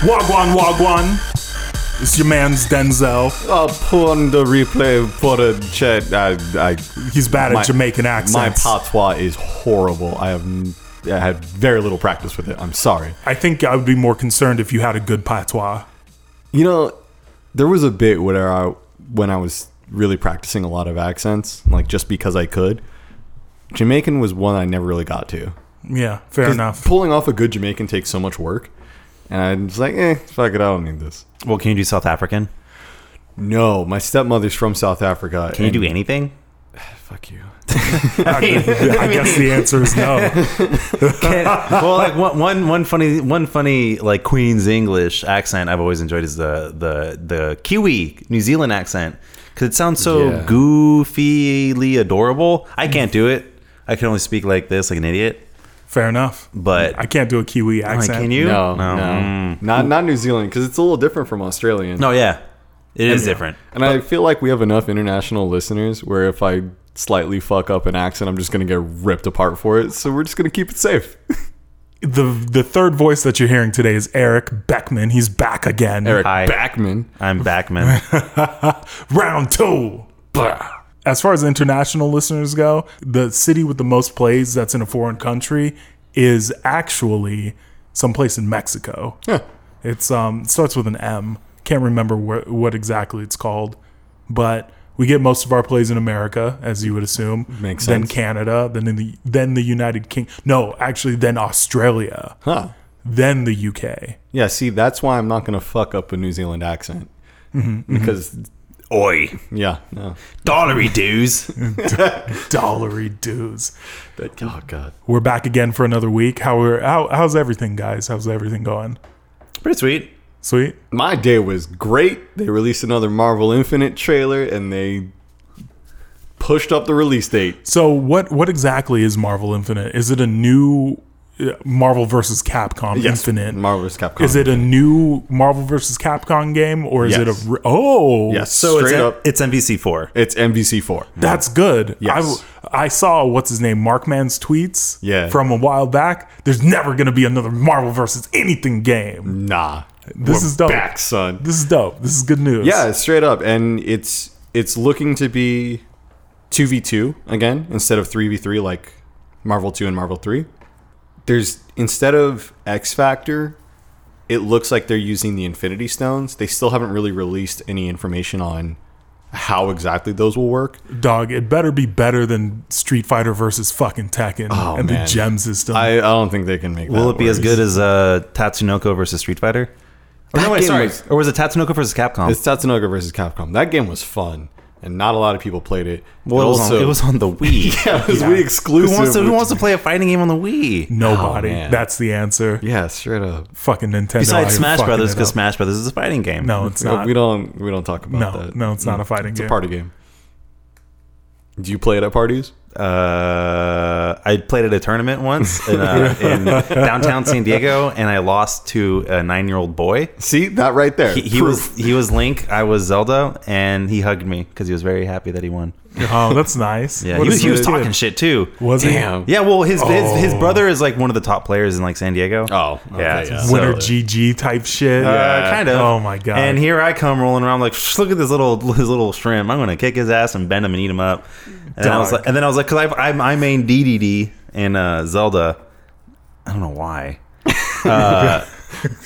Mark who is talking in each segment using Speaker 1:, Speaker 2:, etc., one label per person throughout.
Speaker 1: Wagwan Wagwan. It's your man's Denzel.
Speaker 2: I'll put on the replay for the chat. I, I,
Speaker 1: He's bad at
Speaker 2: my-
Speaker 1: Jamaican accents.
Speaker 2: My patois is horrible. I have, n- I have very little practice with it. I'm sorry.
Speaker 1: I think I would be more concerned if you had a good patois.
Speaker 2: You know, there was a bit where I, when I was really practicing a lot of accents, like just because I could. Jamaican was one I never really got to.
Speaker 1: Yeah, fair enough.
Speaker 2: Pulling off a good Jamaican takes so much work, and I'm just like, eh, fuck it, I don't need this.
Speaker 3: Well, can you do South African?
Speaker 2: No, my stepmother's from South Africa.
Speaker 3: Can you do anything?
Speaker 2: Fuck you.
Speaker 1: I, I guess the answer is no.
Speaker 3: well, like one, one, one funny, one funny like Queen's English accent I've always enjoyed is the the the Kiwi New Zealand accent because it sounds so
Speaker 2: Yeah.
Speaker 3: goofily adorable. I can't do it. I can only speak like this, like an idiot.
Speaker 1: Fair enough.
Speaker 3: But
Speaker 1: I can't do a Kiwi
Speaker 3: I'm like,
Speaker 1: accent.
Speaker 3: can you?
Speaker 2: No, no,
Speaker 3: no, Mm.
Speaker 2: not not New Zealand because it's a little different from Australian.
Speaker 3: No, yeah, it is different.
Speaker 2: and I feel like we have enough international listeners where if I slightly fuck up an accent, I'm just gonna get ripped apart for it. So we're just gonna keep it safe.
Speaker 1: The the third voice that you're hearing today is Eric Beckman. He's back again.
Speaker 2: Eric
Speaker 3: Hi.
Speaker 2: Backman.
Speaker 3: I'm back, man.
Speaker 1: Round two. Blah. As far as international listeners go, the city with the most plays that's in a foreign country is actually someplace in Mexico.
Speaker 2: Yeah.
Speaker 1: It's um it starts with an M. Can't remember where, what exactly it's called, but we get most of our plays in America, as you would assume.
Speaker 2: Makes
Speaker 1: Then
Speaker 2: sense.
Speaker 1: Canada, then in the then the United King. No, actually, then Australia,
Speaker 2: Huh.
Speaker 1: then the UK.
Speaker 2: Yeah. See, that's why I'm not gonna fuck up a New Zealand accent because
Speaker 3: Oi,
Speaker 2: yeah, no.
Speaker 3: dollary dues.
Speaker 1: Dollary dues.
Speaker 2: But, oh god.
Speaker 1: We're back again for another week. How are how, how's everything, guys? How's everything going?
Speaker 3: Pretty sweet.
Speaker 1: Sweet.
Speaker 2: My day was great. They released another Marvel Infinite trailer and they pushed up the release date.
Speaker 1: So what what exactly is Marvel Infinite? Is it a new uh, Marvel versus Capcom Infinite?
Speaker 2: Marvel vs. Capcom.
Speaker 1: Is it a new Marvel versus Capcom game, or is
Speaker 2: Yes.
Speaker 1: it a re- oh?
Speaker 2: Yes.
Speaker 3: So
Speaker 2: Straight
Speaker 3: it's
Speaker 2: up,
Speaker 3: it's MVC four.
Speaker 2: it's MVC four.
Speaker 1: that's good.
Speaker 2: Yes.
Speaker 1: I w- I, saw what's his name Markman's tweets
Speaker 2: Yeah.
Speaker 1: from a while back. There's never gonna be another Marvel versus anything
Speaker 2: Mm.
Speaker 1: game.
Speaker 2: Nah,
Speaker 1: This
Speaker 2: We're
Speaker 1: is dope.
Speaker 2: back, son.
Speaker 1: This is dope. This is good news.
Speaker 2: Yeah, straight up, and it's it's looking to be two v two again instead of three v three like Marvel two and Marvel three. There's instead of X Factor, it looks like they're using the Infinity Stones. They still haven't really released any information on how exactly those will work.
Speaker 3: Mm-hmm.
Speaker 1: dog. It better be better than Street Fighter versus fucking Tekken
Speaker 3: Oh,
Speaker 1: and the
Speaker 2: man.
Speaker 1: gem system.
Speaker 2: I, I don't think they can make.
Speaker 3: Will
Speaker 2: that
Speaker 3: it be as
Speaker 2: work.
Speaker 3: good as uh, Tatsunoko versus Street Fighter? Or
Speaker 2: That
Speaker 3: no, wait,
Speaker 2: game
Speaker 3: sorry.
Speaker 2: was-
Speaker 3: or was it Tatsunoko versus Capcom?
Speaker 2: It's Tatsunoko versus Capcom. That game was fun, and not a lot of people played it.
Speaker 3: well, it was,
Speaker 2: also-
Speaker 3: on, it was on the Wii.
Speaker 2: Yeah, it was Wii exclusive.
Speaker 3: Who wants, to, who wants to play a fighting game on the Wii?
Speaker 1: Nobody.
Speaker 2: Oh, man.
Speaker 1: That's the answer.
Speaker 2: Yeah, straight up.
Speaker 1: Fucking Nintendo.
Speaker 3: Besides
Speaker 1: I
Speaker 3: Smash
Speaker 1: fucking
Speaker 3: Brothers,
Speaker 1: it
Speaker 3: because
Speaker 1: up.
Speaker 3: Smash Brothers is a fighting game.
Speaker 1: no, it's not.
Speaker 2: we don't we don't talk about
Speaker 1: no,
Speaker 2: that.
Speaker 1: no, it's not a fighting
Speaker 2: it's
Speaker 1: game.
Speaker 2: a party game. Do you play it at parties?
Speaker 3: Uh, I played at a tournament once in, uh, in downtown San Diego, and I lost to a nine-year-old boy.
Speaker 2: See that right there.
Speaker 3: He, he
Speaker 2: Proof.
Speaker 3: was he was Link, I was Zelda, and he hugged me because he was very happy that he won.
Speaker 1: Oh, that's nice.
Speaker 3: Yeah,
Speaker 1: What
Speaker 3: he,
Speaker 1: did
Speaker 3: was, he was
Speaker 1: do?
Speaker 3: talking shit too.
Speaker 1: Was he?
Speaker 2: Damn.
Speaker 3: Yeah, well, his, his his
Speaker 1: Oh.
Speaker 3: brother is like one of the top players in like San Diego. Uh,
Speaker 2: Oh, okay,
Speaker 3: yeah,
Speaker 2: yeah.
Speaker 3: so-
Speaker 1: Winner GG type shit.
Speaker 3: Uh, kind of.
Speaker 1: Oh my god.
Speaker 3: And here I come rolling around like, "Shh, look at this little his little shrimp. I'm gonna kick his ass and bend him and eat him up. And then I was
Speaker 1: Dog.
Speaker 3: like, and then I was like, because I, I I main DDD and uh, Zelda. I don't know why. Uh,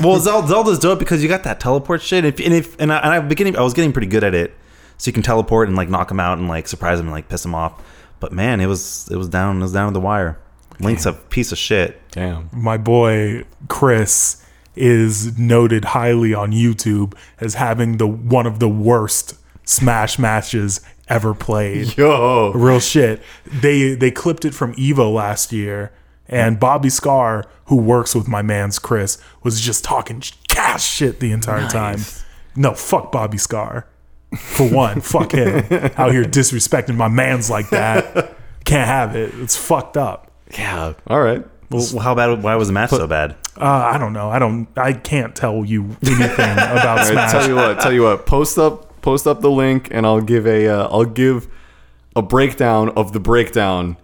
Speaker 3: well, Zel- Zelda's dope because you got that teleport shit. If, and if and I, and I beginning I was getting pretty good at it, so you can teleport and like knock him out and like surprise him and like piss him off. But man, it was it was down it was down to the wire. Link's a piece of shit.
Speaker 2: Damn.
Speaker 1: my boy Chris is noted highly on YouTube as having the one of the worst Smash matches ever played.
Speaker 2: Yo.
Speaker 1: real shit. They they clipped it from Evo last year, and Bobby Scar, who works with my man's Chris, was just talking sh- cash shit the entire time. No, fuck Bobby Scar. For one, fuck him out here disrespecting my man's like that. Can't have it. It's fucked up.
Speaker 2: Yeah. All right.
Speaker 3: Well, how bad? Why was the match so bad?
Speaker 1: Uh, I don't know. I don't. I can't tell you anything about
Speaker 2: All right,
Speaker 1: Smash.
Speaker 2: tell you what. Tell you what. Post up. Post up the link, and I'll give a. Uh, I'll give a breakdown of the breakdown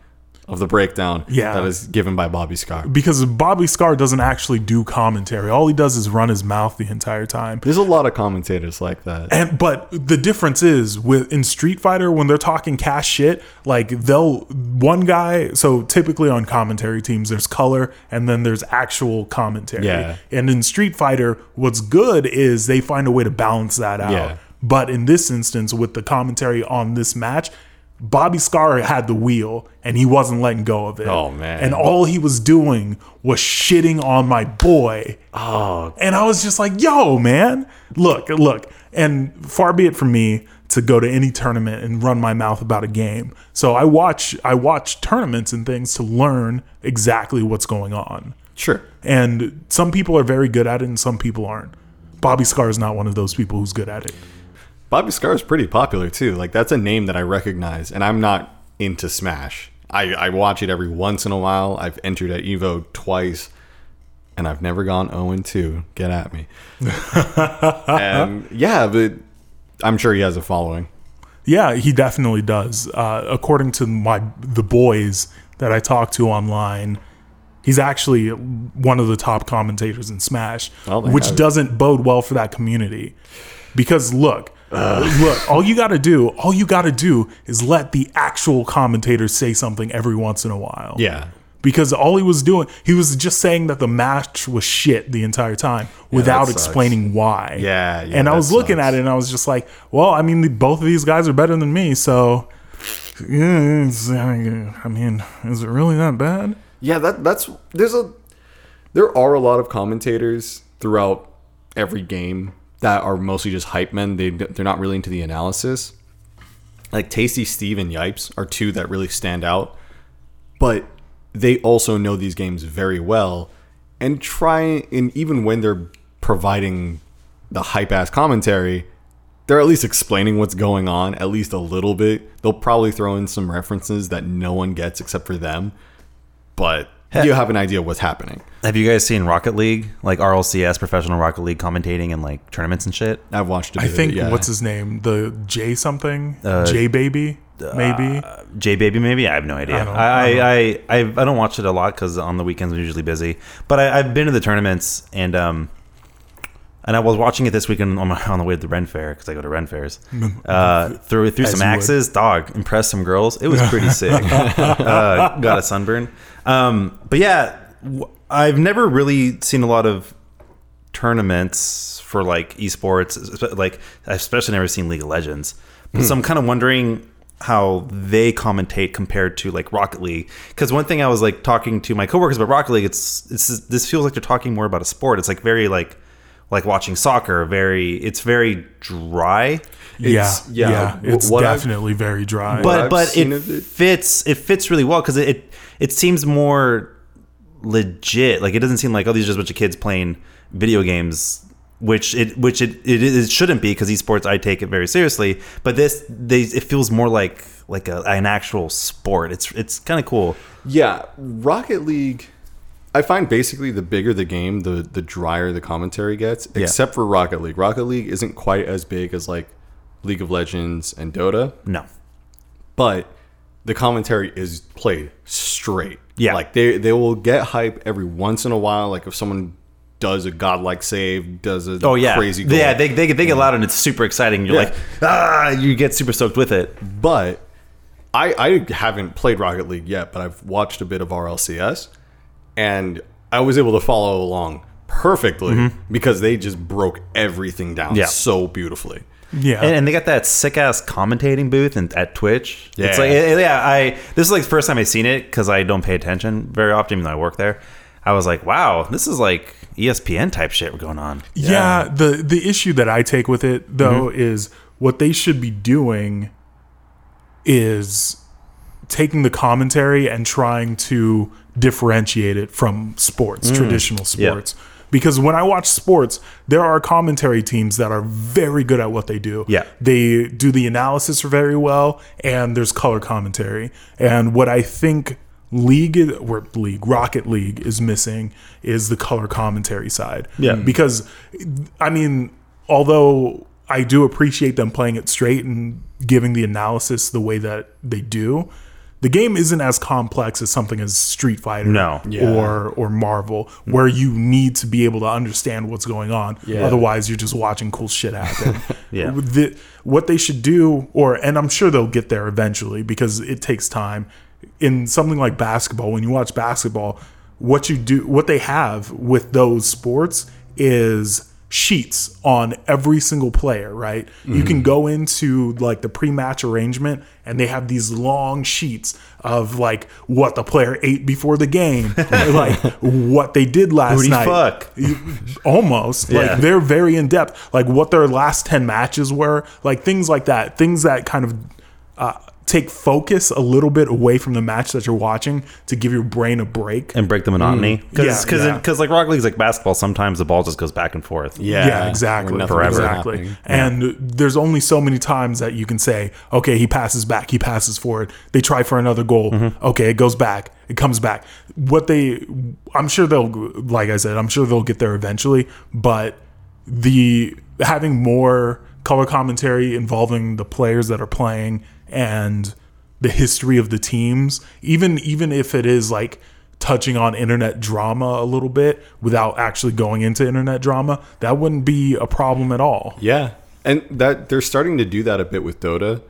Speaker 2: of the breakdown
Speaker 1: Yeah.
Speaker 2: that is given by Bobby Scar.
Speaker 1: because Bobby Scar doesn't actually do commentary. All he does is run his mouth the entire time.
Speaker 2: There's a lot of commentators like that.
Speaker 1: And but the difference is with in Street Fighter when they're talking cash shit, like they'll one guy. So typically on commentary teams, there's color and then there's actual commentary.
Speaker 2: Yeah.
Speaker 1: And in Street Fighter, what's good is they find a way to balance that out.
Speaker 2: Yeah.
Speaker 1: But in this instance, with the commentary on this match. Bobby Scar had the wheel and he wasn't letting go of it.
Speaker 2: Oh, man.
Speaker 1: And all he was doing was shitting on my boy. Oh. And I was just like, yo, man, look, look. And far be it from me to go to any tournament and run my mouth about a game. So I watch I watch tournaments and things to learn exactly what's going on.
Speaker 2: Sure.
Speaker 1: And some people are very good at it and some people aren't. Bobby Scar is not one of those people who's good at it.
Speaker 2: Bobby Scar is pretty popular too. Like that's a name that I recognize, and I'm not into Smash. I, I watch it every once in a while. I've entered at Evo twice, and I've never gone 0 and 2. Get at me. and yeah, but I'm sure he has a following.
Speaker 1: Yeah, he definitely does. Uh, according to my the boys that I talk to online, he's actually one of the top commentators in Smash,
Speaker 2: Well, there you have
Speaker 1: which
Speaker 2: it.
Speaker 1: doesn't bode well for that community. Because look, look, all you got to do, all you got to do is let the actual commentators say something every once in a while.
Speaker 2: Yeah.
Speaker 1: Because all he was doing, he was just saying that the match was shit the entire time without
Speaker 2: sucks.
Speaker 1: explaining why.
Speaker 2: Yeah, yeah,
Speaker 1: and I
Speaker 2: that
Speaker 1: was looking
Speaker 2: sucks.
Speaker 1: at it and I was just like, well, I mean, the, both of these guys are better than me, so. Yeah, it's- I mean, is it really that bad?
Speaker 2: Yeah, that that's there's a there are a lot of commentators throughout every game that are mostly just hype men. They they're not really into the analysis. Like Tasty Steve and Yipes are two that really stand out, but they also know these games very well and try and even when they're providing the hype ass commentary, they're at least explaining what's going on at least a little bit. They'll probably throw in some references that no one gets except for them, but you have an idea what's happening.
Speaker 3: Have you guys seen Rocket League, like RLCS, professional Rocket League commentating and like tournaments and shit?
Speaker 2: I've watched a
Speaker 1: I
Speaker 2: bit of
Speaker 1: think
Speaker 2: it, Uh, yeah. Uh,
Speaker 1: what's his name, the J something, J baby, maybe.
Speaker 3: J Baby, maybe I have no idea. I
Speaker 1: don't-
Speaker 3: I, I, I, I don't watch it a lot because on the weekends I'm usually busy. But I, I've been to the tournaments and um, and I was watching it this weekend on my on the way to the Ren Fair because I go to Ren Fairs. Uh, threw threw some
Speaker 1: you would.
Speaker 3: axes, dog, impressed some girls. It was pretty sick. Uh, got a sunburn. Um, but yeah, w- I've never really seen a lot of tournaments for like esports espe- like i've especially never seen league of legends But so i'm kind of wondering how they commentate compared to like rocket league because one thing i was like talking to my coworkers about rocket league it's, it's this feels like they're talking more about a sport it's like very like like watching soccer very it's very dry
Speaker 1: yeah,
Speaker 2: it's- yeah,
Speaker 1: yeah,
Speaker 2: w-
Speaker 1: It's
Speaker 2: what I've-
Speaker 1: definitely very dry.
Speaker 2: What
Speaker 3: but
Speaker 2: I've
Speaker 3: but
Speaker 2: seen
Speaker 3: it,
Speaker 2: of it-
Speaker 3: fits it fits really well because it, it it seems more legit. Like it doesn't seem like oh these are just a bunch of kids playing video games, which it which it it, is- it shouldn't be because esports I take it very seriously. But this they it feels more like like a, an actual sport. It's it's kind of cool.
Speaker 2: Yeah, Rocket League. I find basically the bigger the game, the the drier the commentary gets. Except for Rocket League. Rocket League isn't quite as big as like League of Legends and Dota,
Speaker 3: No,
Speaker 2: but the commentary is played straight.
Speaker 3: Yeah.
Speaker 2: like they they will get hype every once in a while. Like if someone does a godlike save, does a
Speaker 3: oh yeah,
Speaker 2: crazy goal.
Speaker 3: yeah they, they they get loud and it's super exciting. You're
Speaker 2: Yeah.
Speaker 3: like ah you get super stoked with it.
Speaker 2: but I, I haven't played Rocket League yet, but I've watched a bit of RLCS, and I was able to follow along perfectly
Speaker 1: Mm-hmm.
Speaker 2: because they just broke everything down
Speaker 3: Yeah.
Speaker 2: so beautifully.
Speaker 1: yeah,
Speaker 3: and, and they got that sick ass commentating booth and at Twitch.
Speaker 2: Yeah.
Speaker 3: it's like eh, yeah. I this is like the first time I've seen it because I don't pay attention very often, even though I work there. I was like, wow, this is like E ESPN type shit going on.
Speaker 1: yeah. the the issue that i take with it though is what they should be doing is taking the commentary and trying to differentiate it from sports traditional
Speaker 3: yeah.
Speaker 1: sports because when i watch sports there are commentary teams that are very good at what they do
Speaker 3: Yeah.
Speaker 1: they do the analysis very well and there's color commentary and what i think league or league rocket league is missing is the color commentary side
Speaker 3: Yeah.
Speaker 1: because i mean although i do appreciate them playing it straight and giving the analysis the way that they do the game isn't as complex as something as Street Fighter
Speaker 3: No.
Speaker 2: Yeah.
Speaker 1: or or Marvel, where you need to be able to understand what's going on.
Speaker 2: Yeah.
Speaker 1: Otherwise, you're just watching cool shit happen.
Speaker 3: Yeah.
Speaker 1: The- what they should do, or and I'm sure they'll get there eventually because it takes time. In something like basketball, when you watch basketball, what you do, what they have with those sports is sheets on every single player. Right, you
Speaker 3: Mm-hmm.
Speaker 1: can go into like the pre-match arrangement, and they have these long sheets of like what the player ate before the game, like what they did last
Speaker 3: Booty
Speaker 1: night.
Speaker 3: fuck.
Speaker 1: You- almost
Speaker 3: Yeah.
Speaker 1: like they're very in depth like what their last 10 matches were like things like that things that kind of uh, take focus a little bit away from the match that you're watching to give your brain a break
Speaker 3: and break the monotony. Because
Speaker 1: Yeah, yeah.
Speaker 3: because like rock league's like basketball, sometimes the ball just goes back and forth.
Speaker 2: Yeah,
Speaker 1: yeah, exactly
Speaker 2: When nothing was
Speaker 1: forever
Speaker 2: happening.
Speaker 1: exactly and there's only so many times that you can say okay he passes back he passes forward they try for another goal okay it goes back it comes back what they i'm sure they'll like i said i'm sure they'll get there eventually but the having more color commentary involving the players that are playing and the history of the teams even even if it is like touching on internet drama a little bit without actually going into internet drama that wouldn't be a problem at all
Speaker 2: Yeah. And that they're starting to do that a bit with Dota.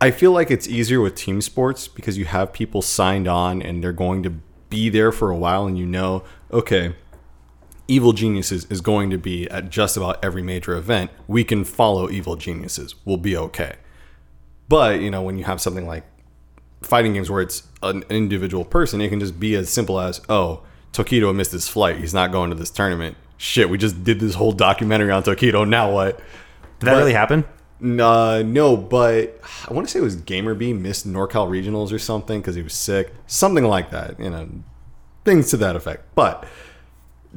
Speaker 2: I feel like it's easier with team sports because you have people signed on and they're going to be there for a while and you know, okay, Evil Geniuses is going to be at just about every major event. We can follow Evil Geniuses. We'll be okay. But, you know, when you have something like fighting games where it's an individual person, it can just be as simple as, oh, Tokido missed his flight. He's not going to this tournament. Shit, we just did this whole documentary on Tokido. Now what?
Speaker 3: Did that really happen?
Speaker 2: Uh, no, but I want to say it was Gamerbee missed NorCal regionals or something because he was sick, something like that. You know, things to that effect. But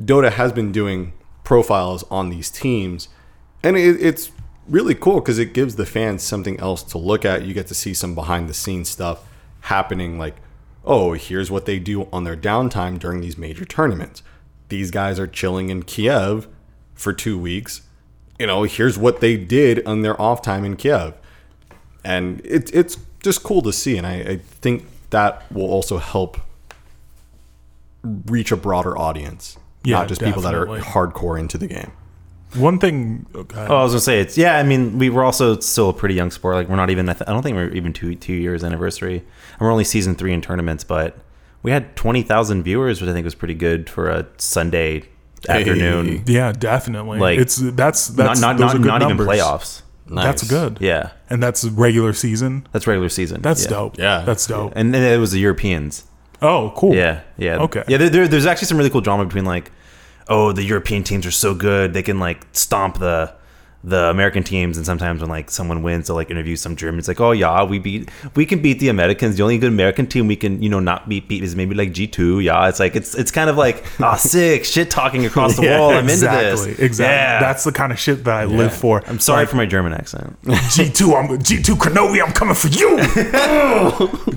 Speaker 2: Dota has been doing profiles on these teams, and it, it's really cool because it gives the fans something else to look at. You get to see some behind the scenes stuff happening, like, oh, here's what they do on their downtime during these major tournaments. These guys are chilling in Kiev for two weeks. You know, here's what they did on their off time in Kiev and it, it's just cool to see and I, I think that will also help reach a broader audience
Speaker 1: Yeah,
Speaker 2: not just people that
Speaker 1: definitely.
Speaker 2: are hardcore into the game
Speaker 1: one thing uh, okay
Speaker 3: Oh, I was gonna say it's yeah. I mean, we were also still a pretty young sport. Like we're not even. I, th- I don't think we're even two two years anniversary. And we're only season three in tournaments, but we had twenty thousand viewers, which I think was pretty good for a Sunday afternoon.
Speaker 1: yeah definitely
Speaker 3: Like,
Speaker 1: it's that's that's
Speaker 3: not not
Speaker 1: those are
Speaker 3: not,
Speaker 1: good
Speaker 3: not even
Speaker 1: numbers.
Speaker 3: playoffs.
Speaker 1: that's
Speaker 2: Nice.
Speaker 1: good
Speaker 3: Yeah,
Speaker 1: and that's regular season
Speaker 3: that's regular season.
Speaker 1: that's
Speaker 3: Yeah.
Speaker 1: dope
Speaker 2: Yeah.
Speaker 1: that's dope
Speaker 3: And then it was the Europeans.
Speaker 1: oh cool
Speaker 3: Yeah, yeah.
Speaker 1: Okay.
Speaker 3: Yeah, there, there, there's actually some really cool drama between like, oh, the European teams are so good they can like stomp the the American teams, and sometimes when like someone wins, they'll like interview some Germans like, oh yeah, we beat we can beat the Americans. The only good American team we can you know not beat beat is maybe like G two. Yeah, it's like it's it's kind of like ah sick shit talking across the wall. I'm into
Speaker 1: exactly
Speaker 3: this.
Speaker 1: exactly
Speaker 3: Yeah.
Speaker 1: that's the kind of shit that i live for
Speaker 3: I'm sorry for my German accent.
Speaker 1: G2, I'm G2 Kenobi, I'm coming for you.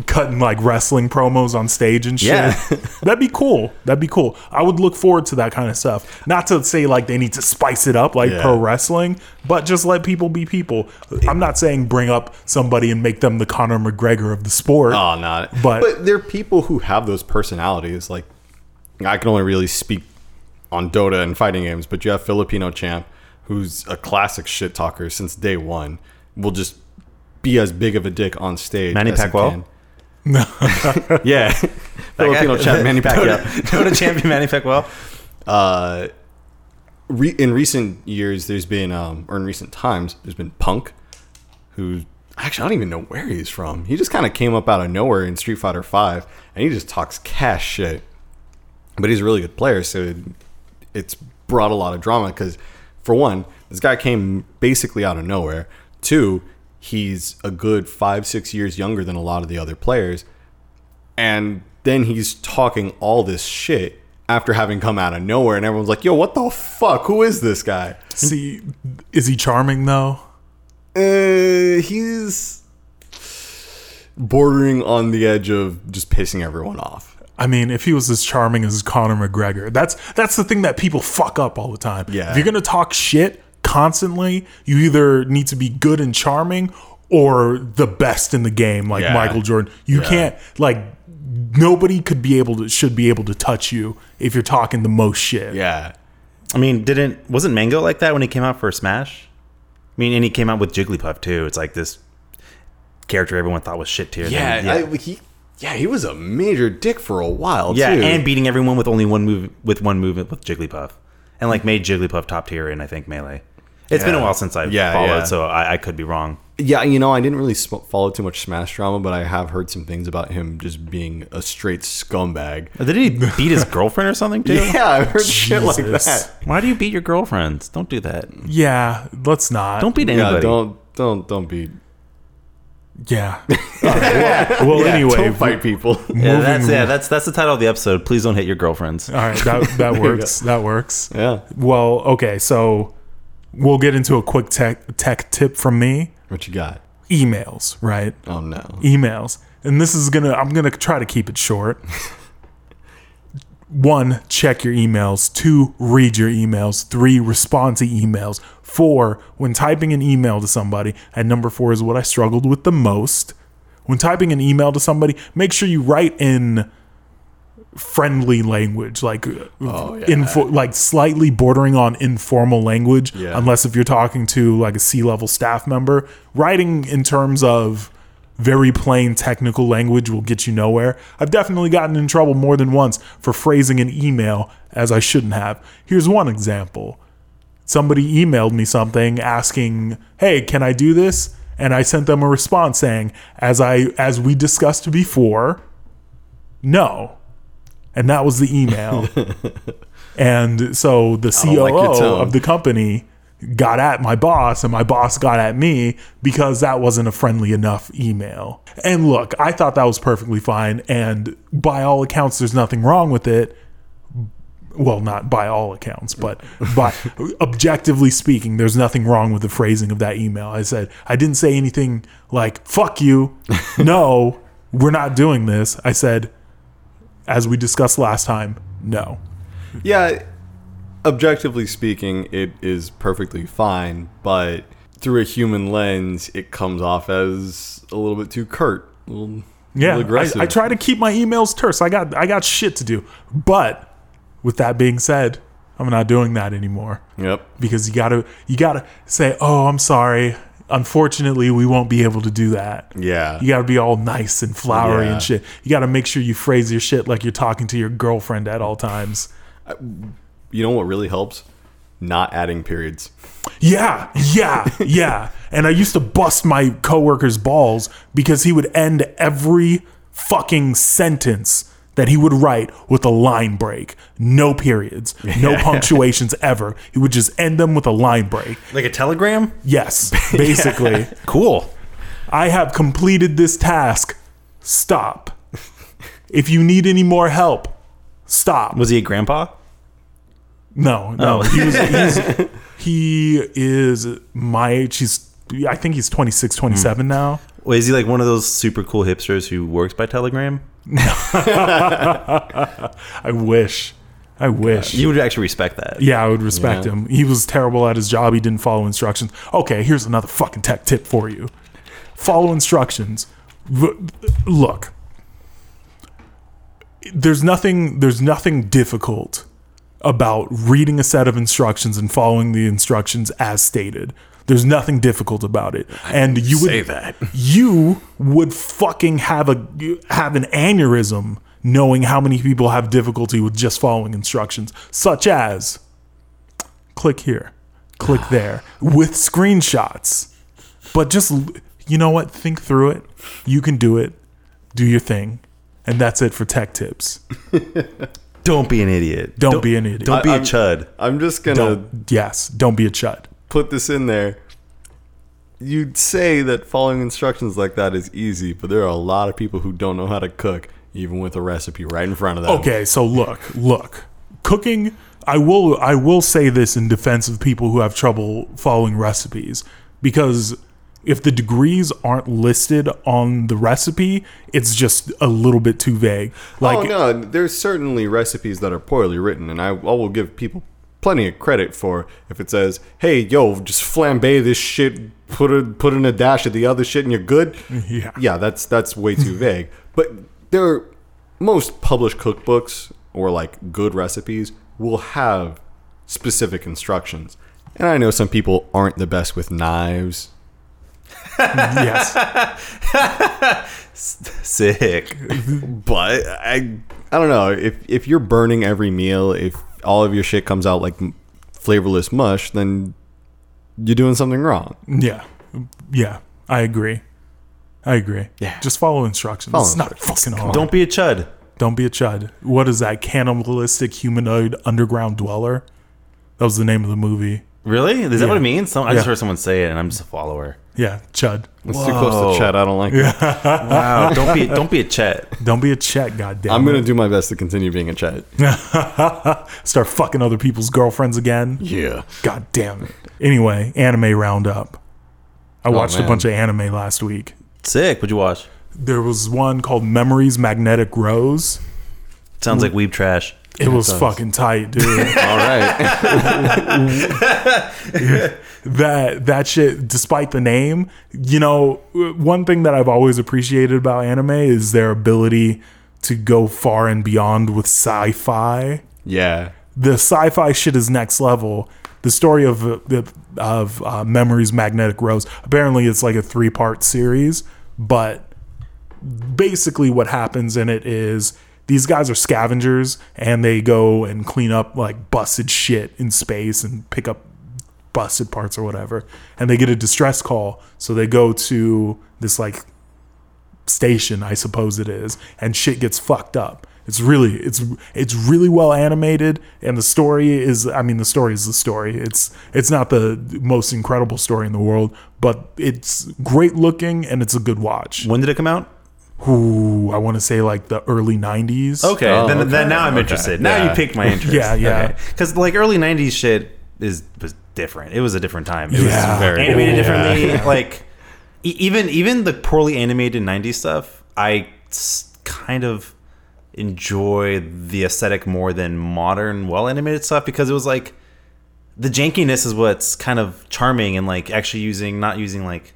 Speaker 1: Cutting like wrestling promos on stage and shit.
Speaker 3: Yeah.
Speaker 1: That'd be cool. That'd be cool. I would look forward to that kind of stuff. Not to say like they need to spice it up like
Speaker 2: Yeah.
Speaker 1: pro wrestling, but just let people be people. I'm not saying bring up somebody and make them the Conor McGregor of the sport.
Speaker 2: oh not
Speaker 1: But-
Speaker 2: but there are people who have those personalities like i can only really speak on dota and fighting games but you have filipino champ who's a classic shit talker since day one will just be as big of a dick on stage
Speaker 3: Manny
Speaker 2: as he
Speaker 3: Pacquiao?
Speaker 2: can.
Speaker 3: yeah,
Speaker 2: filipino champ manny pacquiao
Speaker 3: Dota champion Manny Pacquiao.
Speaker 2: uh, re- in recent years, there's been, um, or in recent times, there's been Punk, who actually I don't even know where he's from. He just kind of came up out of nowhere in Street Fighter Five, and he just talks cash shit. But he's a really good player, so it, it's brought a lot of drama because, for one, this guy came basically out of nowhere. Two, he's a good five, six years younger than a lot of the other players and then he's talking all this shit after having come out of nowhere and everyone's like yo what the fuck who is this guy
Speaker 1: See, is he charming though?
Speaker 2: uh, he's bordering on the edge of just pissing everyone off
Speaker 1: I mean, if he was as charming as Conor McGregor, that's that's the thing that people fuck up all the time.
Speaker 2: Yeah.
Speaker 1: If you're gonna talk shit constantly, you either need to be good and charming or the best in the game like
Speaker 3: Yeah.
Speaker 1: Michael Jordan. You
Speaker 3: Yeah.
Speaker 1: can't like nobody could be able to should be able to touch you if you're talking the most shit.
Speaker 2: Yeah.
Speaker 3: I mean, didn't wasn't Mango like that when he came out for Smash? I mean, and he came out with Jigglypuff too. It's like this character everyone thought was shit tier.
Speaker 2: Yeah.
Speaker 3: yeah,
Speaker 2: I, he, yeah, he was a major dick for a while,
Speaker 3: yeah,
Speaker 2: too.
Speaker 3: and beating everyone with only one move with one movement with Jigglypuff, and like made Jigglypuff top tier in I think melee. It's been a
Speaker 2: Yeah.
Speaker 3: while since I've
Speaker 2: Yeah,
Speaker 3: followed,
Speaker 2: yeah.
Speaker 3: so I, I could be wrong.
Speaker 2: Yeah, you know, I didn't really sm- follow too much Smash drama, but I have heard some things about him just being a straight scumbag.
Speaker 3: Did he beat his girlfriend or something too?
Speaker 2: Yeah, I've heard shit like
Speaker 1: Jesus.
Speaker 2: that.
Speaker 3: Why do you beat your girlfriends? Don't do that.
Speaker 1: Yeah, let's not.
Speaker 3: Don't beat anybody.
Speaker 2: Yeah, don't don't don't be.
Speaker 1: Yeah. well, well,
Speaker 2: Yeah,
Speaker 1: anyway,
Speaker 2: don't fight people.
Speaker 3: Yeah,
Speaker 1: moving-
Speaker 3: that's yeah, that's that's the title of the episode. Please don't hit your girlfriends.
Speaker 1: All right, that that works. That works.
Speaker 2: yeah,
Speaker 1: Well, okay, so we'll get into a quick tech tech tip from me.
Speaker 2: what you got?
Speaker 1: Emails, right?
Speaker 2: Oh no.
Speaker 1: Emails. And this is going to I'm going to try to keep it short. One, check your emails. Two, read your emails. Three, respond to emails. Four, when typing an email to somebody, and number four is what I struggled with the most. When typing an email to somebody, make sure you write in friendly language, like uh,
Speaker 2: Oh, yeah.
Speaker 1: info, like slightly bordering on informal language.
Speaker 2: Yeah.
Speaker 1: Unless if you're talking to like a C-level staff member, writing in terms of very plain technical language will get you nowhere. I've definitely gotten in trouble more than once for phrasing an email as I shouldn't have. Here's one example somebody emailed me something asking, "Hey, can I do this?" And I sent them a response saying, "As I as we discussed before, no." And that was the email. and so the
Speaker 2: don't
Speaker 1: COO
Speaker 2: like your tone.
Speaker 1: of the company got at my boss and my boss got at me because that wasn't a friendly enough email. And look, I thought that was perfectly fine and by all accounts there's nothing wrong with it well, not by all accounts, but by objectively speaking, there's nothing wrong with the phrasing of that email. I said, I didn't say anything like, fuck you. No, we're not doing this. I said, as we discussed last time, no.
Speaker 2: Yeah, objectively speaking, it is perfectly fine, but through a human lens, it comes off as a little bit too curt. a little-
Speaker 1: Yeah,
Speaker 2: little aggressive.
Speaker 1: I, I try to keep my emails terse. I got I got shit to do. But with that being said, I'm not doing that anymore.
Speaker 2: Yep.
Speaker 1: because you gotta you gotta say oh i'm sorry unfortunately we won't be able to do that
Speaker 2: Yeah.
Speaker 1: you gotta be all nice and flowery
Speaker 2: Yeah.
Speaker 1: and shit you gotta make sure you phrase your shit like you're talking to your girlfriend at all times
Speaker 2: You know what really helps? Not adding periods.
Speaker 1: yeah yeah yeah and i used to bust my coworker's balls because he would end every fucking sentence that he would write with a line break no periods no punctuations ever he would just end them with a line break
Speaker 3: Like a telegram?
Speaker 1: yes basically
Speaker 3: Cool.
Speaker 1: I have completed this task. Stop. If you need any more help, stop.
Speaker 3: Was he a grandpa?
Speaker 1: No, no. He, was, he's, he is my age. He's, I think he's 26, 27 now.
Speaker 3: Wait, is he like one of those super cool hipsters who works by telegram?
Speaker 1: I wish. I wish.
Speaker 3: You would actually respect that.
Speaker 1: yeah, I would respect him. He was terrible at his job. He didn't follow instructions. Okay, here's another fucking tech tip for you follow instructions. V- Look, there's nothing there's nothing difficult about reading a set of instructions and following the instructions as stated. There's nothing difficult about it. And you would
Speaker 2: say that.
Speaker 1: you would fucking have a have an aneurysm knowing how many people have difficulty with just following instructions, such as click here, click there with screenshots. But just l- you know what? Think through it. You can do it. Do your thing. And that's it for tech tips.
Speaker 3: Don't be an idiot.
Speaker 1: Don't, be an idiot.
Speaker 3: Don't be a
Speaker 2: I'm-
Speaker 3: chud.
Speaker 2: I'm just going to
Speaker 1: Don't- yes, don't be a chud.
Speaker 2: put this in there. You'd say that following instructions like that is easy, but there are a lot of people who don't know how to cook, even with a recipe right in front of them.
Speaker 1: Okay, so look, look. Cooking, I will I will say this in defense of people who have trouble following recipes because if the degrees aren't listed on the recipe, it's just a little bit too vague. Like
Speaker 2: oh no, there's certainly recipes that are poorly written, and I, I will give people plenty of credit for if it says, "Hey, yo, just flambe this shit, put it put in a dash of the other shit, and you're good."
Speaker 1: Yeah.
Speaker 2: yeah, that's that's way too vague. But there, most published cookbooks or like good recipes will have specific instructions. And I know some people aren't the best with knives.
Speaker 1: yes.
Speaker 3: Sick.
Speaker 2: but I I don't know if if you're burning every meal, if all of your shit comes out like m- flavorless mush, then you're doing something wrong.
Speaker 1: Yeah. Yeah. I agree. I agree.
Speaker 2: Yeah.
Speaker 1: Just follow instructions.
Speaker 2: Follow
Speaker 1: it's not
Speaker 2: instructions.
Speaker 1: fucking hard.
Speaker 3: Don't be a chud.
Speaker 1: Don't be a chud. What is that? Cannibalistic humanoid underground dweller? That was the name of the movie.
Speaker 3: Really? Is that what it means? Some, I just
Speaker 1: Yeah.
Speaker 3: heard someone say it, and I'm just a follower.
Speaker 1: Yeah, chud.
Speaker 2: It's too close
Speaker 3: Whoa.
Speaker 2: to chat. I don't like it.
Speaker 3: Wow. don't be don't be a chet.
Speaker 1: Don't be a chet, goddamn.
Speaker 2: I'm gonna do my best to continue being a chat.
Speaker 1: start fucking other people's girlfriends again.
Speaker 2: Yeah.
Speaker 1: God damn it. Anyway, anime roundup. I watched a
Speaker 2: Oh, man.
Speaker 1: bunch of anime last week.
Speaker 3: Sick. What'd you watch?
Speaker 1: There was one called Memories Magnetic Rose.
Speaker 3: Sounds like weeb trash.
Speaker 1: It was fucking tight, dude.
Speaker 2: All right.
Speaker 1: that that shit despite the name you know one thing that i've always appreciated about anime is their ability to go far and beyond with sci-fi
Speaker 2: yeah.
Speaker 1: the sci-fi shit is next level the story of uh, the of uh, memories magnetic rose apparently it's like a three-part series but basically what happens in it is these guys are scavengers and they go and clean up like busted shit in space and pick up busted parts or whatever and they get a distress call so they go to this like station i suppose it is and shit gets fucked up it's really it's it's really well animated and the story is i mean the story is the story it's it's not the most incredible story in the world but it's great looking and it's a good watch
Speaker 3: When did it come out?
Speaker 1: Ooh, I want to say like the early 90s.
Speaker 3: Okay.
Speaker 2: Oh,
Speaker 3: then,
Speaker 2: okay.
Speaker 3: then now I'm
Speaker 2: Okay.
Speaker 3: interested. Now
Speaker 2: Yeah.
Speaker 3: you piqued my interest.
Speaker 1: Yeah, yeah.
Speaker 3: Because like early '90s shit is was different. It was a different time. It
Speaker 1: Yeah.
Speaker 3: was
Speaker 1: Very-
Speaker 3: animated differently.
Speaker 2: Yeah.
Speaker 3: Like e- even even the poorly animated '90s stuff, I s- kind of enjoy the aesthetic more than modern well animated stuff because it was like the jankiness is what's kind of charming and like actually using not using like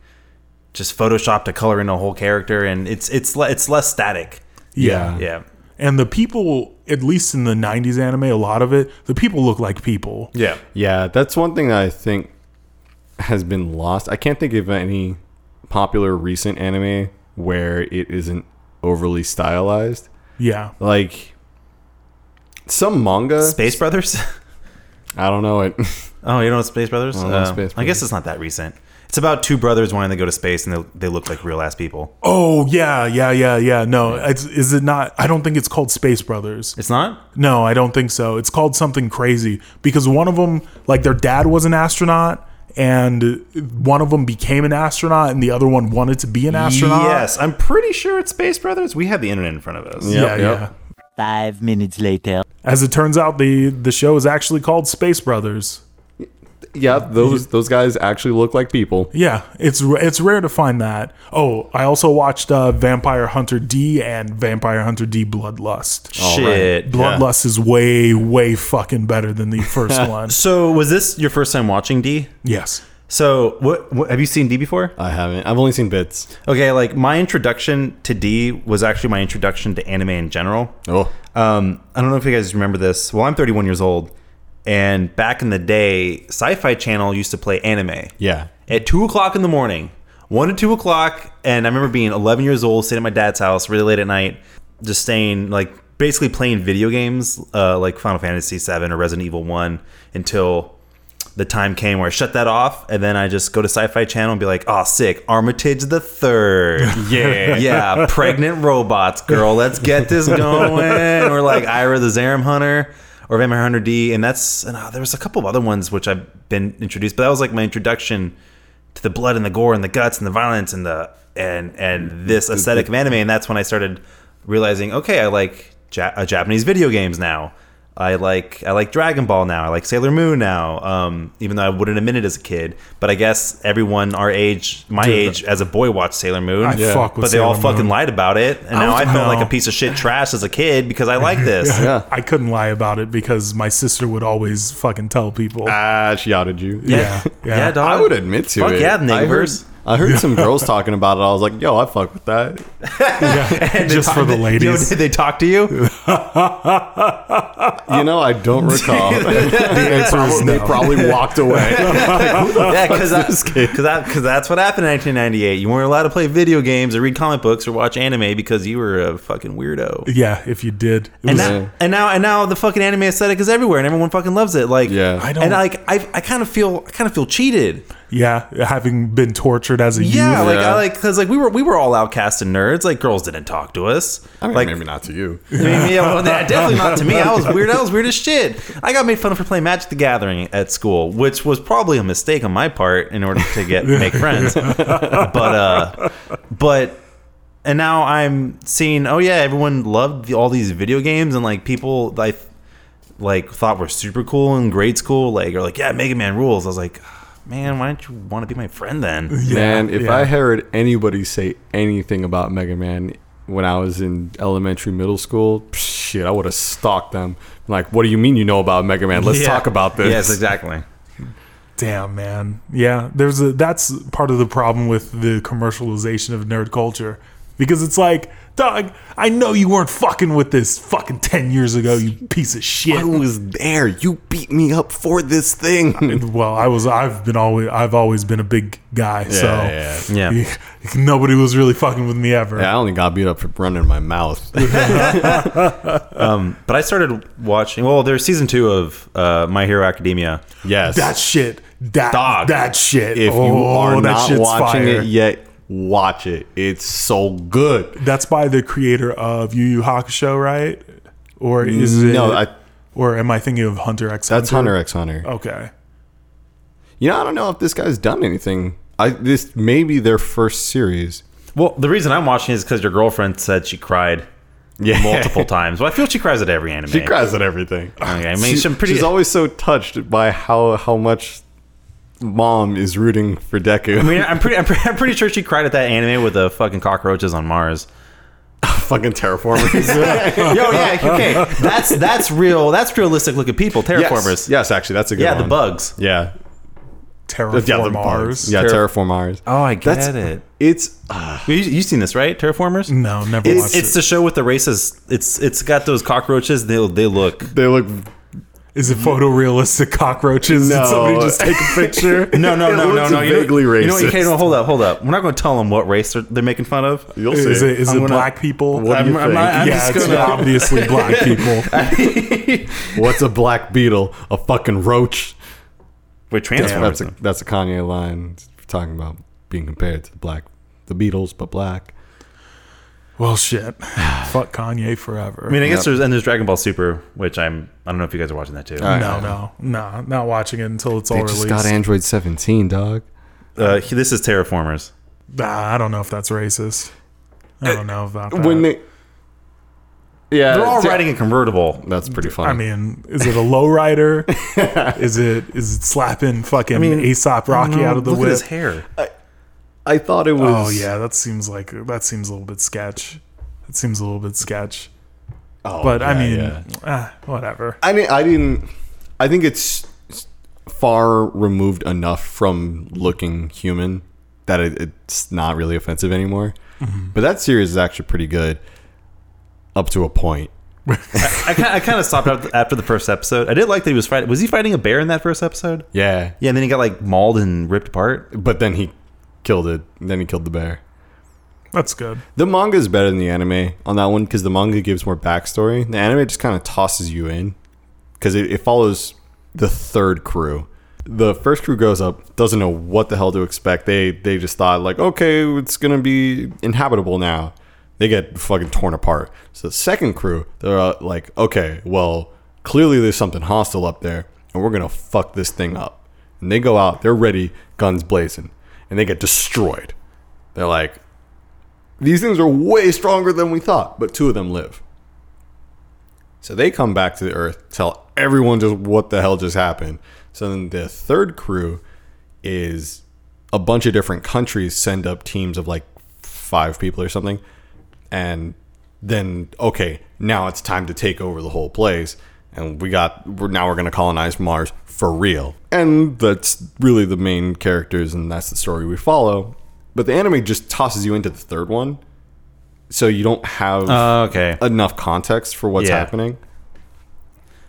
Speaker 3: just Photoshop to color in a whole character and it's it's le- it's less static.
Speaker 1: Yeah.
Speaker 3: Yeah.
Speaker 1: And the people, at least in the 90s anime, a lot of it, the people look like people.
Speaker 3: Yeah.
Speaker 2: Yeah, that's one thing that I think has been lost. I can't think of any popular recent anime where it isn't overly stylized.
Speaker 1: Yeah.
Speaker 2: Like some manga,
Speaker 3: Space Brothers?
Speaker 2: I don't know it.
Speaker 3: Oh, you know what Space Brothers?
Speaker 2: know
Speaker 3: Uh,
Speaker 2: Space
Speaker 3: I
Speaker 2: Brothers.
Speaker 3: guess it's not that recent. It's about two brothers wanting to go to space and they, they look like real ass people.
Speaker 1: Oh, yeah, yeah, yeah, yeah. No, it's, is it not? I don't think it's called Space Brothers.
Speaker 3: It's not?
Speaker 1: No, I don't think so. It's called something crazy because one of them, like their dad was an astronaut. And one of them became an astronaut, and the other one wanted to be an astronaut.
Speaker 3: Yes, I'm pretty sure it's Space Brothers. We have the internet in front of us.
Speaker 1: Yeah,
Speaker 2: Yep,
Speaker 1: yeah.
Speaker 2: yep.
Speaker 4: Five minutes later.
Speaker 1: As it turns out, the the show is actually called Space Brothers.
Speaker 2: yeah, those those guys actually look like people.
Speaker 1: Yeah, it's r- it's rare to find that. Oh, I also watched uh, Vampire Hunter D and Vampire Hunter D Bloodlust.
Speaker 3: Shit. Yeah.
Speaker 1: Bloodlust is way way fucking better than the first one.
Speaker 3: So, was this your first time watching D?
Speaker 1: Yes.
Speaker 3: So, what, what have you seen D before?
Speaker 2: I haven't. I've only seen bits.
Speaker 3: Okay, like my introduction to D was actually my introduction to anime in general.
Speaker 2: Oh,
Speaker 3: Um, I don't know if you guys remember this. Well, I'm 31 years old, and back in the day, Sci-Fi Channel used to play anime.
Speaker 2: yeah.
Speaker 3: at two o'clock in the morning, one to two o'clock, and I remember being 11 years old, sitting at my dad's house really late at night, just staying like basically playing video games uh, like Final Fantasy VII or Resident Evil One until the time came where I shut that off, and then I just go to Sci-Fi Channel and be like, "Oh, sick! Armitage the Third, yeah, yeah, pregnant robots, girl, let's get this going." Or like Ira the Zarum Hunter or Vampire Hunter D, and that's and uh, there was a couple of other ones which I've been introduced, but that was like my introduction to the blood and the gore and the guts and the violence and the and
Speaker 1: Mm-hmm.
Speaker 3: and this aesthetic of anime, and that's when I started realizing, okay, I like ja- uh, Japanese video games now. I like I like Dragon Ball now. I like Sailor Moon now. Um, even though I wouldn't admit it as a kid, but I guess everyone our age, my
Speaker 1: Dude,
Speaker 3: age as a boy, watched Sailor Moon.
Speaker 1: I Yeah. fuck with
Speaker 3: but they all
Speaker 1: Sailor
Speaker 3: fucking
Speaker 1: Moon.
Speaker 3: lied about it, and
Speaker 1: I
Speaker 3: now
Speaker 1: was-
Speaker 3: I
Speaker 1: No.
Speaker 3: felt like a piece of shit trash as a kid because I like this.
Speaker 2: Yeah.
Speaker 1: I couldn't lie about it because my sister would always fucking tell people.
Speaker 2: Ah, she outed you.
Speaker 1: yeah, yeah.
Speaker 3: Yeah, dog.
Speaker 2: I would admit to
Speaker 3: Fuck
Speaker 2: it.
Speaker 3: yeah,
Speaker 2: I heard,
Speaker 3: neighbors.
Speaker 2: I heard some girls talking about it. I was like, yo, I fuck with that.
Speaker 3: And they
Speaker 1: Just
Speaker 3: talk-
Speaker 1: for the
Speaker 3: yo,
Speaker 1: ladies.
Speaker 3: did they talk to you?
Speaker 2: You know, I don't recall. They probably walked away.
Speaker 3: yeah, because because that's what happened in 1998. You weren't allowed to play video games or read comic books or watch anime because you were a fucking weirdo.
Speaker 1: Yeah, if you did. It was-
Speaker 3: And now, and now, and now, the fucking anime aesthetic is everywhere, and everyone fucking loves it. Like,
Speaker 2: Yeah. I
Speaker 1: don't-
Speaker 3: And like, I, I kind of feel, I kind of feel cheated.
Speaker 1: yeah, having been tortured as a
Speaker 3: Yeah,
Speaker 1: youth.
Speaker 3: like,
Speaker 2: Yeah.
Speaker 3: I like, because like we were, we were all outcast and nerds. Like, girls didn't talk to us.
Speaker 2: I mean,
Speaker 3: like,
Speaker 2: maybe not to you.
Speaker 3: I mean, yeah, well, that- definitely not to me. I was weird. I was weird as shit. I got made fun of for playing Magic the Gathering at school, which was probably a mistake on my part in order to get make friends. But uh, but and now I'm seeing. Oh yeah, everyone loved the, all these video games and like people like like thought were super cool in grade school. Like are like yeah, Mega Man rules. I was like, man, why don't you want to be my friend then?
Speaker 2: Man, if
Speaker 1: yeah.
Speaker 2: I heard anybody say anything about Mega Man when I was in elementary, middle school, shit, I would have stalked them. I'm like, what do you mean you know about Mega Man? Let's
Speaker 3: Yeah.
Speaker 2: talk about this.
Speaker 3: Yes, exactly.
Speaker 1: Damn, man. Yeah, there's a that's part of the problem with the commercialization of nerd culture because it's like, dog, I know you weren't fucking with this fucking 10 years ago, you piece of shit.
Speaker 2: was there. You beat me up for this thing.
Speaker 1: well, I was I've been always I've always been a big guy,
Speaker 2: yeah,
Speaker 1: so
Speaker 3: yeah. Yeah.
Speaker 1: nobody was really fucking with me ever.
Speaker 2: Yeah, I only got beat up for running my mouth.
Speaker 3: But I started watching. Well, there's season two of uh, My Hero Academia.
Speaker 2: yes.
Speaker 1: That shit. That
Speaker 3: Dog,
Speaker 1: that shit.
Speaker 2: if you
Speaker 1: Oh,
Speaker 2: are
Speaker 1: that
Speaker 2: not
Speaker 1: shit's
Speaker 2: watching
Speaker 1: fire.
Speaker 2: it yet, watch it. It's so good.
Speaker 1: That's by the creator of Yu Yu Hakusho, right? Or is it?
Speaker 2: No, I-
Speaker 1: or am I thinking of Hunter X?
Speaker 2: That's Hunter X Hunter.
Speaker 1: Okay.
Speaker 2: You know, I don't know if this guy's done anything. I this may be their first series.
Speaker 3: Well, the reason I'm watching is because your girlfriend said she cried
Speaker 2: Yeah.
Speaker 3: multiple times. Well, I feel she cries at every anime.
Speaker 2: She cries at everything.
Speaker 3: Okay, I mean, she's pretty.
Speaker 2: she's always so touched by how how much mom is rooting for Deku.
Speaker 3: I mean, I'm pretty, I'm pretty. I'm pretty sure she cried at that anime with the fucking cockroaches on Mars.
Speaker 2: fucking terraformers.
Speaker 3: Yo, yeah, okay, that's that's real. That's realistic. Look at people,
Speaker 2: yes,
Speaker 3: terraformers.
Speaker 2: yes, actually, that's a good
Speaker 3: yeah,
Speaker 2: one.
Speaker 3: the bugs.
Speaker 2: Yeah,
Speaker 1: Terraform
Speaker 2: yeah, the
Speaker 1: Mars.
Speaker 2: bugs. Yeah,
Speaker 3: Terra-
Speaker 2: terraformers.
Speaker 3: Oh, I get
Speaker 2: That's-
Speaker 3: it.
Speaker 2: It's uh,
Speaker 3: You, you've seen this, right? Terraformers.
Speaker 1: No, never
Speaker 3: It's,
Speaker 1: watched
Speaker 3: it's
Speaker 1: it.
Speaker 3: the show with the racist. It's it's got those cockroaches. They they look.
Speaker 2: they look.
Speaker 1: Is it photorealistic cockroaches? Did
Speaker 2: No.
Speaker 1: somebody just take a picture?
Speaker 3: No, no,
Speaker 2: It
Speaker 3: no, no,
Speaker 2: looks
Speaker 3: no. You know-
Speaker 2: vaguely
Speaker 3: You know what? Okay,
Speaker 2: racist.
Speaker 3: no, hold up, hold up. We're not going to tell them what race they're, they're making fun of.
Speaker 2: You'll see.
Speaker 1: Is it, is
Speaker 3: I'm
Speaker 1: it
Speaker 3: gonna-
Speaker 1: black people?
Speaker 2: What do you
Speaker 3: I'm- I'm-
Speaker 2: think?
Speaker 3: I'm-
Speaker 1: yeah,
Speaker 3: just
Speaker 1: it's
Speaker 3: gonna-
Speaker 1: obviously black people.
Speaker 2: What's a black beetle? A fucking roach.
Speaker 3: We're
Speaker 2: That's
Speaker 3: transformers.
Speaker 2: a that's a Kanye line It's talking about being compared to the black, the Beatles, but black.
Speaker 1: Well, shit. Fuck Kanye forever.
Speaker 3: I mean, I guess there's and there's Dragon Ball Super, which I'm I don't know if you guys are watching that too.
Speaker 1: no, no, no. Not watching it until it's all
Speaker 2: They
Speaker 1: released.
Speaker 2: just got Android 17, dog.
Speaker 3: Uh, he- this is Terraformers.
Speaker 1: Nah, I don't know if that's racist. I don't know about that.
Speaker 2: When they, yeah,
Speaker 1: Uh,
Speaker 3: They're all
Speaker 2: it's-
Speaker 3: riding a convertible.
Speaker 2: That's pretty funny.
Speaker 1: I mean, is it a lowrider? is it is it slapping fucking Aesop Rocky out of the
Speaker 3: Look at
Speaker 1: whip?
Speaker 3: his hair.
Speaker 2: I thought it
Speaker 1: Oh
Speaker 2: was.
Speaker 1: yeah, that seems like that seems a little bit sketch. That seems a little bit sketch. but I
Speaker 2: Oh, yeah,
Speaker 1: mean,
Speaker 2: yeah.
Speaker 1: ah, whatever.
Speaker 2: I mean, I didn't. I think it's far removed enough from looking human that it, it's not really offensive anymore. But that series is actually pretty good, up to a point.
Speaker 3: I, ki- I kind of stopped after, after the first episode. I did like that he was fighting. Was he fighting a bear in that first episode?
Speaker 2: Yeah,
Speaker 3: Yeah, and then he got like mauled and ripped apart.
Speaker 2: but then he killed it. Then he killed the bear.
Speaker 1: That's good.
Speaker 2: The manga is better than the anime on that one because the manga gives more backstory. The anime just kind of tosses you in because it, it follows the third crew. The first crew goes up, doesn't know what the hell to expect. They they just thought like, okay, it's gonna be inhabitable now. They get fucking torn apart. So the second crew, they're uh, like, okay, well, clearly there's something hostile up there, and we're gonna fuck this thing up. And they go out, they're ready, guns blazing, and they get destroyed. They're like, these things are way stronger than we thought, but two of them live. So they come back to the Earth, tell everyone just what the hell just happened. So then the third crew is a bunch of different countries send up teams of like five people or something. And then, okay, now it's time to take over the whole place. And we got, we're, now we're going to colonize Mars for real. And that's really the main characters, and that's the story we follow. But the anime just tosses you into the third one. So you don't have
Speaker 3: Oh, okay.
Speaker 2: enough context for what's
Speaker 3: Yeah.
Speaker 2: happening.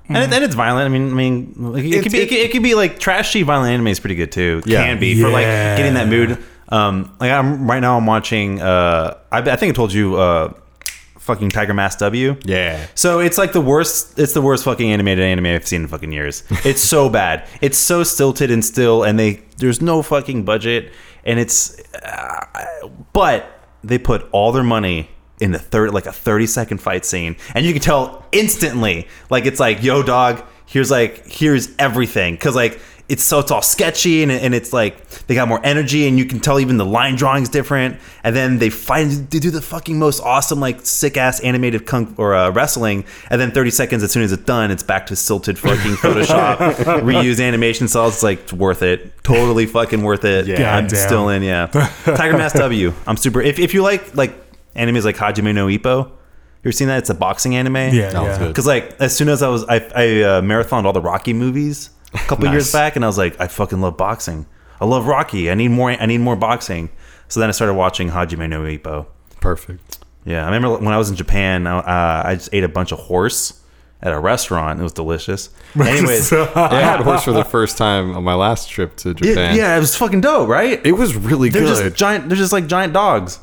Speaker 3: And, it, and it's violent. I mean, I mean, like,
Speaker 2: Mm-hmm.
Speaker 3: it,
Speaker 2: It's-
Speaker 3: could be it, could- it could be like trashy violent anime is pretty good too.
Speaker 2: Yeah.
Speaker 3: Can be for like
Speaker 1: Yeah.
Speaker 3: getting that mood. Um, like I'm right now, I'm watching. Uh, I, I think I told you, uh, fucking Tiger Mask W.
Speaker 2: Yeah.
Speaker 3: So it's like the worst. It's the worst fucking animated anime I've seen in fucking years. It's so bad. It's so stilted and still, and they there's no fucking budget, and it's. Uh, but they put all their money in the third, like a thirty second fight scene, and you can tell instantly. Like it's like, yo, dog. Here's like here's everything, because like. It's so it's all sketchy and, and it's like they got more energy and you can tell even the line drawings different and then they find they do the fucking most awesome like sick ass animated kung or uh, wrestling and then 30 seconds as soon as it's done it's back to silted fucking photoshop reused animation so it's like it's worth it totally fucking worth it yeah I'm
Speaker 1: Goddamn.
Speaker 3: still in yeah Tiger Mask W I'm super if, if you like like animes like Hajime no Ippo you ever seen that it's a boxing anime
Speaker 1: Yeah,
Speaker 2: No, it's
Speaker 1: yeah.
Speaker 2: good.
Speaker 3: because like as soon as I was I, I uh, marathoned all the Rocky movies a couple years back, and I was like, I fucking love boxing. I love Rocky. I need more. I need more boxing. So then I started watching Hajime no Ippo.
Speaker 2: Perfect.
Speaker 3: Yeah, I remember when I was in Japan, I, uh, I just ate a bunch of horse at a restaurant. It was delicious. Anyways,
Speaker 1: So-
Speaker 2: I had horse for the first time on my last trip to
Speaker 3: it,
Speaker 2: Japan.
Speaker 3: yeah, it was fucking dope, right?
Speaker 2: It was really
Speaker 3: they're
Speaker 2: good.
Speaker 3: just giant. They're just like giant dogs.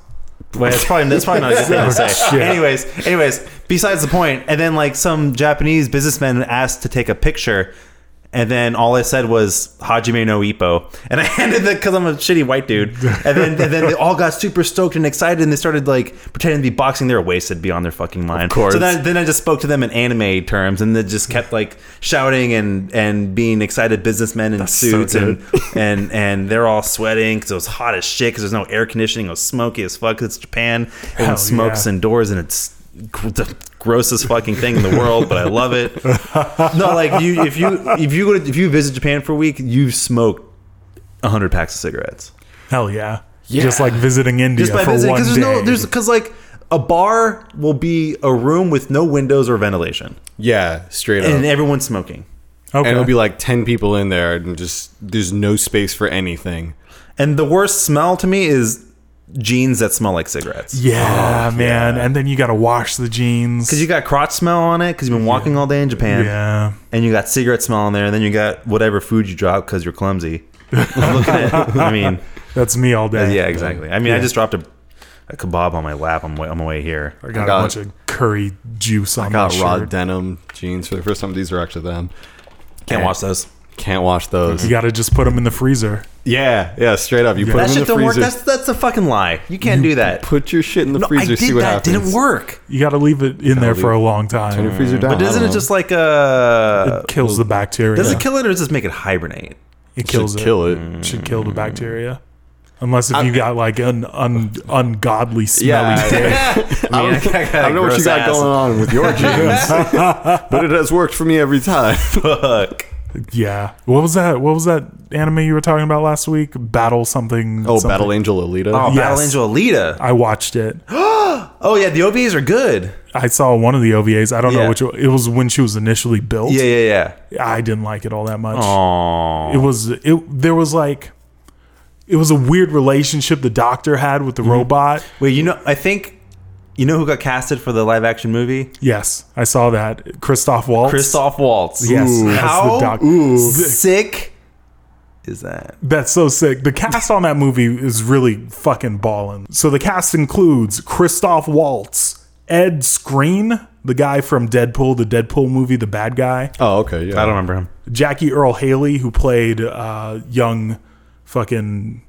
Speaker 3: Well, that's probably that's probably not a good thing to say. Anyways, anyways, besides the point, and then like some Japanese businessman asked to take a picture, and then all I said was Hajime no Ippo, and I handed the because I'm a shitty white dude, and then and then they all got super stoked and excited, and they started like pretending to be boxing their wasted beyond their fucking mind.
Speaker 2: Of course.
Speaker 3: So then, then I just spoke to them in anime terms, and they just kept like shouting and and being excited businessmen in suits
Speaker 2: so
Speaker 3: and and and they're all sweating because it was hot as shit because there's no air conditioning. It was smoky as fuck. 'cause It's Japan. Everyone
Speaker 1: Hell
Speaker 3: smokes
Speaker 1: yeah.
Speaker 3: indoors and it's gr- the grossest fucking thing in the world, but I love it. No, like you, if you if you go to, if you visit Japan for a week, you smoke hundred packs of cigarettes
Speaker 1: Hell yeah. Just like visiting India
Speaker 3: just by
Speaker 1: for
Speaker 3: visiting
Speaker 1: one
Speaker 3: because
Speaker 1: day.
Speaker 3: there's no there's because like a bar will be a room with no windows or ventilation
Speaker 2: yeah, straight up.
Speaker 3: and
Speaker 1: Oh.
Speaker 2: And,
Speaker 3: everyone's smoking.
Speaker 1: okay.
Speaker 2: it'll be like 10 people in there and just there's no space for anything.
Speaker 3: And the worst smell to me is jeans that smell like cigarettes.
Speaker 2: oh,
Speaker 1: yeah, man. And then you got to wash the jeans.
Speaker 3: Because you got crotch smell on it because you've been walking all day in Japan.
Speaker 1: yeah.
Speaker 3: And you got cigarette smell on there. And then you got whatever food you dropped because you're clumsy. I'm looking at I mean,
Speaker 1: That's me all day.
Speaker 3: yeah, exactly. I mean, I just dropped a, a kebab on my lap on my, on my way here.
Speaker 1: I got,
Speaker 2: I got-
Speaker 1: a bunch of curry juice on
Speaker 2: I got
Speaker 1: my
Speaker 2: raw
Speaker 1: shirt.
Speaker 2: denim jeans for the first time. These are actually them.
Speaker 3: Can't watch those.
Speaker 2: Can't wash those.
Speaker 1: You got to just put them in the freezer.
Speaker 2: Yeah, yeah, straight up. You put
Speaker 3: That
Speaker 2: them
Speaker 3: shit
Speaker 2: in the
Speaker 3: don't work.
Speaker 2: freezer.
Speaker 3: That's, that's a fucking lie. You can't do that.
Speaker 2: put your shit in the
Speaker 3: No, I
Speaker 2: freezer.
Speaker 3: did
Speaker 2: see what
Speaker 3: that.
Speaker 2: happens.
Speaker 3: Didn't work.
Speaker 1: You got to leave it in there for a long
Speaker 2: Turn your
Speaker 1: time.
Speaker 2: freezer down.
Speaker 3: But doesn't it just like uh,
Speaker 1: It kills the bacteria.
Speaker 3: does it kill it or does it make it hibernate?
Speaker 1: It kills
Speaker 2: should
Speaker 1: it.
Speaker 2: kill it?
Speaker 3: Mm.
Speaker 1: Should kill the bacteria. Unless if you got like an un, ungodly smelly
Speaker 2: Yeah.
Speaker 1: dick.
Speaker 3: I, mean, got
Speaker 2: I
Speaker 3: a
Speaker 2: don't know what you
Speaker 3: gross
Speaker 2: got
Speaker 3: ass.
Speaker 2: going on with your jeans, but it has worked for me every time.
Speaker 3: Fuck.
Speaker 1: Yeah. What was that? What was that anime you were talking about last week? Battle something.
Speaker 2: Oh,
Speaker 1: something.
Speaker 2: Battle Angel Alita.
Speaker 3: Oh,
Speaker 1: Yes.
Speaker 3: Battle Angel Alita.
Speaker 1: I watched it.
Speaker 3: Oh yeah, the OBAs are good.
Speaker 1: I saw one of the OVAs. I don't
Speaker 3: Yeah.
Speaker 1: know which. one- It was when she was initially built.
Speaker 3: Yeah, yeah,
Speaker 1: I didn't like it all that much.
Speaker 3: yeah. Aww.
Speaker 1: It was it. There was like, it was a weird relationship the doctor had with the
Speaker 3: Mm-hmm.
Speaker 1: robot.
Speaker 3: Wait, you know, I think you know who got casted for the live action movie?
Speaker 1: Yes, I saw that. Christoph Waltz.
Speaker 3: Christoph Waltz.
Speaker 1: Yes,
Speaker 3: Ooh.
Speaker 1: that's
Speaker 3: How
Speaker 1: the doc- Th-
Speaker 3: sick is that?
Speaker 1: That's so sick. The cast on that movie is really fucking ballin'. So the cast includes Christoph Waltz, Ed Screen, the guy from Deadpool, the Deadpool movie, the bad guy,
Speaker 2: Oh, okay. Yeah.
Speaker 3: I don't remember him.
Speaker 1: Jackie Earl Haley, who played uh, young fucking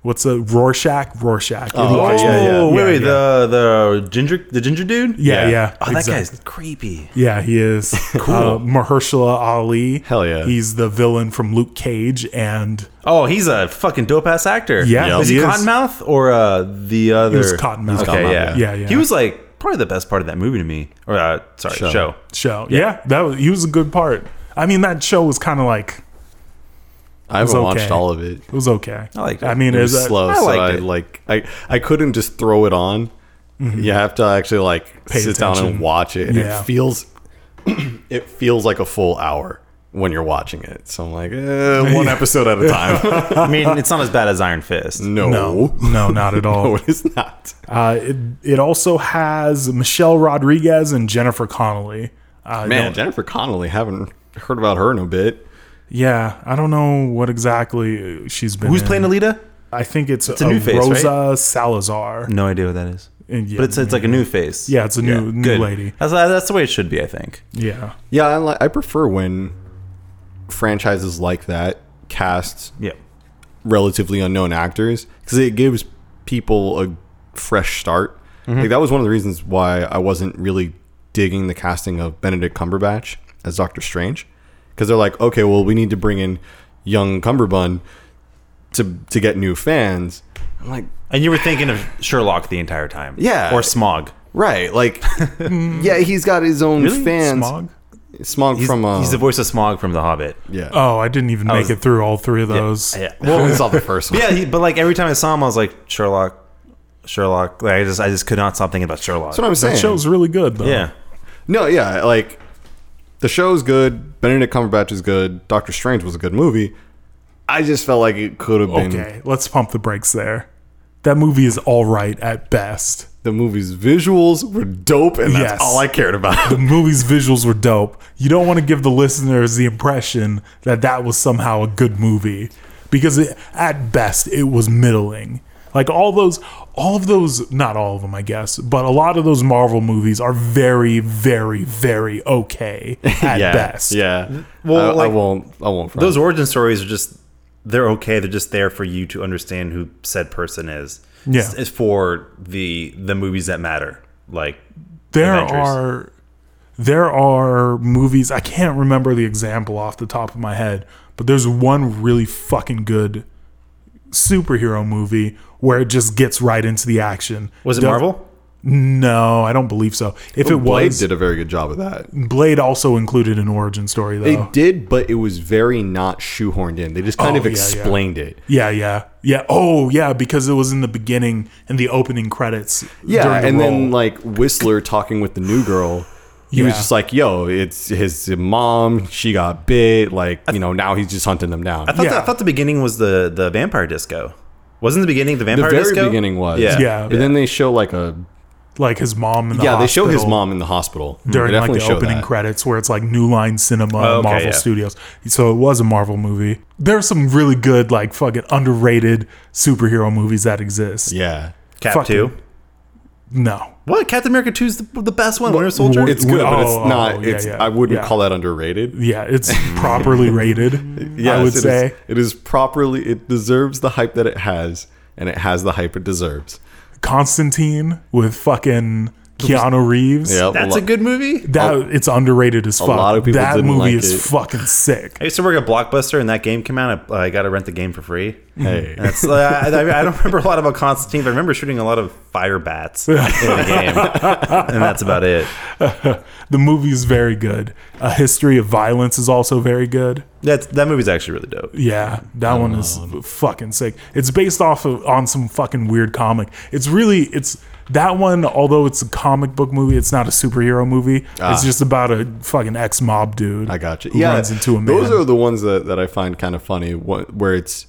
Speaker 1: what's a Rorschach? Rorschach.
Speaker 2: Oh, yeah, yeah.
Speaker 3: Oh, wait, wait,
Speaker 1: yeah.
Speaker 3: the the ginger the ginger dude?
Speaker 1: yeah,
Speaker 2: yeah.
Speaker 1: yeah.
Speaker 3: Oh, that
Speaker 1: exact-
Speaker 3: guy's creepy.
Speaker 1: Yeah, he is. cool. Uh, Mahershala Ali.
Speaker 2: Hell yeah.
Speaker 1: He's the villain from Luke Cage and
Speaker 3: Oh, he's a fucking dope ass actor.
Speaker 1: Yeah,
Speaker 3: was
Speaker 1: he
Speaker 3: he
Speaker 1: is.
Speaker 3: Cottonmouth or uh, the other?
Speaker 1: Cottonmouth.
Speaker 3: Okay,
Speaker 2: Cottonmouth,
Speaker 3: yeah.
Speaker 1: yeah. Yeah, yeah.
Speaker 3: He was like probably the best part of that movie to me. Or uh, sorry,
Speaker 2: Show.
Speaker 3: show.
Speaker 1: show. Yeah, that was he was a good part. I mean, that show was kind of like
Speaker 2: I haven't
Speaker 1: okay.
Speaker 2: watched all of it.
Speaker 1: it was okay.
Speaker 3: I liked it.
Speaker 1: I mean,
Speaker 2: It was
Speaker 1: is that-
Speaker 2: slow,
Speaker 3: I
Speaker 2: so
Speaker 3: liked
Speaker 2: I
Speaker 3: it.
Speaker 2: like I I couldn't just throw it on. You have to actually like
Speaker 1: Mm-hmm. Pay
Speaker 2: sit down
Speaker 1: attention.
Speaker 2: and watch it, and
Speaker 1: Yeah.
Speaker 2: it feels it feels like a full hour when you're watching it. So I'm like, eh, one episode at a time.
Speaker 3: I mean, it's not as bad as Iron Fist.
Speaker 2: no,
Speaker 1: No, no, not at all.
Speaker 2: no, it is not.
Speaker 1: Uh, it, it also has Michelle Rodriguez and Jennifer Connelly. Uh,
Speaker 2: Man,
Speaker 1: don't-
Speaker 2: Jennifer Connelly, haven't heard about her in a bit.
Speaker 1: yeah, I don't know what exactly she's been.
Speaker 3: Who's
Speaker 1: in.
Speaker 3: playing Alita?
Speaker 1: I think it's,
Speaker 3: a
Speaker 1: uh,
Speaker 3: new face,
Speaker 1: Rosa Salazar.
Speaker 3: No idea what that is.
Speaker 1: And yeah,
Speaker 3: But it's it's like a new face.
Speaker 1: yeah, it's a new new
Speaker 3: Good.
Speaker 1: lady.
Speaker 3: That's uh, that's the way it should be, I think.
Speaker 1: Yeah,
Speaker 2: Yeah, I, li- I prefer when franchises like that cast
Speaker 3: Yeah.
Speaker 2: relatively unknown actors because it gives people a fresh start. Like that was one of the reasons why I wasn't really digging the casting of Benedict Cumberbatch as Doctor Strange because they're like, okay, well, we need to bring in young Cumberbun to to get new fans. I'm like,
Speaker 3: And you were thinking of Sherlock the entire time.
Speaker 2: Yeah.
Speaker 3: Or Smog.
Speaker 2: right, like, yeah, he's got his own fans. Smog,
Speaker 1: Smog.
Speaker 3: He's,
Speaker 2: from uh,
Speaker 3: he's the voice of Smog from The Hobbit.
Speaker 2: yeah.
Speaker 1: Oh, I didn't even make
Speaker 3: was-
Speaker 1: it through all three of those.
Speaker 3: Yeah.
Speaker 2: well, I only saw the first one.
Speaker 3: yeah, he, but like every time I saw him, I was like Sherlock, Sherlock. Like I just I just could not stop thinking about Sherlock.
Speaker 2: that's what I'm saying.
Speaker 1: That show's really good though.
Speaker 3: yeah.
Speaker 2: No, yeah, like the show's good. Benedict Cumberbatch is good. Doctor Strange was a good movie. I just felt like it could have been
Speaker 1: Okay, let's pump the brakes there. That movie is all right at best.
Speaker 2: the movie's visuals were dope, and that's
Speaker 1: Yes.
Speaker 2: all I cared about.
Speaker 1: The movie's visuals were dope. You don't want to give the listeners the impression that that was somehow a good movie because it, at best it was middling. Like all those all of those not all of them I guess, but a lot of those Marvel movies are very very very okay at
Speaker 2: yeah,
Speaker 1: best.
Speaker 2: yeah. I,
Speaker 3: Well,
Speaker 2: I
Speaker 3: like,
Speaker 2: won't. I won't. Front.
Speaker 5: Those origin stories are just they're okay. They're just there for you to understand who said person is.
Speaker 1: Yeah.
Speaker 5: It's, it's for the the movies that matter. Like
Speaker 1: there
Speaker 5: Avengers.
Speaker 1: are there are movies I can't remember the example off the top of my head, but there's one really fucking good superhero movie where it just gets right into the action.
Speaker 5: was it
Speaker 1: Does-
Speaker 5: Marvel?
Speaker 1: No, I don't believe so. If it
Speaker 2: Oh, Blade
Speaker 1: was,
Speaker 2: did a very good job of that.
Speaker 1: Blade also included an origin story though.
Speaker 2: They did, but it was very not shoehorned in. They just kind
Speaker 1: Oh,
Speaker 2: of
Speaker 1: yeah, yeah.
Speaker 2: explained it.
Speaker 1: yeah, yeah, yeah. Oh, yeah, because it was in the beginning and the opening credits.
Speaker 2: Yeah,
Speaker 1: during the
Speaker 2: and
Speaker 1: roll.
Speaker 2: then like Whistler talking with the new girl, he was
Speaker 1: Yeah.
Speaker 2: just like, "Yo, it's his mom. She got bit. Like, you know, now he's just hunting them down."
Speaker 5: I thought,
Speaker 1: Yeah.
Speaker 5: the, I thought the beginning was the the vampire disco. Wasn't the beginning the
Speaker 2: the
Speaker 5: vampire
Speaker 2: very
Speaker 5: disco?
Speaker 2: beginning was,
Speaker 5: Yeah.
Speaker 1: Yeah.
Speaker 2: But then they show like a
Speaker 1: like his mom and the
Speaker 2: yeah, they show his
Speaker 1: hospital.
Speaker 2: mom in the hospital Mm-hmm.
Speaker 1: during
Speaker 2: They
Speaker 1: like the
Speaker 2: definitely show
Speaker 1: opening
Speaker 2: that. Oh,
Speaker 1: credits where it's like New Line Cinema,
Speaker 5: okay,
Speaker 1: Marvel
Speaker 5: yeah.
Speaker 1: Studios. So it was a Marvel movie. There's some really good like fucking underrated superhero movies that exist.
Speaker 2: Yeah,
Speaker 5: Cap
Speaker 1: Fucking-
Speaker 5: two.
Speaker 1: No.
Speaker 5: What Captain America two is the, the best one. Winter Soldier.
Speaker 2: it's good, but
Speaker 1: oh,
Speaker 2: it's not.
Speaker 1: oh, yeah,
Speaker 2: it's
Speaker 1: yeah,
Speaker 2: I wouldn't
Speaker 1: yeah.
Speaker 2: call that underrated.
Speaker 1: Yeah, it's properly rated.
Speaker 2: Yes,
Speaker 1: I would
Speaker 2: it is-
Speaker 1: say.
Speaker 2: it is properly. It deserves the hype that it has, and it has the hype it deserves.
Speaker 1: Constantine with fucking Keanu Reeves.
Speaker 2: Yeah,
Speaker 5: That's a good movie.
Speaker 1: That it's underrated as fuck.
Speaker 2: Oh. lot of people
Speaker 1: that
Speaker 2: didn't
Speaker 1: movie
Speaker 2: like
Speaker 1: is
Speaker 2: it.
Speaker 1: fucking sick.
Speaker 5: I used to work at Blockbuster, and that game came out. I, I got to rent the game for free.
Speaker 2: Hey,
Speaker 5: That's, uh, I, I I don't remember a lot about Constantine, but I remember shooting a lot of fire bats in the game, and that's about it.
Speaker 1: The movie is very good. A History of Violence is also very good.
Speaker 5: That's that movie's actually really dope.
Speaker 1: Yeah, that one is
Speaker 2: Um,
Speaker 1: fucking sick. It's based off of on some fucking weird comic. It's really it's that one. Although it's a comic book movie, it's not a superhero movie. It's just about a fucking ex mob dude.
Speaker 2: Ah. I got you.
Speaker 1: Who runs into a man.
Speaker 2: Those are the ones that, that I find kind of funny, wh- where it's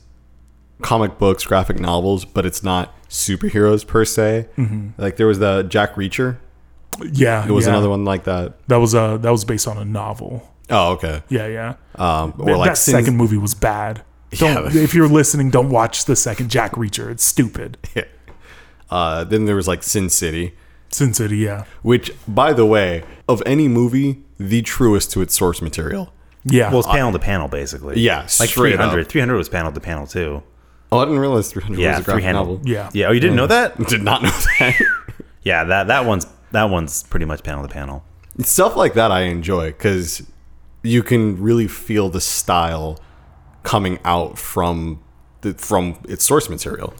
Speaker 2: comic books, graphic novels, but it's not superheroes per se. Like there was the Jack Reacher.
Speaker 1: Mm-hmm. yeah,
Speaker 2: It was another one like that.
Speaker 1: that was uh that was based on a novel.
Speaker 2: Oh, okay.
Speaker 1: Yeah, yeah.
Speaker 2: Um, or like
Speaker 1: that
Speaker 2: Sins-
Speaker 1: second movie was bad. Don't,
Speaker 2: Yeah.
Speaker 1: if you're listening, don't watch the second Jack Reacher. It's stupid.
Speaker 2: Uh, then there was like Sin City,
Speaker 1: Sin City, yeah,
Speaker 2: which, by the way, of any movie, the truest to its source material.
Speaker 1: yeah.
Speaker 5: Well, it's panel to panel, basically.
Speaker 2: Yeah,
Speaker 5: like
Speaker 2: straight
Speaker 5: 300.
Speaker 2: up.
Speaker 5: 300 was panel to panel too.
Speaker 2: Oh, I didn't realize 300
Speaker 5: Yeah,
Speaker 2: was a graphic
Speaker 5: 300.
Speaker 2: novel.
Speaker 1: yeah,
Speaker 5: Yeah. Oh, you didn't know that?
Speaker 2: Did not know that.
Speaker 5: Yeah. That that one's that one's pretty much panel to panel.
Speaker 2: stuff like that I enjoy because you can really feel the style coming out from the from its source material.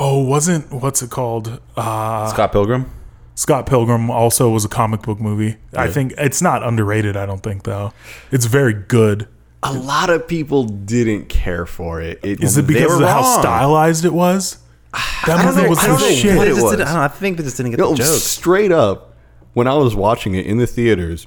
Speaker 1: Oh, wasn't what's it called? Uh,
Speaker 3: Scott Pilgrim.
Speaker 1: Scott Pilgrim also was a comic book movie. I think it's not underrated. I don't think though. It's very good.
Speaker 2: A lot of people didn't care for it. it
Speaker 1: Is it
Speaker 2: they
Speaker 1: because
Speaker 2: were
Speaker 1: of how
Speaker 2: wrong.
Speaker 1: stylized it was? That movie
Speaker 2: know-
Speaker 1: was
Speaker 2: I
Speaker 1: the
Speaker 2: don't know
Speaker 1: shit.
Speaker 2: what
Speaker 3: I,
Speaker 2: it
Speaker 3: just
Speaker 2: was.
Speaker 3: didn't- I don't know. I think they just didn't get
Speaker 2: No,
Speaker 3: the joke.
Speaker 2: straight up, when I was watching it in the theaters,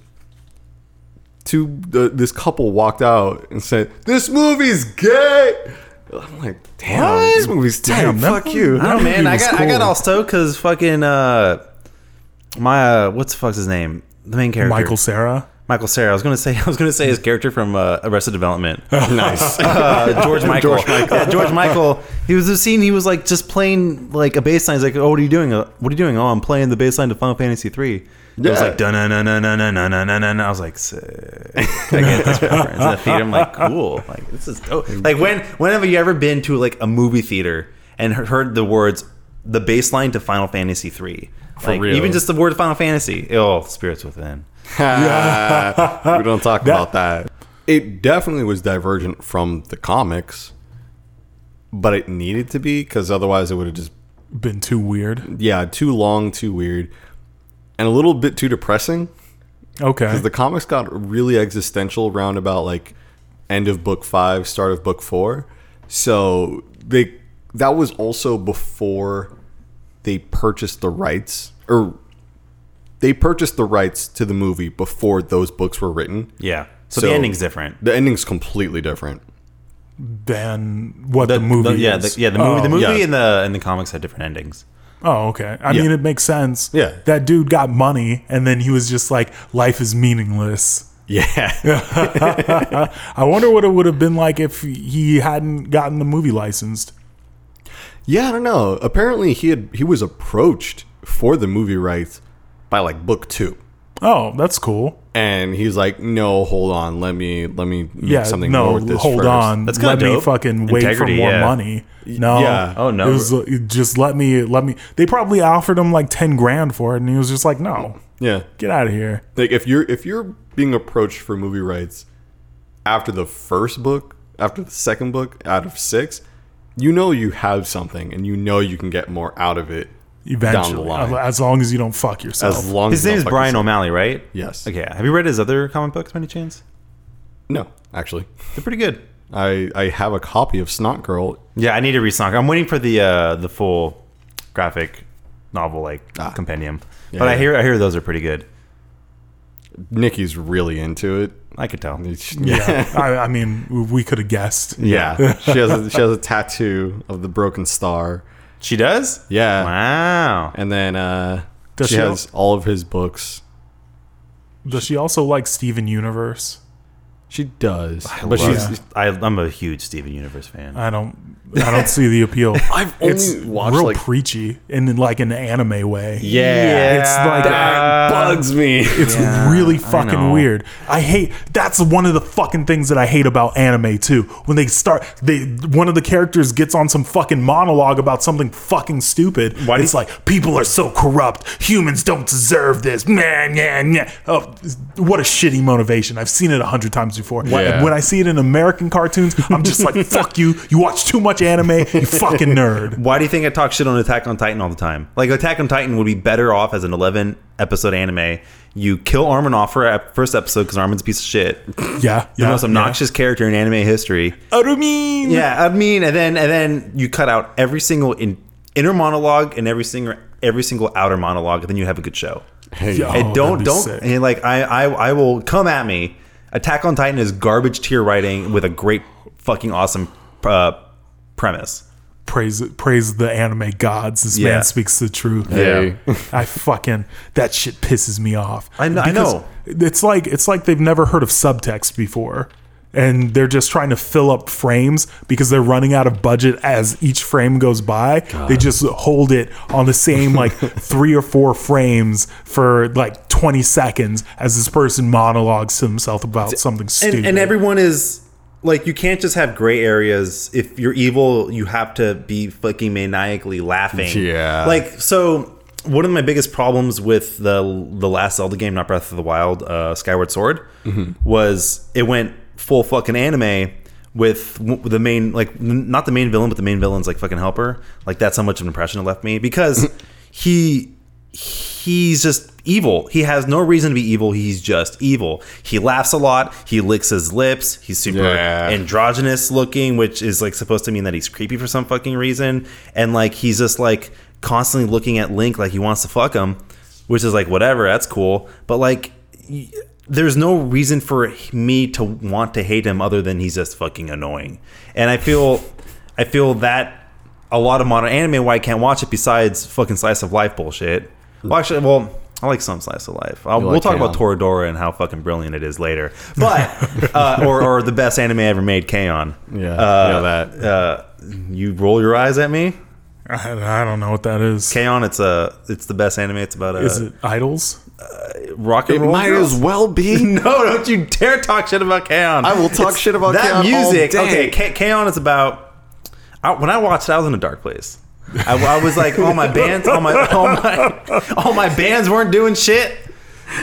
Speaker 2: two the, this couple walked out and said, "This movie's gay." I'm like, "Damn, this movie's damn."
Speaker 1: Damn, that
Speaker 2: fuck
Speaker 1: movie-
Speaker 2: you.
Speaker 1: that
Speaker 3: I don't know,
Speaker 1: movie
Speaker 3: man. I
Speaker 1: was
Speaker 3: got I got
Speaker 1: cool.
Speaker 3: all stoked because fucking uh, my uh, what's the fuck's his name? The main character,
Speaker 1: Michael Sarah.
Speaker 3: Michael Sarah. I was gonna say I was gonna say his character from uh, Arrested Development.
Speaker 2: nice.
Speaker 3: Uh, George Michael. George Michael. yeah, George Michael. He was the scene. He was like just playing like a bass line. He's like, "Oh, what are you doing? Uh, What are you doing? Oh, I'm playing the bass line to Final Fantasy 3. It was
Speaker 2: Yeah.
Speaker 3: like dun dun dun dun dun dun dun dun dun. I was like, sick. I get this reference. And the theater, I'm like, cool. Like this is dope. Like when whenever you ever been to like a movie theater and he- heard the words the bass line to Final Fantasy 3. Like
Speaker 2: real.
Speaker 3: even just the word Final Fantasy. Oh, spirits within.
Speaker 2: we don't talk about that. It definitely was divergent from the comics, but it needed to be because otherwise it would have just
Speaker 1: Been too weird.
Speaker 2: yeah too long, too weird, and a little bit too depressing.
Speaker 1: Okay.
Speaker 2: The comics got really existential round about like end of book five, start of book four. So they that was also before they purchased the rights or they purchased the rights to the movie before those books were written.
Speaker 3: Yeah. So,
Speaker 2: So-
Speaker 3: the ending's different.
Speaker 2: The ending's completely different.
Speaker 1: than what the, movie
Speaker 3: The- yeah,
Speaker 1: is.
Speaker 3: the, yeah, the movie,
Speaker 1: Oh,
Speaker 3: the movie,
Speaker 2: yeah.
Speaker 3: and the and the comics had different endings.
Speaker 1: Oh, okay. I
Speaker 2: Yeah.
Speaker 1: mean, it makes sense.
Speaker 2: Yeah.
Speaker 1: That dude got money, and then he was just like, life is meaningless.
Speaker 2: Yeah.
Speaker 1: I wonder what it would have been like if he hadn't gotten the movie licensed.
Speaker 2: yeah, I don't know. Apparently he had he was approached for the movie rights by like book two.
Speaker 1: Oh, that's cool.
Speaker 2: And he's like, no, hold on, let me let me make
Speaker 1: Yeah,
Speaker 2: something
Speaker 1: no,
Speaker 2: more with this
Speaker 1: hold
Speaker 2: first."
Speaker 1: on.
Speaker 3: That's
Speaker 1: let
Speaker 3: kinda
Speaker 1: me
Speaker 3: dope.
Speaker 1: fucking wait for
Speaker 3: Integrity,
Speaker 1: more
Speaker 3: yeah.
Speaker 1: money. No,
Speaker 2: yeah. Oh,
Speaker 3: no.
Speaker 1: It was uh, just let me, let me. They probably offered him like ten grand for it, and he was just like, no,
Speaker 2: Yeah.
Speaker 1: get out of here.
Speaker 2: Like if you're if you're being approached for movie rights after the first book, after the second book out of 6, you know you have something and you know you can get more out of it
Speaker 1: Eventually,
Speaker 2: line.
Speaker 1: as long as you don't fuck yourself.
Speaker 2: as long
Speaker 3: His
Speaker 2: as you
Speaker 3: name
Speaker 2: don't
Speaker 3: is
Speaker 2: fuck
Speaker 3: Brian
Speaker 2: yourself.
Speaker 3: O'Malley, right?
Speaker 2: Yes.
Speaker 3: Okay. Have you read his other comic books by any chance?
Speaker 2: No, actually.
Speaker 3: They're pretty good.
Speaker 2: I I have a copy of Snot Girl.
Speaker 3: Yeah, I need to read Sonic. I'm waiting for the uh, the full graphic novel like compendium, but I
Speaker 2: yeah.
Speaker 3: hear I hear those are pretty good.
Speaker 2: Nikki's really into it.
Speaker 3: I could tell.
Speaker 2: Yeah.
Speaker 1: yeah, I, I mean, we could have guessed.
Speaker 2: Yeah. she has a, she has a tattoo of the broken star.
Speaker 3: She does.
Speaker 2: Yeah.
Speaker 3: Wow.
Speaker 2: And then uh
Speaker 1: Does
Speaker 2: she
Speaker 1: she
Speaker 2: has all of his books.
Speaker 1: Does she also like Steven Universe?
Speaker 2: She does.
Speaker 3: But
Speaker 2: but she's
Speaker 3: she's Uh, I, I'm a huge Steven Universe fan.
Speaker 1: I don't. I don't see the appeal.
Speaker 2: I've only watched
Speaker 1: real
Speaker 2: like
Speaker 1: preachy in like an anime way.
Speaker 2: Yeah.
Speaker 1: It's like
Speaker 2: That bugs me.
Speaker 1: it's really fucking
Speaker 3: know.
Speaker 1: weird. I hate that's one of the fucking things that I hate about anime too. When they start they one of the characters gets on some fucking monologue about something fucking stupid. Why it's like people are so corrupt. Humans don't deserve this. Nah, nah, nah. Oh, what a shitty motivation. I've seen it a hundred times before.
Speaker 2: Yeah.
Speaker 1: When I see it in American cartoons, I'm just like, fuck you. You watch too much anime, you fucking nerd.
Speaker 3: Why do you think I talk shit on Attack on Titan all the time? Like Attack on Titan would be better off as an 11 episode anime. You kill Armin off for ep- first episode because Armin's a piece of shit,
Speaker 1: Yeah, yeah
Speaker 3: the most obnoxious character in anime history.
Speaker 1: Yeah. Arumin.
Speaker 3: Yeah, I mean, and then and then you cut out every single in, inner monologue and every single every single outer monologue, and then you have a good show.
Speaker 1: Yeah, oh,
Speaker 3: and
Speaker 1: that'd
Speaker 3: don't
Speaker 1: be
Speaker 3: don't
Speaker 1: sick.
Speaker 3: and like I, I I will come at me. Attack on Titan is garbage tier writing with a great fucking awesome uh, premise.
Speaker 1: praise praise the anime gods. This
Speaker 3: Yeah.
Speaker 1: man speaks the truth.
Speaker 2: Hey.
Speaker 1: I fucking that shit pisses me off.
Speaker 3: I kn- I
Speaker 1: Because
Speaker 3: know.
Speaker 1: It's like it's like they've never heard of subtext before. And they're just trying to fill up frames because they're running out of budget as each frame goes by. They just hold it on the same like three or four frames for like 20 seconds as this person monologues to himself about something stupid.
Speaker 3: and, and everyone is like you can't just have gray areas if you're evil you have to be fucking maniacally laughing
Speaker 2: Yeah.
Speaker 3: like so one of my biggest problems with the the last zelda game not breath of the wild uh, skyward sword
Speaker 2: Mm-hmm.
Speaker 3: was it went full fucking anime with w- the main like n- not the main villain but the main villain's like fucking helper like that's how much of an impression it left me because he he's just evil. He has no reason to be evil. He's just evil. He laughs a lot. He licks his lips. He's super
Speaker 2: Yeah.
Speaker 3: androgynous looking, which is like supposed to mean that he's creepy for some fucking reason. And like he's just like constantly looking at Link like he wants to fuck him, which is like whatever, that's cool. But like y- there's no reason for me to want to hate him other than he's just fucking annoying. And I feel I feel that a lot of modern anime why I can't watch it besides fucking slice of life bullshit. Well, actually, well, I like some slice of life. I'll, we'll
Speaker 2: like
Speaker 3: talk about
Speaker 2: K-On!
Speaker 3: Toradora and how fucking brilliant it is later, but uh, or, or the best anime ever made, K-On!
Speaker 2: Yeah,
Speaker 3: uh,
Speaker 2: yeah,
Speaker 3: that. Uh, you roll your eyes at me,
Speaker 1: I, I don't know what that is.
Speaker 3: K-On! It's a it's the best anime. It's about a
Speaker 1: Is it idols?
Speaker 3: rock and
Speaker 2: It
Speaker 3: roll.
Speaker 2: might
Speaker 3: girls.
Speaker 2: as well be.
Speaker 3: no, don't you dare talk shit about K-On!
Speaker 2: I will talk shit about
Speaker 3: that
Speaker 2: K-On! all
Speaker 3: music.
Speaker 2: day.
Speaker 3: Okay, K- K-On! is about. I, when I watched, it, I was in a dark place. I, I was like, all my bands, all my, all my, all my bands weren't doing shit.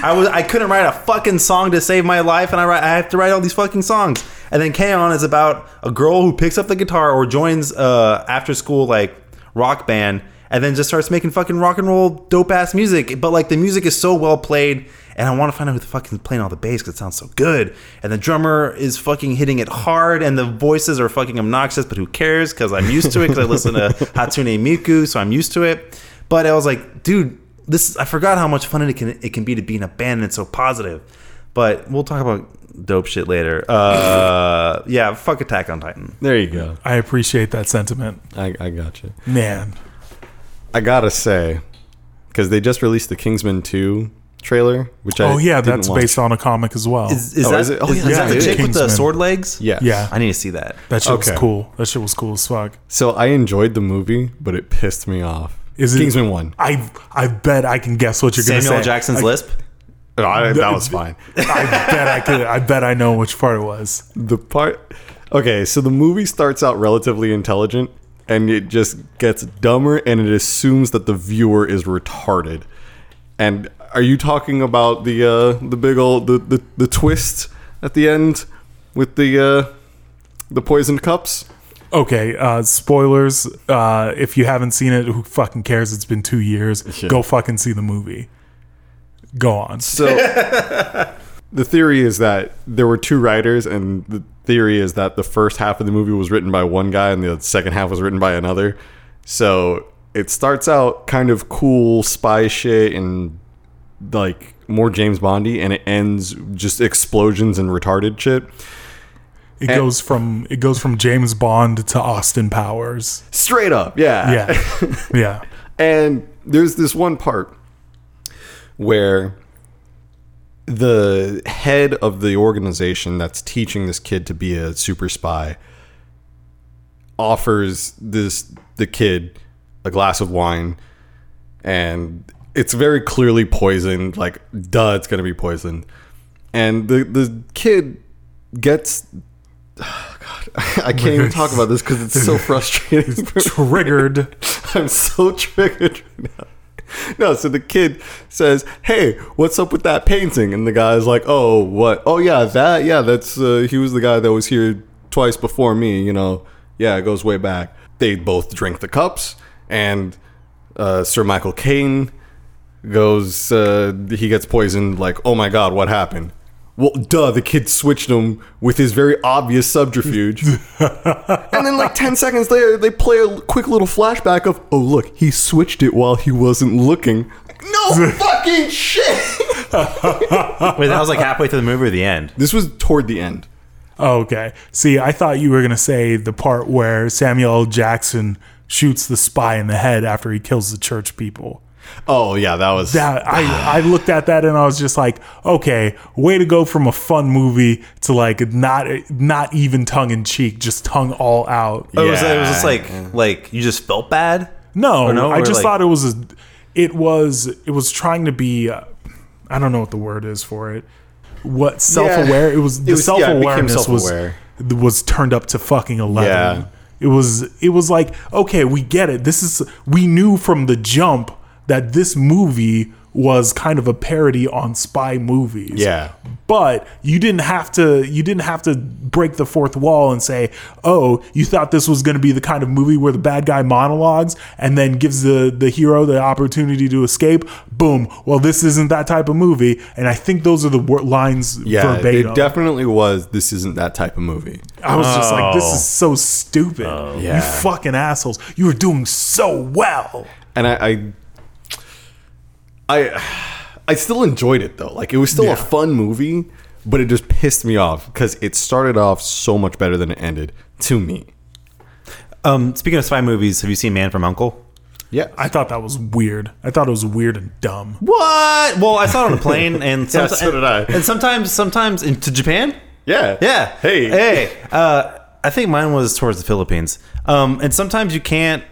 Speaker 3: I was, I couldn't write a fucking song to save my life, and I, write, I have to write all these fucking songs. And then K-On! is about a girl who picks up the guitar or joins uh, after school like rock band, and then just starts making fucking rock and roll dope ass music. But like the music is so well played, and I want to find out who the fuck is playing all the bass because it sounds so good. And the drummer is fucking hitting it hard, and the voices are fucking obnoxious, but who cares? Because I'm used to it because I listen to Hatsune Miku, so I'm used to it. But I was like, dude, this is, I forgot how much fun it can it can be to be in a band and it's so positive. But we'll talk about dope shit later. Uh, yeah, fuck Attack on Titan.
Speaker 2: There you go.
Speaker 1: I appreciate that sentiment,
Speaker 2: I, I got you.
Speaker 1: man.
Speaker 2: I gotta say, because they just released the Kingsman 2 trailer, which I
Speaker 1: Oh yeah,
Speaker 2: didn't
Speaker 1: that's
Speaker 2: watch.
Speaker 1: based on a comic as well.
Speaker 3: Is, is
Speaker 2: Oh,
Speaker 3: that,
Speaker 2: is it? Oh,
Speaker 3: is-
Speaker 2: yeah,
Speaker 3: is that
Speaker 1: yeah,
Speaker 3: the
Speaker 1: it
Speaker 3: chick
Speaker 1: is.
Speaker 3: with the
Speaker 1: Kingsman.
Speaker 3: sword legs?
Speaker 2: Yes.
Speaker 1: yeah,
Speaker 3: I need to see that.
Speaker 1: that shit was
Speaker 2: Okay.
Speaker 1: cool. That shit was cool as fuck.
Speaker 2: So I enjoyed the movie, but it pissed me off.
Speaker 1: Is it
Speaker 2: Kingsman One?
Speaker 1: I I bet I can guess what you're
Speaker 3: Samuel
Speaker 1: gonna say.
Speaker 3: Jackson's
Speaker 1: I,
Speaker 3: lisp. Oh,
Speaker 2: No, I- that was fine.
Speaker 1: I bet I could. I bet I know which part it was.
Speaker 2: The part. Okay, so the movie starts out relatively intelligent, and it just gets dumber, and it assumes that the viewer is retarded. And are you talking about the uh, the big old the, the the twist at the end with the uh, the poisoned cups?
Speaker 1: Okay, uh, spoilers. Uh, if you haven't seen it, who fucking cares? It's been two years. Go fucking see the movie. Go on.
Speaker 2: So the theory is that there were two writers, and the theory is that the first half of the movie was written by one guy, and the second half was written by another. So it starts out kind of cool spy shit and like more James Bondy, and it ends just explosions and retarded shit.
Speaker 1: It goes from it goes from James Bond to Austin Powers.
Speaker 2: Straight up, yeah,
Speaker 1: Yeah, yeah.
Speaker 2: And there's this one part where the head of the organization that's teaching this kid to be a super spy offers this the kid a glass of wine and it's very clearly poisoned like duh it's going to be poisoned and the the kid gets god i can't even talk about this cuz it's so frustrating
Speaker 1: Triggered.
Speaker 2: I'm so triggered right now. No, so the kid says, "Hey, what's up with that painting?" And the guy's like, "Oh, what? Oh, yeah, that. Yeah, that's. Uh, he was the guy that was here twice before me. You know. Yeah, it goes way back." They both drink the cups, and uh, Sir Michael Caine goes. Uh, he gets poisoned. Like, oh my god, what happened? Well, duh, the kid switched him with his very obvious subterfuge. And then, like 10 seconds later, they play a quick little flashback of, oh, look, he switched it while he wasn't looking. No fucking shit!
Speaker 3: Wait, that was like halfway through the movie or the end.
Speaker 2: This was toward the end.
Speaker 1: Oh, Okay. See, I thought you were gonna say the part where Samuel L. Jackson shoots the spy in the head after he kills the church people.
Speaker 2: Oh, yeah, that was.
Speaker 1: that I, I looked at that and I was just like, okay, way to go from a fun movie to like not not even tongue in cheek, just tongue all out.
Speaker 3: It, was, it was just
Speaker 2: Yeah.
Speaker 3: like like you just felt bad.
Speaker 1: No,
Speaker 3: Or no,
Speaker 1: I
Speaker 3: or
Speaker 1: just
Speaker 3: like-
Speaker 1: thought it was a, it was it was trying to be uh, I don't know what the word is for it. What self aware? It was the
Speaker 2: was- yeah, it
Speaker 1: self
Speaker 2: became
Speaker 1: awareness was
Speaker 2: self-aware.
Speaker 1: was turned up to fucking eleven.
Speaker 2: Yeah.
Speaker 1: It was it was like okay, we get it. This is we knew from the jump that this movie was kind of a parody on spy movies.
Speaker 2: Yeah.
Speaker 1: But you didn't have to you didn't have to break the fourth wall and say, "Oh, you thought this was going to be the kind of movie where the bad guy monologues and then gives the the hero the opportunity to escape." Boom. Well, this isn't that type of movie, and I think those are the wor- lines
Speaker 2: Yeah,
Speaker 1: verbatim.
Speaker 2: it definitely was. This isn't that type of movie.
Speaker 1: I was just like, "This is so stupid.
Speaker 2: Oh.
Speaker 3: Oh.
Speaker 2: Yeah.
Speaker 1: You fucking assholes. You were doing so well."
Speaker 2: and I, I, I, I still enjoyed it though. Like it was still
Speaker 1: Yeah.
Speaker 2: a fun movie, but it just pissed me off because it started off so much better than it ended to me.
Speaker 3: Um, speaking of spy movies, have you seen Man from Uncle?
Speaker 2: Yeah,
Speaker 1: I thought that was weird. I thought it was weird and dumb.
Speaker 3: What? Well, I saw it on a plane, and
Speaker 2: Yeah,
Speaker 3: sometimes,
Speaker 2: so did I.
Speaker 3: And sometimes, sometimes into Japan.
Speaker 2: yeah,
Speaker 3: Yeah.
Speaker 2: Hey,
Speaker 3: Hey. Uh, I think mine was towards the Philippines. Um, and sometimes you can't.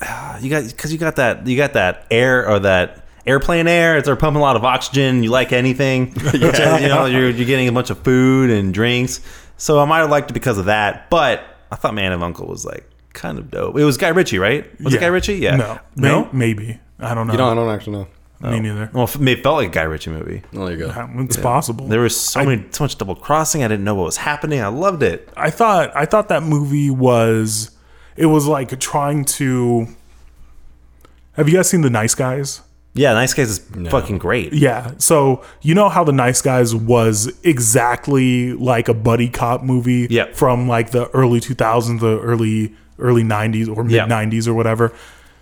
Speaker 3: You got because you got that you got that air or that airplane air. It's they're pumping a lot of oxygen. You like anything? you know, you're, you're getting a bunch of food and drinks. So I might have liked it because of that. But I thought Man of Uncle was like kind of dope. It was Guy Ritchie, right? Was it Guy Ritchie? Yeah.
Speaker 1: No. May-
Speaker 3: No.
Speaker 1: Maybe. I don't know.
Speaker 2: you know I don't Oh. actually know.
Speaker 1: Me neither.
Speaker 3: Well, it felt like a Guy Ritchie movie.
Speaker 2: Oh, there you go.
Speaker 1: Um, It's possible.
Speaker 3: There was so many, so much double crossing. I didn't know what was happening. I loved it.
Speaker 1: I thought I thought that movie was it was like trying to Have you guys seen The Nice Guys?
Speaker 3: Yeah, Nice Guys is fucking great.
Speaker 1: Yeah. So, you know how The Nice Guys was exactly like a buddy cop movie
Speaker 3: Yep.
Speaker 1: from like the early 2000s, the early early 90s or mid
Speaker 3: Yeah.
Speaker 1: 90s or whatever.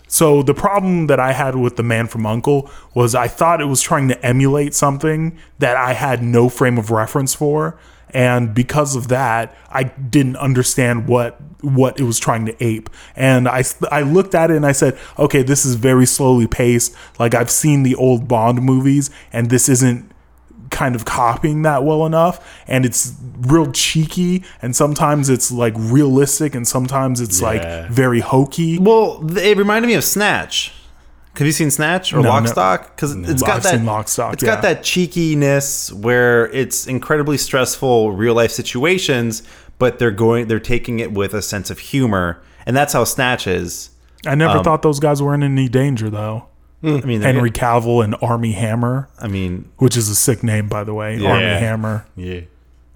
Speaker 1: So the problem that I had with The Man from Uncle was I thought it was trying to emulate something that I had no frame of reference for, and because of that, I didn't understand what what it was trying to ape. And I s- I looked at it and I said, "Okay, this is very slowly paced. Like I've seen the old Bond movies and this isn't kind of copying that well enough and it's real cheeky and sometimes it's like realistic and sometimes it's like very hokey
Speaker 3: Well, th- it reminded me of Snatch. Have you seen Snatch or
Speaker 1: No,
Speaker 3: Lock
Speaker 1: no.
Speaker 3: Lockstock? Because it's got
Speaker 1: I've
Speaker 3: that
Speaker 1: seen Lock, Stock,
Speaker 3: It's
Speaker 1: yeah.
Speaker 3: got that cheekiness where it's incredibly stressful real life situations, but they're going they're taking it with a sense of humor, and that's how Snatch is.
Speaker 1: I never thought those guys were in any danger, though.
Speaker 3: I mean, they're-
Speaker 1: Henry Cavill and Army Hammer,
Speaker 3: I mean,
Speaker 1: which is a sick name, by the way. Army
Speaker 2: Yeah.
Speaker 1: Hammer.
Speaker 2: Yeah,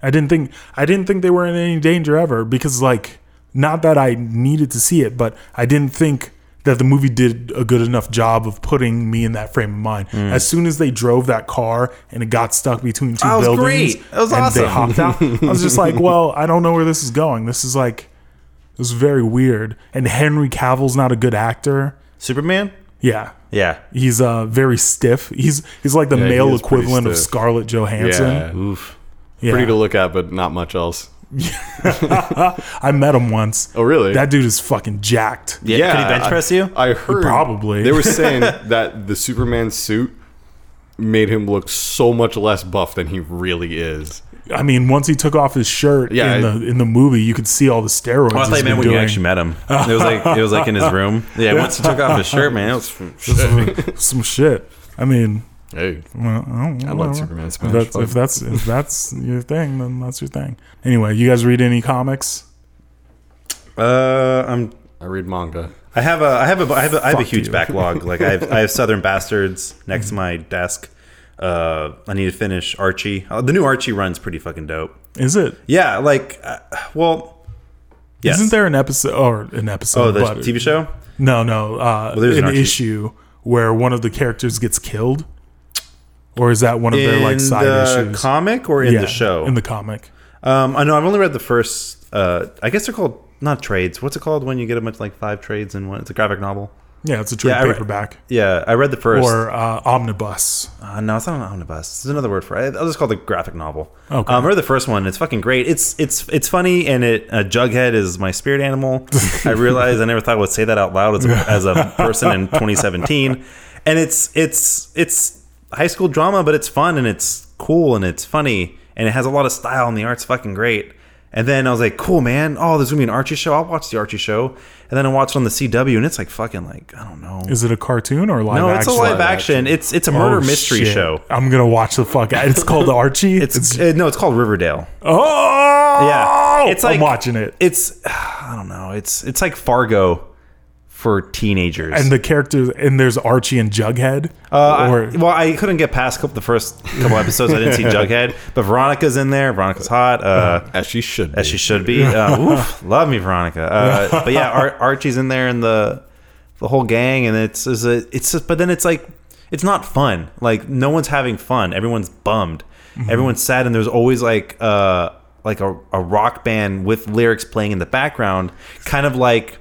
Speaker 1: I didn't think I didn't think they were in any danger ever because, like, not that I needed to see it, but I didn't think that the movie did a good enough job of putting me in that frame of mind.
Speaker 3: Mm.
Speaker 1: As soon as they drove that car and it got stuck between two
Speaker 3: That was
Speaker 1: buildings,
Speaker 3: great. That was
Speaker 1: and they
Speaker 3: awesome.
Speaker 1: hopped out, I was just like, well, I don't know where this is going. This is like. It was very weird, and Henry Cavill's not a good actor.
Speaker 3: Superman.
Speaker 1: Yeah,
Speaker 3: Yeah.
Speaker 1: He's uh very stiff. He's he's like the
Speaker 2: he
Speaker 1: male
Speaker 2: is pretty
Speaker 1: equivalent of
Speaker 2: stiff.
Speaker 1: Scarlett Johansson.
Speaker 2: yeah.
Speaker 3: Oof.
Speaker 1: Yeah.
Speaker 2: Pretty to look at, but not much else.
Speaker 1: I met him once.
Speaker 2: Oh, really?
Speaker 1: That dude is fucking jacked.
Speaker 3: Yeah. Could he bench
Speaker 2: I-
Speaker 3: press you?
Speaker 2: I heard
Speaker 1: Probably.
Speaker 2: they were saying that the Superman suit made him look so much less buff than he really is.
Speaker 1: I mean, once he took off his shirt
Speaker 2: Yeah,
Speaker 1: in
Speaker 2: I-
Speaker 1: the in the movie, you could see all the steroids.
Speaker 3: Well, Oh, I
Speaker 1: he's
Speaker 3: thought you
Speaker 1: been
Speaker 3: meant when you
Speaker 1: doing.
Speaker 3: actually met him. It was like it was like in his room. Yeah, once he took off his shirt, man, it was
Speaker 1: some shit. I mean,
Speaker 2: Hey,
Speaker 1: well, I, don't,
Speaker 2: I
Speaker 1: whatever.
Speaker 2: like Superman
Speaker 1: If
Speaker 2: Smash.
Speaker 1: that's,
Speaker 2: Fuck.
Speaker 1: if that's if that's your thing, then that's your thing. Anyway, you guys read any comics?
Speaker 3: Uh, I'm
Speaker 2: I read manga.
Speaker 3: I have a I have a I have a, I have a
Speaker 1: Fuck
Speaker 3: huge
Speaker 1: you.
Speaker 3: backlog. Like I have I have Southern Bastards next to my desk. Uh, I need to finish Archie. Uh, the new Archie run's pretty fucking dope.
Speaker 1: Is it?
Speaker 3: Yeah, like uh, well, yes.
Speaker 1: not there an episode or an episode?
Speaker 3: Oh, the
Speaker 1: but-
Speaker 3: TV show.
Speaker 1: No, no. Uh,
Speaker 3: there's
Speaker 1: an
Speaker 3: an Archie.
Speaker 1: issue where one of the characters gets killed, or is that one of their like
Speaker 3: In
Speaker 1: side
Speaker 3: the
Speaker 1: issues?
Speaker 3: comic or in
Speaker 1: Yeah,
Speaker 3: the show?
Speaker 1: in the comic.
Speaker 3: um, I know I've only read the first. Uh, I guess they're called not trades. What's it called when you get a bunch like five trades in one? It's a graphic novel.
Speaker 1: Yeah, it's a trade
Speaker 3: Yeah, I re-
Speaker 1: paperback
Speaker 3: Yeah, I read the first.
Speaker 1: or uh, omnibus.
Speaker 3: Uh, no, it's not an omnibus. It's another word for it. I'll just call it a graphic novel.
Speaker 1: Okay.
Speaker 3: Um, or the first one. It's fucking great. It's it's it's funny, and it uh, Jughead is my spirit animal. I realize I never thought I would say that out loud as a, as a person in 2017. And it's it's it's high school drama, but it's fun and it's cool and it's funny and it has a lot of style and the art's fucking great. And then I was like, cool, man. Oh, there's gonna be an Archie show. I'll watch the Archie show. And then I watched it on the CW, and it's like fucking like I don't know.
Speaker 1: Is it a cartoon or live?
Speaker 3: no,
Speaker 1: action?
Speaker 3: it's a live action. It's it's a murder
Speaker 1: Oh,
Speaker 3: mystery
Speaker 1: shit.
Speaker 3: show.
Speaker 1: I'm gonna watch the fuck. out. It's called Archie.
Speaker 3: It's, uh, no, it's called Riverdale.
Speaker 1: oh
Speaker 3: Yeah, it's like
Speaker 1: I'm watching it.
Speaker 3: It's I don't know. It's it's like Fargo for teenagers.
Speaker 1: and the characters and there's Archie and Jughead.
Speaker 3: Uh,
Speaker 1: or
Speaker 3: I, well, I couldn't get past couple, the first couple episodes. I didn't see Jughead, but Veronica's in there. Veronica's hot,
Speaker 1: Uh-huh.
Speaker 3: uh,
Speaker 2: As she should.
Speaker 3: as
Speaker 2: be.
Speaker 3: she should be. Uh, oof, love me, Veronica. Uh, but yeah, Ar- Archie's in there and the the whole gang, and it's it's, a, it's just, but then it's like it's not fun. Like no one's having fun. Everyone's bummed. Everyone's sad, and there's always like uh, like a, a rock band with lyrics playing in the background, kind of like.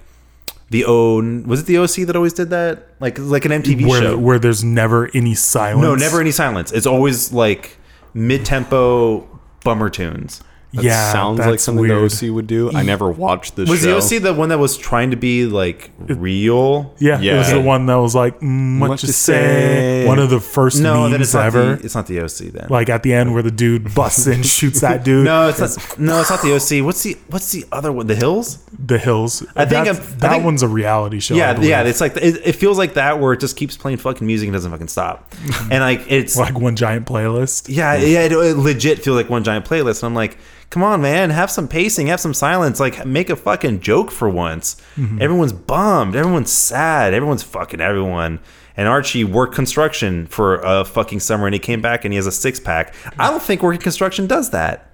Speaker 3: The O was it the OC that always did that? Like like an MTV
Speaker 1: where
Speaker 3: show.
Speaker 1: where there's never any silence.
Speaker 3: No, never any silence. It's always like mid tempo bummer tunes.
Speaker 2: That
Speaker 1: yeah,
Speaker 2: sounds like
Speaker 1: that's
Speaker 2: something
Speaker 1: weird.
Speaker 2: the OC would do. I never watched the
Speaker 3: Was
Speaker 2: show.
Speaker 3: the OC the one that was trying to be like real?
Speaker 1: Yeah, it was
Speaker 2: Yeah.
Speaker 1: the one that was like, mm, what,
Speaker 2: What
Speaker 1: you
Speaker 2: you
Speaker 1: say?
Speaker 2: say?
Speaker 1: One of the first
Speaker 3: No, then
Speaker 1: memes
Speaker 3: it's not
Speaker 1: ever.
Speaker 3: The, it's not the OC then.
Speaker 1: like at the end where the dude busts in, shoots that dude.
Speaker 3: no, it's not. No, it's not the OC. What's the What's the other one? The Hills?
Speaker 1: The Hills.
Speaker 3: I think
Speaker 1: That's-
Speaker 3: I'm- I
Speaker 1: that
Speaker 3: think-
Speaker 1: one's a reality show. I
Speaker 3: yeah,
Speaker 1: believe.
Speaker 3: yeah. It's like it, it feels like that where it just keeps playing fucking music and doesn't fucking stop. And like it's
Speaker 1: like one giant playlist.
Speaker 3: Yeah, yeah, it, it legit feels like one giant playlist. And I'm like, come on, man, have some pacing, have some silence, like make a fucking joke for once.
Speaker 1: Mm-hmm.
Speaker 3: Everyone's bummed, everyone's sad, everyone's fucking everyone. And Archie worked construction for a fucking summer, and he came back and he has a six pack. I don't think working construction does that.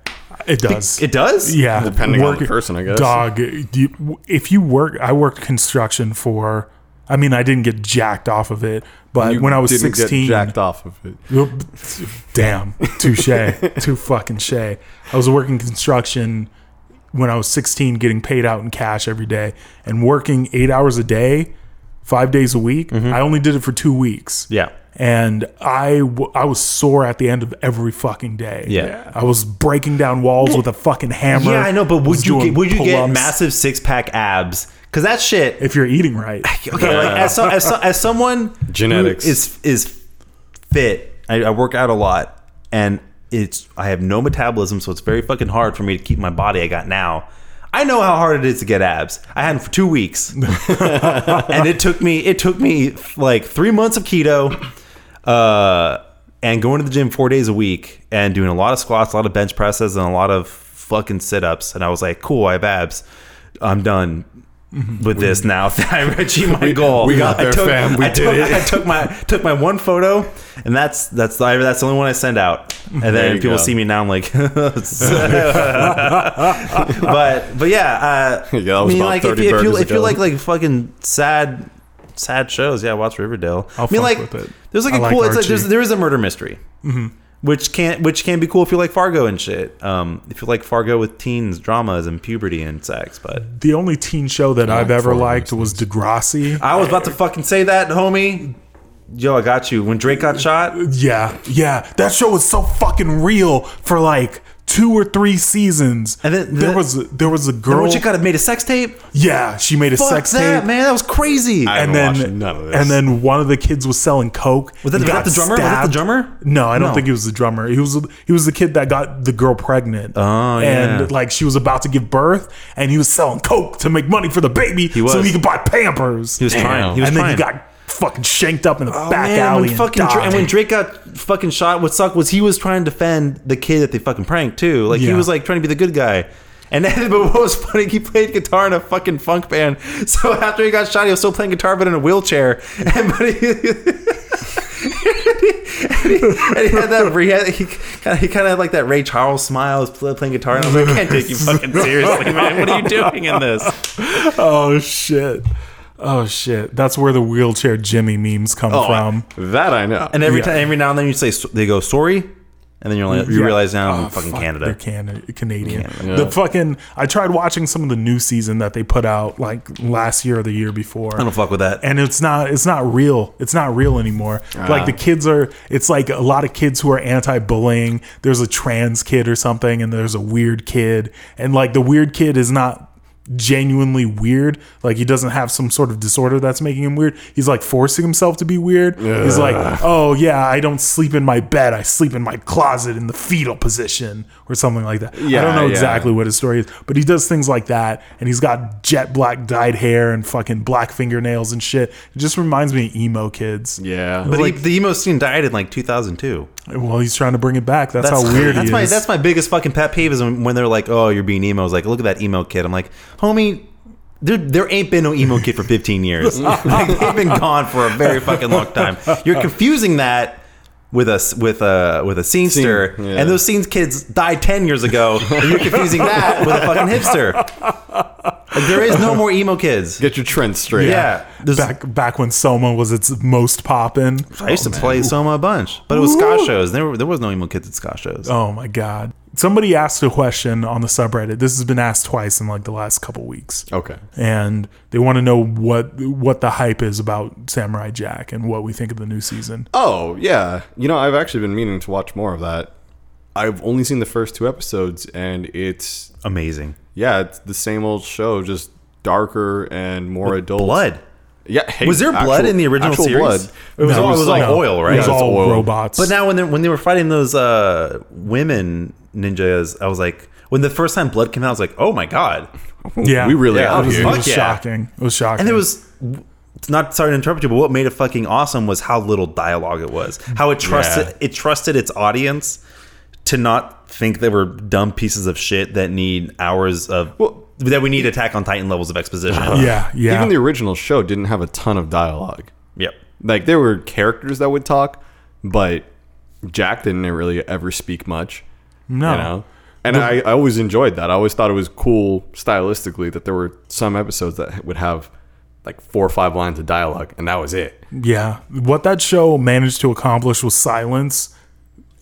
Speaker 1: It does.
Speaker 3: It does.
Speaker 1: yeah,
Speaker 2: Depending on the person, I guess.
Speaker 1: Dog, you, if you work, I worked construction for. I mean, I didn't get jacked off of it, but
Speaker 2: You
Speaker 1: when I was
Speaker 2: didn't get
Speaker 1: sixteen,
Speaker 2: jacked off of it.
Speaker 1: Well, Damn, touche, too fucking shay. I was working construction when I was 16, getting paid out in cash every day, and working eight hours a day, five days a week. I only did it for two weeks.
Speaker 3: Mm-hmm. Yeah.
Speaker 1: and I, w- I was sore at the end of every fucking day.
Speaker 3: Yeah.
Speaker 1: I was breaking down walls with a fucking hammer.
Speaker 3: Yeah, I know, but
Speaker 1: Was
Speaker 3: would you
Speaker 1: doing
Speaker 3: get, would you get
Speaker 1: pull-ups.
Speaker 3: massive six pack abs? Because that shit.
Speaker 1: if you're eating right?
Speaker 3: okay, like as, so, as, so, as someone who
Speaker 2: Genetics.
Speaker 3: is is fit. I, I work out a lot, and it's I have no metabolism, so it's very fucking hard for me to keep my body I got now. I know how hard it is to get abs. I had them for two weeks, and it took me it took me like three months of keto, uh, and going to the gym four days a week and doing a lot of squats, a lot of bench presses, and a lot of fucking sit ups. And I was like, cool, I have abs. I'm done with this now that I achieved my goal.
Speaker 2: we got there,
Speaker 3: I took,
Speaker 2: fam. We
Speaker 3: I
Speaker 2: did
Speaker 3: took-
Speaker 2: it.
Speaker 3: I took my took my one photo, and that's that's the, that's the only one I send out. And
Speaker 2: There
Speaker 3: then
Speaker 2: you
Speaker 3: people
Speaker 2: go.
Speaker 3: see me now. I'm like, but but yeah, uh,
Speaker 2: Yeah, that was about 30
Speaker 3: if, you- if you
Speaker 2: burgers
Speaker 3: if you
Speaker 2: ago.
Speaker 3: like like fucking sad sad shows, yeah, watch Riverdale.
Speaker 1: I'll
Speaker 3: I
Speaker 1: fuck
Speaker 3: mean, like
Speaker 1: with it.
Speaker 3: there's like
Speaker 1: I
Speaker 3: a
Speaker 1: like Mm-hmm.
Speaker 3: cool. It's like
Speaker 1: Archie.
Speaker 3: there's, there is a murder mystery, which can which can be cool if you like Fargo and shit. Um, if you like Fargo with teens, dramas, and puberty and sex, but.
Speaker 1: The only teen show that I've ever
Speaker 2: followers,
Speaker 1: liked was Degrassi.
Speaker 3: I was about to fucking say that, homie. Yo, I got you. When Drake got shot,
Speaker 1: Yeah, yeah. That show was so fucking real for like two or three seasons.
Speaker 3: And then-
Speaker 1: there
Speaker 3: the-
Speaker 1: was there was a girl.
Speaker 3: girl, she could have made a sex tape.
Speaker 1: yeah, she made a
Speaker 3: Fuck
Speaker 1: sex
Speaker 3: that,
Speaker 1: tape.
Speaker 3: man. That was crazy.
Speaker 2: I-
Speaker 1: And
Speaker 2: haven't
Speaker 1: then,
Speaker 2: watched none of this.
Speaker 1: and then one of the kids was selling coke.
Speaker 3: Was that-
Speaker 1: He
Speaker 3: was
Speaker 1: got
Speaker 3: that the drummer? Was that the
Speaker 1: stabbed.
Speaker 3: drummer?
Speaker 1: No, I don't
Speaker 3: No.
Speaker 1: think he was the drummer. He was he was the kid that got the girl pregnant. Oh, and
Speaker 3: yeah.
Speaker 1: like she was about to give birth, and he was selling coke to make money for the baby, so
Speaker 3: was.
Speaker 1: he could buy Pampers.
Speaker 3: he was trying. He was
Speaker 1: and
Speaker 3: trying.
Speaker 1: then he got fucking shanked up in the
Speaker 3: Oh,
Speaker 1: back
Speaker 3: man,
Speaker 1: alley
Speaker 3: When
Speaker 1: and,
Speaker 3: fucking Dra-
Speaker 1: died.
Speaker 3: and when Drake got fucking shot, what sucked was he was trying to defend the kid that they fucking pranked too. Like he
Speaker 1: Yeah.
Speaker 3: was like trying to be the good guy. And then, but what was funny, he played guitar in a fucking funk band. So after he got shot, he was still playing guitar, but in a wheelchair. And but he, and he, and he had that he, had, he kind of he kind of had like that Ray Charles smile, was pl- playing guitar, and I was like, I can't take you fucking seriously, man. What are you doing in this?
Speaker 1: Oh shit. Oh shit. That's where the wheelchair Jimmy memes come
Speaker 3: Oh,
Speaker 1: from.
Speaker 2: That I know.
Speaker 3: And every
Speaker 1: Yeah.
Speaker 3: time, every now and then, you say so- they go sorry, and then you're like, you
Speaker 1: Yeah.
Speaker 3: realize now I'm in
Speaker 1: Oh,
Speaker 3: fucking
Speaker 1: fuck,
Speaker 3: Canada.
Speaker 1: They're Canada, Canadian.
Speaker 2: Yeah.
Speaker 1: The fucking I tried watching some of the new season that they put out like last year or the year before.
Speaker 3: I don't fuck with that.
Speaker 1: and it's not it's not real it's not real anymore like
Speaker 2: Ah.
Speaker 1: the kids are it's like a lot of kids who are anti-bullying there's a trans kid or something and there's a weird kid and like the weird kid is not genuinely weird like he doesn't have some sort of disorder that's making him weird he's like forcing himself to be weird he's like oh yeah i don't sleep in my bed i sleep in my closet in the fetal position or something like that i
Speaker 2: Yeah,
Speaker 1: don't know
Speaker 2: yeah.
Speaker 1: exactly what his story is but he does things like that and he's got jet black dyed hair and fucking black fingernails and shit it just reminds me of emo kids
Speaker 2: yeah.
Speaker 3: But he, the emo scene died in like 2002.
Speaker 1: well he's trying to bring it back that's,
Speaker 3: That's
Speaker 1: how weird
Speaker 3: That's
Speaker 1: he
Speaker 3: my
Speaker 1: is
Speaker 3: that's my biggest fucking pet peeve is when when they're like, "Oh, you're being emo." It's like, "Look at that emo kid." I'm like, "Homie, Dude, there ain't been no emo kid for 15 years. Like, they've been gone for a very fucking long time. You're confusing that with us with a with a scenester,
Speaker 2: Scene, yeah.
Speaker 3: and those scenes kids died 10 years ago. And you're confusing that with a fucking hipster. Like, there is no more emo kids.
Speaker 2: Get your trends straight.
Speaker 3: Yeah, There's-
Speaker 1: back back when Soma was its most poppin'.
Speaker 3: I used to play Soma a bunch, but it was ska shows. There were, there was no emo kids at ska shows.
Speaker 1: Oh my god. Somebody asked a question on the subreddit. This has been asked twice in like the last couple weeks.
Speaker 2: Okay.
Speaker 1: And they want to know what what the hype is about Samurai Jack and what we think of the new season.
Speaker 2: Oh yeah. You know, I've actually been meaning to watch more of that. I've only seen the first two episodes, and it's
Speaker 3: Amazing.
Speaker 2: yeah, it's the same old show, just darker and more adult.
Speaker 3: Blood.
Speaker 2: Yeah. hey,
Speaker 3: Was there blood in the original
Speaker 2: actual
Speaker 3: series? It was all- it was all oil, right?
Speaker 1: It was
Speaker 2: Yeah, it's
Speaker 1: all
Speaker 2: oil.
Speaker 1: robots.
Speaker 3: But now when they when they were fighting those uh, women ninjas, I was like, when the first time blood came out, I was like, oh my god!
Speaker 1: yeah,
Speaker 2: We really
Speaker 3: Yeah,
Speaker 2: out
Speaker 1: it was,
Speaker 2: here.
Speaker 1: it was
Speaker 3: Fuck yeah.
Speaker 1: shocking. It was shocking.
Speaker 3: And there was it's not sorry to interrupt you, but what made it fucking awesome was how little dialogue it was, how it trusted
Speaker 2: Yeah.
Speaker 3: it trusted its audience to not think they were dumb pieces of shit that need hours of
Speaker 2: Well-
Speaker 3: that we need Attack on Titan levels of exposition.
Speaker 1: yeah, yeah.
Speaker 2: Uh, Even the original show didn't have a ton of dialogue.
Speaker 3: Yep.
Speaker 2: Like there were characters that would talk, but Jack didn't really ever speak much.
Speaker 1: no.
Speaker 2: You know? And I, I always enjoyed that. I always thought it was cool stylistically that there were some episodes that would have like four or five lines of dialogue and that was it.
Speaker 1: Yeah. What that show managed to accomplish with silence,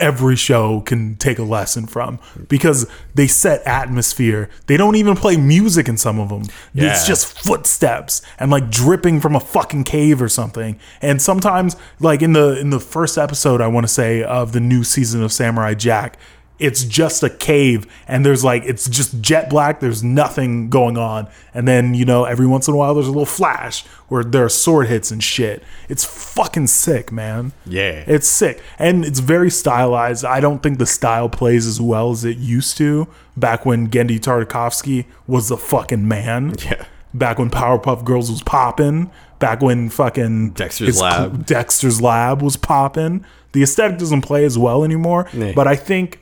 Speaker 1: every show can take a lesson from because they set atmosphere. They don't even play music in some of them. It's
Speaker 2: Yeah.
Speaker 1: just footsteps and like dripping from a fucking cave or something. And sometimes like in the in the first episode I want to say of the new season of Samurai Jack, it's just a cave and there's like it's just jet black there's nothing going on and then you know every once in a while there's a little flash where there are sword hits and shit it's fucking sick man
Speaker 2: Yeah.
Speaker 1: it's sick and it's very stylized i don't think the style plays as well as it used to back when gendy tartakovsky was the fucking man
Speaker 2: Yeah.
Speaker 1: back when powerpuff girls was popping back when fucking
Speaker 2: Dexter's
Speaker 1: his cl-
Speaker 2: Lab.
Speaker 1: dexter's lab was popping the aesthetic doesn't play as well anymore
Speaker 2: Yeah.
Speaker 1: but i think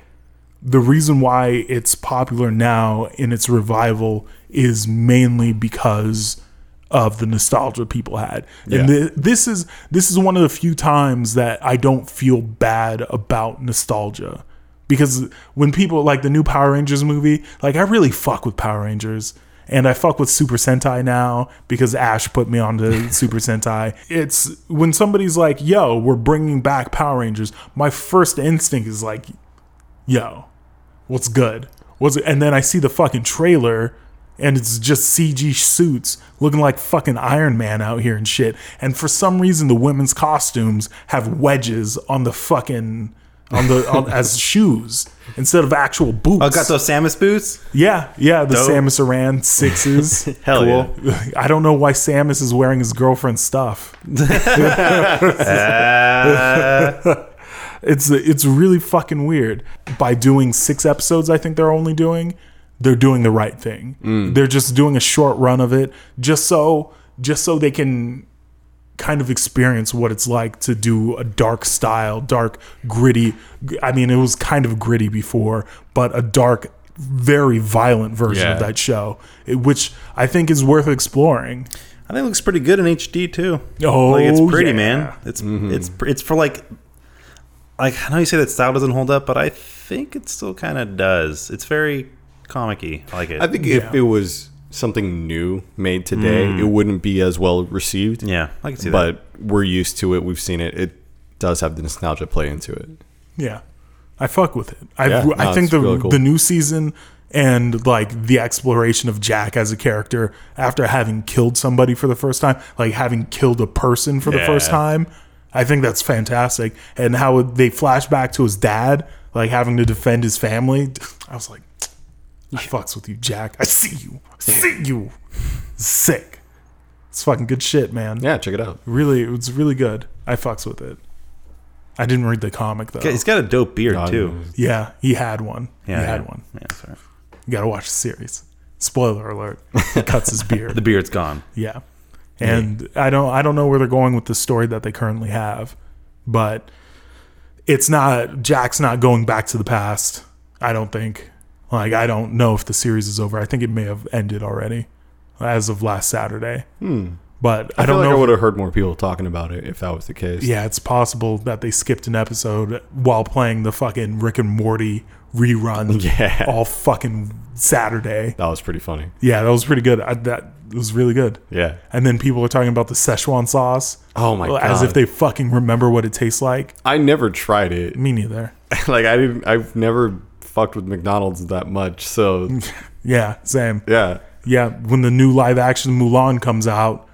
Speaker 1: the reason why it's popular now in its revival is mainly because of the nostalgia people had. And
Speaker 2: Yeah.
Speaker 1: thi- this is this is one of the few times that I don't feel bad about nostalgia because when people like the new Power Rangers movie, like I really fuck with Power Rangers and I fuck with Super Sentai now because Ash put me onto Super Sentai. It's when somebody's like, "Yo, we're bringing back Power Rangers." My first instinct is like, yo, what's good? What's and then I see the fucking trailer and it's just CG suits looking like fucking Iron Man out here and shit. And for some reason the women's costumes have wedges on the fucking on the on, as shoes instead of actual boots.
Speaker 3: Oh, I got those Samus boots.
Speaker 1: Yeah, yeah, the
Speaker 3: Dope.
Speaker 1: Samus Aran sixes.
Speaker 3: Hell
Speaker 1: I don't know why Samus is wearing his girlfriend's stuff. it's it's really fucking weird. By doing six episodes, I think they're only doing, they're doing the right thing.
Speaker 3: Mm.
Speaker 1: They're just doing a short run of it, just so just so they can kind of experience what it's like to do a dark style, dark, gritty. I mean, it was kind of gritty before, but a dark, very violent version of
Speaker 2: Yeah.
Speaker 1: that show, it- which I think is worth exploring.
Speaker 3: I think it looks pretty good in HD too.
Speaker 1: Oh,
Speaker 3: like it's pretty,
Speaker 1: yeah. Mm-hmm.
Speaker 3: man. It's it's pr- it's for like like I know you say that style doesn't hold up, but I think it still kind of does. It's very comic-y. I like it.
Speaker 2: I think if it was something new made today, it wouldn't be as well received.
Speaker 3: Mm. yeah, I can see that.
Speaker 2: But we're used to it. We've seen it. It does have the nostalgia play into it.
Speaker 1: Yeah, I fuck with it. I
Speaker 2: Yeah, no,
Speaker 1: I think
Speaker 2: it's
Speaker 1: the
Speaker 2: really cool.
Speaker 1: the new season and like the exploration of Jack as a character after having killed somebody for the first time, like having killed a person for the first
Speaker 2: Yeah.
Speaker 1: time. I think that's fantastic, and how they flash back to his dad, like having to defend his family. I was like, I fucks with you, Jack. I see you, I see you. Sick. It's fucking good shit, man.
Speaker 2: Yeah, check it out.
Speaker 1: Really, it's really good. I fucks with it. I didn't read the comic though.
Speaker 3: he's got a dope beard
Speaker 2: I
Speaker 3: too.
Speaker 2: don't know.
Speaker 1: Yeah, he had one.
Speaker 3: Yeah,
Speaker 1: he had
Speaker 3: yeah.
Speaker 1: one.
Speaker 3: Yeah, sorry.
Speaker 1: You gotta watch the series. Spoiler alert. He cuts his beard.
Speaker 3: The beard's gone.
Speaker 1: yeah. And I don't I don't know where they're going with the story that they currently have, but it's not Jack's not going back to the past, I don't think. Like I don't know if the series is over. I think it may have ended already. as of last Saturday. But I,
Speaker 2: I feel
Speaker 1: don't
Speaker 2: like I
Speaker 1: know.
Speaker 2: would have heard more people talking about it if that was the case.
Speaker 1: yeah, it's possible that they skipped an episode while playing the fucking Rick and Morty rerun
Speaker 2: Yeah.
Speaker 1: all fucking Saturday.
Speaker 2: That was pretty funny.
Speaker 1: Yeah, that was pretty good. I, that was really good.
Speaker 2: Yeah.
Speaker 1: And then people are talking about the Szechuan sauce.
Speaker 2: Oh my
Speaker 1: As
Speaker 2: God.
Speaker 1: if they fucking remember what it tastes like.
Speaker 2: I never tried it.
Speaker 1: Me neither.
Speaker 2: like I didn't I've never fucked with McDonald's that much. So
Speaker 1: Yeah, same.
Speaker 2: yeah.
Speaker 1: Yeah, when the new live action Mulan comes out,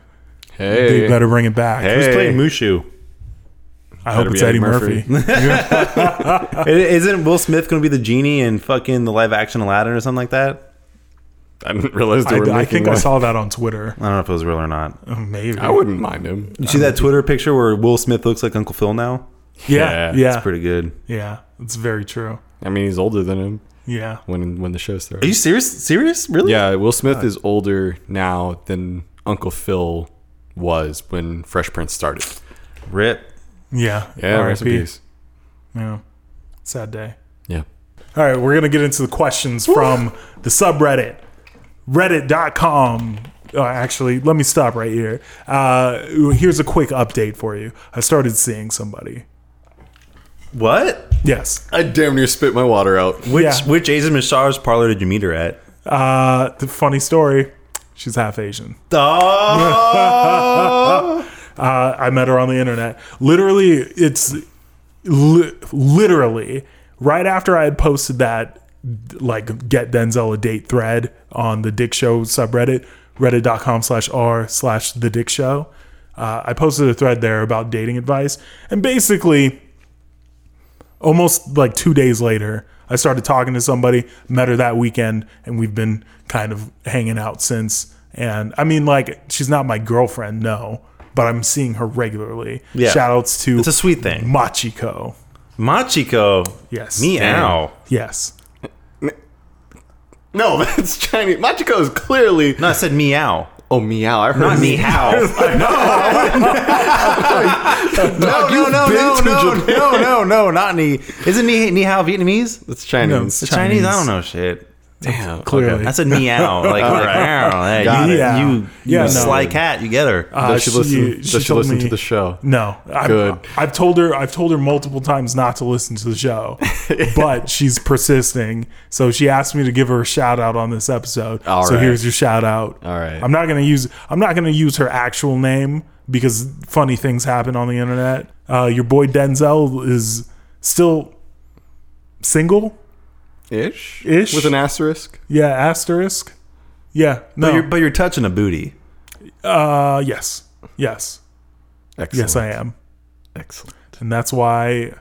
Speaker 2: Hey.
Speaker 1: they better bring it back.
Speaker 2: Hey.
Speaker 3: Who's playing Mushu?
Speaker 1: I hope
Speaker 2: Better
Speaker 1: it's
Speaker 2: be
Speaker 1: Eddie
Speaker 2: Eddie
Speaker 1: Murphy.
Speaker 3: I- Isn't Will Smith going to be the genie in fucking the live action Aladdin or something like that?
Speaker 2: I didn't realize they
Speaker 1: I,
Speaker 2: were
Speaker 1: I
Speaker 2: making
Speaker 1: think
Speaker 2: one.
Speaker 1: I saw that on Twitter.
Speaker 3: I don't know if it was real or not.
Speaker 1: Oh, Maybe.
Speaker 2: I wouldn't mind him.
Speaker 3: You see that Twitter picture where Will Smith looks like Uncle Phil now?
Speaker 1: yeah, yeah,
Speaker 2: Yeah,
Speaker 1: yeah. It's
Speaker 3: It's pretty good.
Speaker 1: very true.
Speaker 2: I mean, he's older than him
Speaker 1: Yeah,
Speaker 2: when when the show started.
Speaker 3: Are you serious? Serious? Really?
Speaker 2: Yeah, Will Smith is older now than Uncle Phil was when Fresh Prince started.
Speaker 3: Rip.
Speaker 1: yeah.
Speaker 2: Yeah, rest in
Speaker 1: RIP.
Speaker 2: peace.
Speaker 1: Yeah, sad day.
Speaker 2: Yeah.
Speaker 1: All right, we're gonna get into the questions from the subreddit, reddit.com. Uh, actually, let me stop right here. Uh, here's a quick update for you. I started seeing somebody.
Speaker 3: What?
Speaker 1: Yes,
Speaker 2: I damn near spit my water out.
Speaker 3: Which
Speaker 1: Yeah.
Speaker 3: which Asian massage parlor did you meet her at?
Speaker 1: uh, the funny story. She's half Asian.
Speaker 3: Oh!
Speaker 1: Uh, I met her on the internet. Literally, it's li- literally right after I had posted that like get Denzel a date thread on the Dick Show subreddit, reddit.com slash r slash the Dick Show. Uh, I posted a thread there about dating advice, and basically, almost like two days later, I started talking to somebody, met her that weekend, and we've been kind of hanging out since. And I mean, like, she's not my girlfriend, no, but I'm seeing her regularly.
Speaker 3: Yeah.
Speaker 1: Shout outs to
Speaker 3: it's a sweet thing.
Speaker 1: Machiko.
Speaker 3: Machiko.
Speaker 1: Yes.
Speaker 3: Meow.
Speaker 1: Yes.
Speaker 2: No, that's Chinese. Machiko is clearly.
Speaker 3: No, I said meow.
Speaker 2: Oh, meow. I heard
Speaker 3: Not meow.
Speaker 2: No,
Speaker 3: no, no, no,
Speaker 2: been to
Speaker 3: no,
Speaker 2: Japan.
Speaker 3: no, no, no, not ni. Isn't ni, ni hao Vietnamese?
Speaker 2: That's Chinese.
Speaker 1: No.
Speaker 3: It's Chinese. I
Speaker 1: Chinese.
Speaker 3: don't know shit.
Speaker 2: Damn.
Speaker 1: Clearly.
Speaker 3: I said meow. Like, meow. Hey,
Speaker 2: Got
Speaker 1: it.
Speaker 3: you,
Speaker 1: Yeah.
Speaker 3: you,
Speaker 1: Yeah,
Speaker 3: you
Speaker 1: no.
Speaker 3: sly cat. You get her.
Speaker 1: Uh,
Speaker 2: Does she, listen? does she
Speaker 1: told
Speaker 2: listen
Speaker 1: me-
Speaker 2: to the show?
Speaker 1: No, I've,
Speaker 2: Good.
Speaker 1: I've told her. I've told her multiple times not to listen to the show, but she's persisting. So she asked me to give her a shout out on this episode.
Speaker 2: All
Speaker 1: so
Speaker 2: right.
Speaker 1: here's your shout out.
Speaker 2: All right.
Speaker 1: I'm not gonna use. I'm not gonna use her actual name because funny things happen on the internet. Uh, your boy Denzel is still single.
Speaker 2: Ish.
Speaker 1: Ish.
Speaker 2: With an asterisk.
Speaker 1: Yeah, asterisk. Yeah.
Speaker 3: but, you're,
Speaker 1: No.
Speaker 3: but you're touching a booty.
Speaker 1: Uh, yes. Yes.
Speaker 2: Excellent.
Speaker 1: Yes, I am.
Speaker 2: Excellent.
Speaker 1: and that's why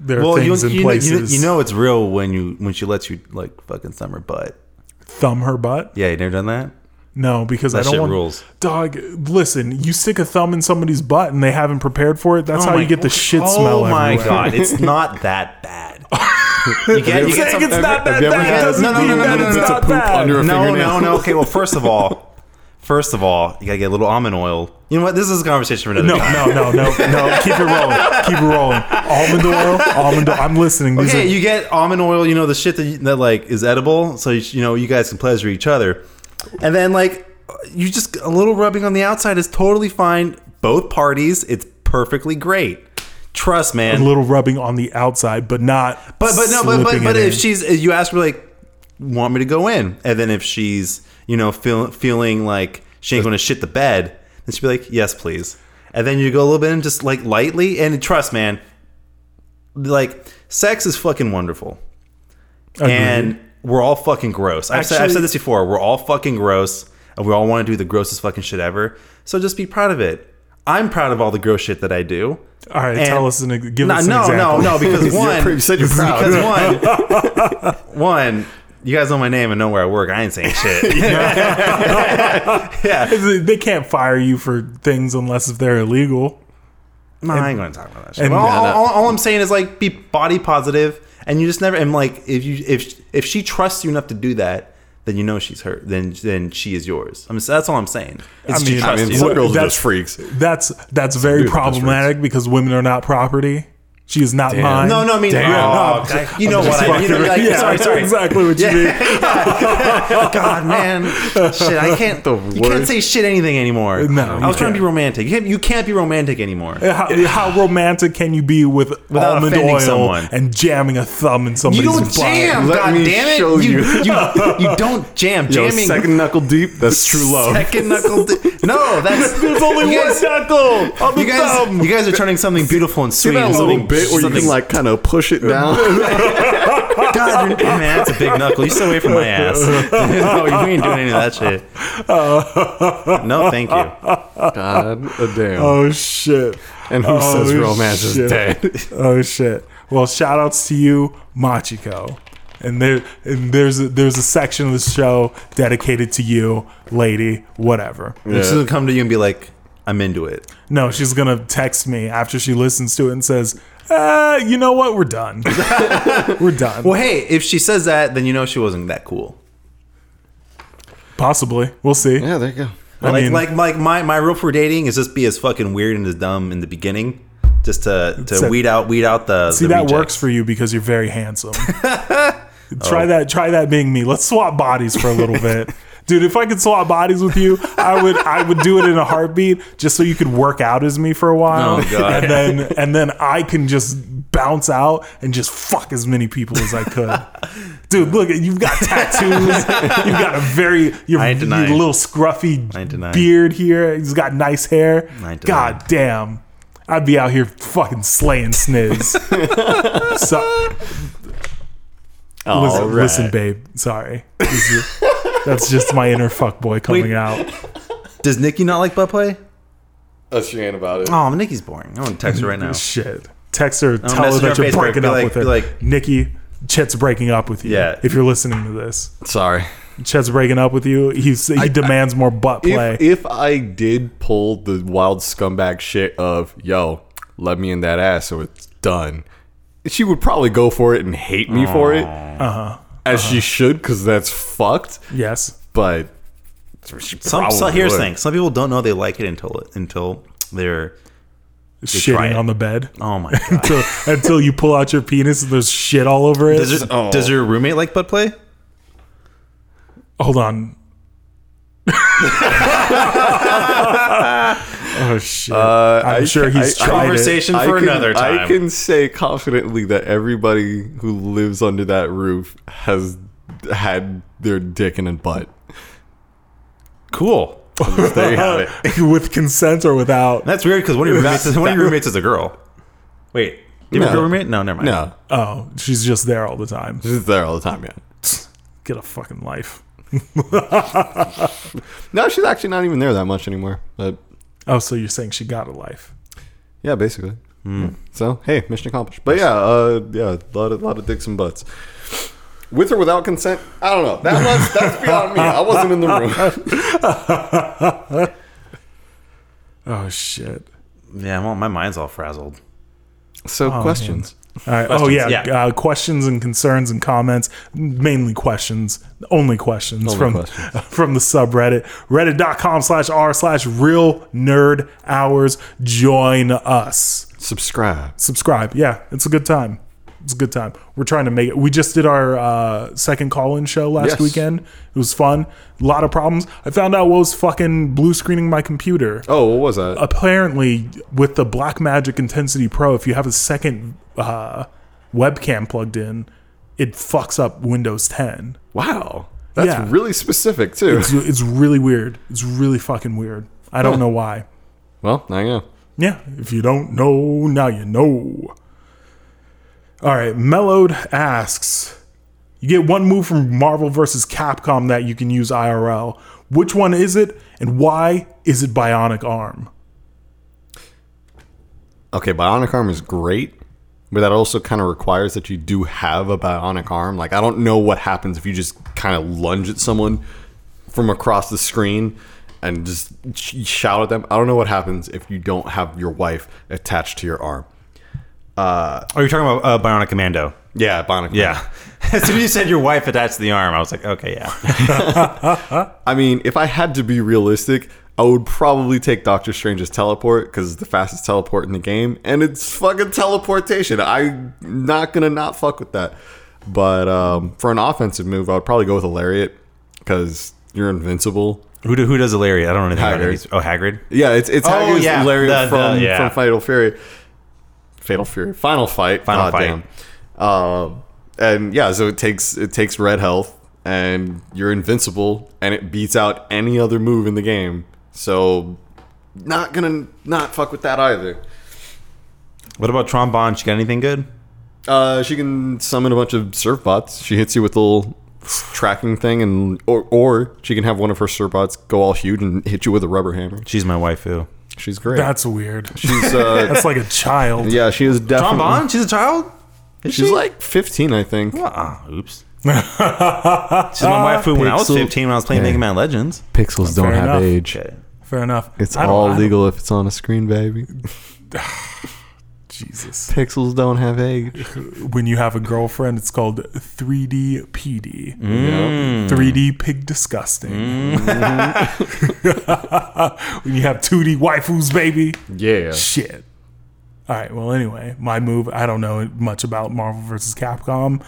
Speaker 1: there are
Speaker 3: Well, you,
Speaker 1: things in
Speaker 3: you, know, you,
Speaker 1: places.
Speaker 3: you know it's real when you when she lets you like fucking thumb her butt.
Speaker 1: thumb her butt.
Speaker 3: Yeah, you never done that.
Speaker 1: No, because I
Speaker 3: That
Speaker 1: don't
Speaker 3: shit
Speaker 1: want
Speaker 3: rules.
Speaker 1: dog. Listen, you stick a thumb in somebody's butt and they haven't prepared for it. That's
Speaker 3: Oh
Speaker 1: how
Speaker 3: my-
Speaker 1: you get the shit smell.
Speaker 3: Oh my
Speaker 1: everywhere.
Speaker 3: god, it's not that bad. You get, you
Speaker 1: Saying
Speaker 3: get some,
Speaker 1: it's not that
Speaker 2: have you ever
Speaker 1: bad
Speaker 2: had-
Speaker 1: doesn't
Speaker 3: no, no,
Speaker 1: mean
Speaker 3: no, no,
Speaker 1: that
Speaker 3: no,
Speaker 1: it's
Speaker 3: no, it's a
Speaker 1: not
Speaker 2: poop
Speaker 1: bad.
Speaker 2: under a-
Speaker 3: no,
Speaker 2: fingernail.
Speaker 3: no, no. Okay, well, first of all, first of all, you gotta get a little almond oil. You know what? This is a conversation for another
Speaker 1: no,
Speaker 3: time.
Speaker 1: no, no, no, no. Keep it rolling. Keep it rolling. Almond oil. Almond oil. I'm listening. These
Speaker 3: Okay,
Speaker 1: are-
Speaker 3: you get almond oil, you know the shit that, you- that like is edible, so you, sh- you know you guys can pleasure each other, and then like you just a little rubbing on the outside is totally fine. Both parties, it's perfectly great. Trust, man.
Speaker 1: a little rubbing on the outside, but not.
Speaker 3: But but no, but but,
Speaker 1: slipping
Speaker 3: but
Speaker 1: it
Speaker 3: if
Speaker 1: in.
Speaker 3: she's if you ask her like, want me to go in, and then if she's you know feel, feeling like she ain't going to shit the bed, then she'd be like, yes, please. And then you go a little bit in, just like lightly, and trust, man, like sex is fucking wonderful, and we're all fucking gross. I've, said, I've
Speaker 1: Actually-
Speaker 3: said this before. We're all fucking gross, and we all want to do the grossest fucking shit ever. So just be proud of it. I'm proud of all the gross shit that I do.
Speaker 1: all right,
Speaker 3: and-
Speaker 1: tell us an ex- give
Speaker 3: No,
Speaker 1: us an
Speaker 3: no,
Speaker 1: example.
Speaker 3: no, no, because one,
Speaker 2: You said you're proud.
Speaker 3: because one, one, you guys know my name and know where I work. I ain't saying shit. yeah,
Speaker 1: They- They can't fire you for things unless if they're illegal.
Speaker 3: no, I ain't going to talk about that shit.
Speaker 1: and-
Speaker 3: Well, all,
Speaker 1: No,
Speaker 3: all- all I'm saying is like be body positive, and you just never. And like if you if if she trusts you enough to do that, then you know she's her. Then then she is yours. I'm that's all I'm saying. It's
Speaker 1: I
Speaker 3: she
Speaker 1: mean,
Speaker 3: trusts
Speaker 2: I mean,
Speaker 3: you.
Speaker 2: some
Speaker 1: Well,
Speaker 2: girls are
Speaker 1: that's-
Speaker 2: just freaks.
Speaker 1: That's that's very
Speaker 2: Dude, that's
Speaker 1: problematic because women are not property. She is not mine.
Speaker 3: No, no, I mean,
Speaker 1: Damn.
Speaker 3: oh,
Speaker 1: No,
Speaker 3: I- you know what I mean. You know, like,
Speaker 1: yeah,
Speaker 3: sorry,
Speaker 1: I know
Speaker 3: sorry.
Speaker 1: exactly what you
Speaker 3: God, man, shit, I can't.
Speaker 6: The
Speaker 3: You can't
Speaker 6: worst.
Speaker 3: say shit anything anymore.
Speaker 1: No,
Speaker 3: I
Speaker 1: you
Speaker 3: was
Speaker 1: can't.
Speaker 3: trying to be romantic. You can't, you can't be romantic anymore.
Speaker 1: mean. How, how romantic can you be with
Speaker 3: Without
Speaker 1: almond
Speaker 3: offending
Speaker 1: oil
Speaker 3: someone.
Speaker 1: and jamming a thumb in
Speaker 3: You
Speaker 1: somebody's
Speaker 3: don't
Speaker 1: butt?
Speaker 3: jam.
Speaker 2: Let
Speaker 3: God
Speaker 2: me
Speaker 3: damn it!
Speaker 2: show
Speaker 3: you,
Speaker 2: you.
Speaker 3: you you don't jam.
Speaker 2: Yo,
Speaker 3: Jamming.
Speaker 2: second knuckle deep. That's true love.
Speaker 3: Second knuckle. Di- no, that's
Speaker 1: There's only
Speaker 3: you
Speaker 1: one
Speaker 3: guys,
Speaker 1: knuckle on the
Speaker 3: you guys,
Speaker 1: thumb.
Speaker 3: you guys are turning something beautiful and sweet.
Speaker 2: See that
Speaker 3: into
Speaker 2: little
Speaker 3: something-
Speaker 2: bit where you can
Speaker 3: something-
Speaker 2: like kind of push it down.
Speaker 3: God, you're- man, that's a big knuckle. You stay away from my ass. no, you ain't doing any of that shit. No, thank you.
Speaker 2: God damn.
Speaker 1: oh shit.
Speaker 2: and who
Speaker 1: oh,
Speaker 2: says romance
Speaker 1: shit.
Speaker 2: is dead?
Speaker 1: oh shit. Well, shout outs to you, Machiko. And there and there's a, there's a section of the show dedicated to you, lady, whatever.
Speaker 3: She's gonna come to you and be like, "I'm into it."
Speaker 1: No, she's going to text me after she listens to it and says, "Uh, you know what? We're done. We're done."
Speaker 3: Well, hey, if she says that, then you know she wasn't that cool.
Speaker 1: Possibly. We'll see.
Speaker 2: Yeah, there you go.
Speaker 1: I
Speaker 3: like,
Speaker 1: mean-
Speaker 3: like, like my my rule for dating is just be as fucking weird and as dumb in the beginning, just to to
Speaker 1: Except-
Speaker 3: weed out weed out the.
Speaker 1: See
Speaker 3: the
Speaker 1: that
Speaker 3: rejects.
Speaker 1: works for you because you're very handsome.
Speaker 3: Oh.
Speaker 1: try that. Try that being me. Let's swap bodies for a little bit, dude. If I could swap bodies with you, I would. I would do it in a heartbeat, just so you could work out as me for a while,
Speaker 3: Oh, God.
Speaker 1: and then and then I can just bounce out and just fuck as many people as I could. Dude, look, you've got tattoos. You've got a very you're,
Speaker 3: ain't
Speaker 1: you're
Speaker 3: denying.
Speaker 1: a little scruffy
Speaker 3: ain't denying.
Speaker 1: beard here. He's got nice hair.
Speaker 3: ain't denying.
Speaker 1: God damn. I'd be out here fucking slaying sniz. so, listen, listen, babe. Sorry. This is- that's just my inner fuckboy coming out.
Speaker 3: Does Nikki not like butt play?
Speaker 2: Let's rant about it.
Speaker 3: Oh, Nikki's boring. I'm gonna text her right now.
Speaker 1: Shit. Text her, tell her
Speaker 3: message
Speaker 1: that
Speaker 3: her
Speaker 1: you're
Speaker 3: on Facebook,
Speaker 1: breaking
Speaker 3: be
Speaker 1: up
Speaker 3: like-
Speaker 1: with her.
Speaker 3: be like-
Speaker 1: Nikki, Chet's breaking up with you.
Speaker 3: Yeah.
Speaker 1: If you're listening to this,
Speaker 2: Sorry.
Speaker 1: Chet's breaking up with you. He's, he demands more butt play.
Speaker 2: If, if I did pull the wild scumbag shit of yo, let me in that ass so it's done, she would probably go for it and hate me for it, uh-huh. as she should, because that's fucked.
Speaker 1: yes.
Speaker 2: But
Speaker 3: Some so
Speaker 2: Probably
Speaker 3: here's the
Speaker 2: would.
Speaker 3: thing. Some people don't know they like it until until they're. try
Speaker 1: Shitting
Speaker 3: it.
Speaker 1: on the bed.
Speaker 3: Oh my god.
Speaker 1: until, until you pull out your penis and there's shit all over it.
Speaker 3: Does your, does your roommate like butt play?
Speaker 1: Hold on. oh shit! I'm
Speaker 2: I-
Speaker 1: sure he's
Speaker 2: I- I-
Speaker 1: tried
Speaker 3: Conversation.
Speaker 1: it.
Speaker 3: Conversation for another
Speaker 2: I
Speaker 3: time.
Speaker 2: can say confidently that everybody who lives under that roof has had their dick in a butt.
Speaker 3: Cool.
Speaker 2: There you have it.
Speaker 1: with consent or without.
Speaker 3: That's weird because one of your roommates is, one of
Speaker 2: that-
Speaker 3: your roommates is a girl. Wait, you have a
Speaker 2: No.
Speaker 3: girl roommate? No, never mind.
Speaker 2: No,
Speaker 1: Oh, she's just there all the time.
Speaker 2: she's there all the time. Yeah.
Speaker 1: Get a fucking life.
Speaker 2: No, she's actually not even there that much anymore. But
Speaker 1: Oh, so you're saying she got a life?
Speaker 2: yeah, basically. So hey, mission accomplished. Hmm. But yeah, uh, yeah, a lot of lot of dicks and butts. With or without consent, I don't know. That was that's beyond me. I wasn't in the room.
Speaker 1: Oh shit!
Speaker 3: Yeah, well, my mind's all frazzled.
Speaker 2: So questions.
Speaker 1: All right. Oh yeah,
Speaker 3: Questions,
Speaker 1: Uh, questions and concerns and comments, mainly questions, only questions from
Speaker 2: questions.
Speaker 1: from the subreddit, reddit.com slash r slash real nerd hours. Join us.
Speaker 2: Subscribe.
Speaker 1: Subscribe. Yeah, it's a good time. It's a good time. We're trying to make it. We just did our uh, second call-in show last
Speaker 2: Yes.
Speaker 1: weekend. It was fun. A lot of problems. I found out what was fucking blue screening my computer
Speaker 2: Oh, what was
Speaker 1: Uh,
Speaker 2: that?
Speaker 1: apparently with the Blackmagic Intensity Pro, if you have a second uh, webcam plugged in, it fucks up Windows 10.
Speaker 2: wow, that's
Speaker 1: Yeah.
Speaker 2: really specific too.
Speaker 1: It's, it's really weird. It's really fucking weird. I don't know why.
Speaker 2: Well, there you go.
Speaker 1: Yeah, if you don't know, now you know. All right, Mellowed asks, you get one move from Marvel versus Capcom that you can use IRL. Which one is it, and why is it Bionic Arm?
Speaker 2: Okay, bionic arm is great, but that also kind of requires that you do have a bionic arm. Like I don't know what happens if you just kind of lunge at someone from across the screen and just sh- shout at them. I don't know what happens if you don't have your wife attached to your arm.
Speaker 3: Oh, you're talking about uh, Bionic Commando.
Speaker 2: Yeah, bionic. Arm.
Speaker 3: Yeah. as soon as you said your wife attached to the arm, I was like, okay, yeah.
Speaker 2: I mean, if I had to be realistic, I would probably take Doctor Strange's teleport because it's the fastest teleport in the game, and it's fucking teleportation. I'm not gonna not fuck with that. But um, for an offensive move, I would probably go with a lariat because you're invincible.
Speaker 3: Who, do, who does Illyria? I don't know anything about
Speaker 2: Hagrid.
Speaker 3: these. Oh, Hagrid.
Speaker 2: Yeah, it's it's Hagrid's
Speaker 3: Oh, yeah.
Speaker 2: lariat
Speaker 3: The-
Speaker 2: from,
Speaker 3: the- yeah.
Speaker 2: from Fatal Fury. Fatal Fury. Final fight.
Speaker 3: Final
Speaker 2: God
Speaker 3: Fight.
Speaker 2: damn. Um, and yeah, so it takes it takes red health, and you're invincible, and it beats out any other move in the game. So not gonna not fuck with that either.
Speaker 3: What about Trombone? She got anything good?
Speaker 2: Uh, she can summon a bunch of surf bots. She hits you with a little tracking thing, and or or she can have one of her surf bots go all huge and hit you with a rubber hammer.
Speaker 3: She's my waifu.
Speaker 2: She's great.
Speaker 1: That's weird.
Speaker 2: She's uh,
Speaker 1: That's like a child.
Speaker 2: yeah, she is definitely.
Speaker 3: Trombone? She's a child? Is
Speaker 2: She's
Speaker 3: she?
Speaker 2: like 15, I think.
Speaker 3: Uh-uh. Oops. She's my waifu when I was
Speaker 2: Pixel-
Speaker 3: 15 when I was playing Mega Man Legends.
Speaker 2: Pixels don't
Speaker 1: Fair enough.
Speaker 2: age.
Speaker 1: Fair enough.
Speaker 2: It's
Speaker 1: I don't- I
Speaker 2: all
Speaker 1: don't-
Speaker 2: legal if it's on a screen, baby.
Speaker 1: Jesus.
Speaker 2: Pixels don't have age.
Speaker 1: When you have a girlfriend, it's called 3D PD.
Speaker 2: Hmm. Mm.
Speaker 1: 3D Pig Disgusting. when you have 2D waifus, baby.
Speaker 2: Mm. Yeah.
Speaker 1: Shit. All right. Well, anyway, my move. I don't know much about Marvel versus Capcom,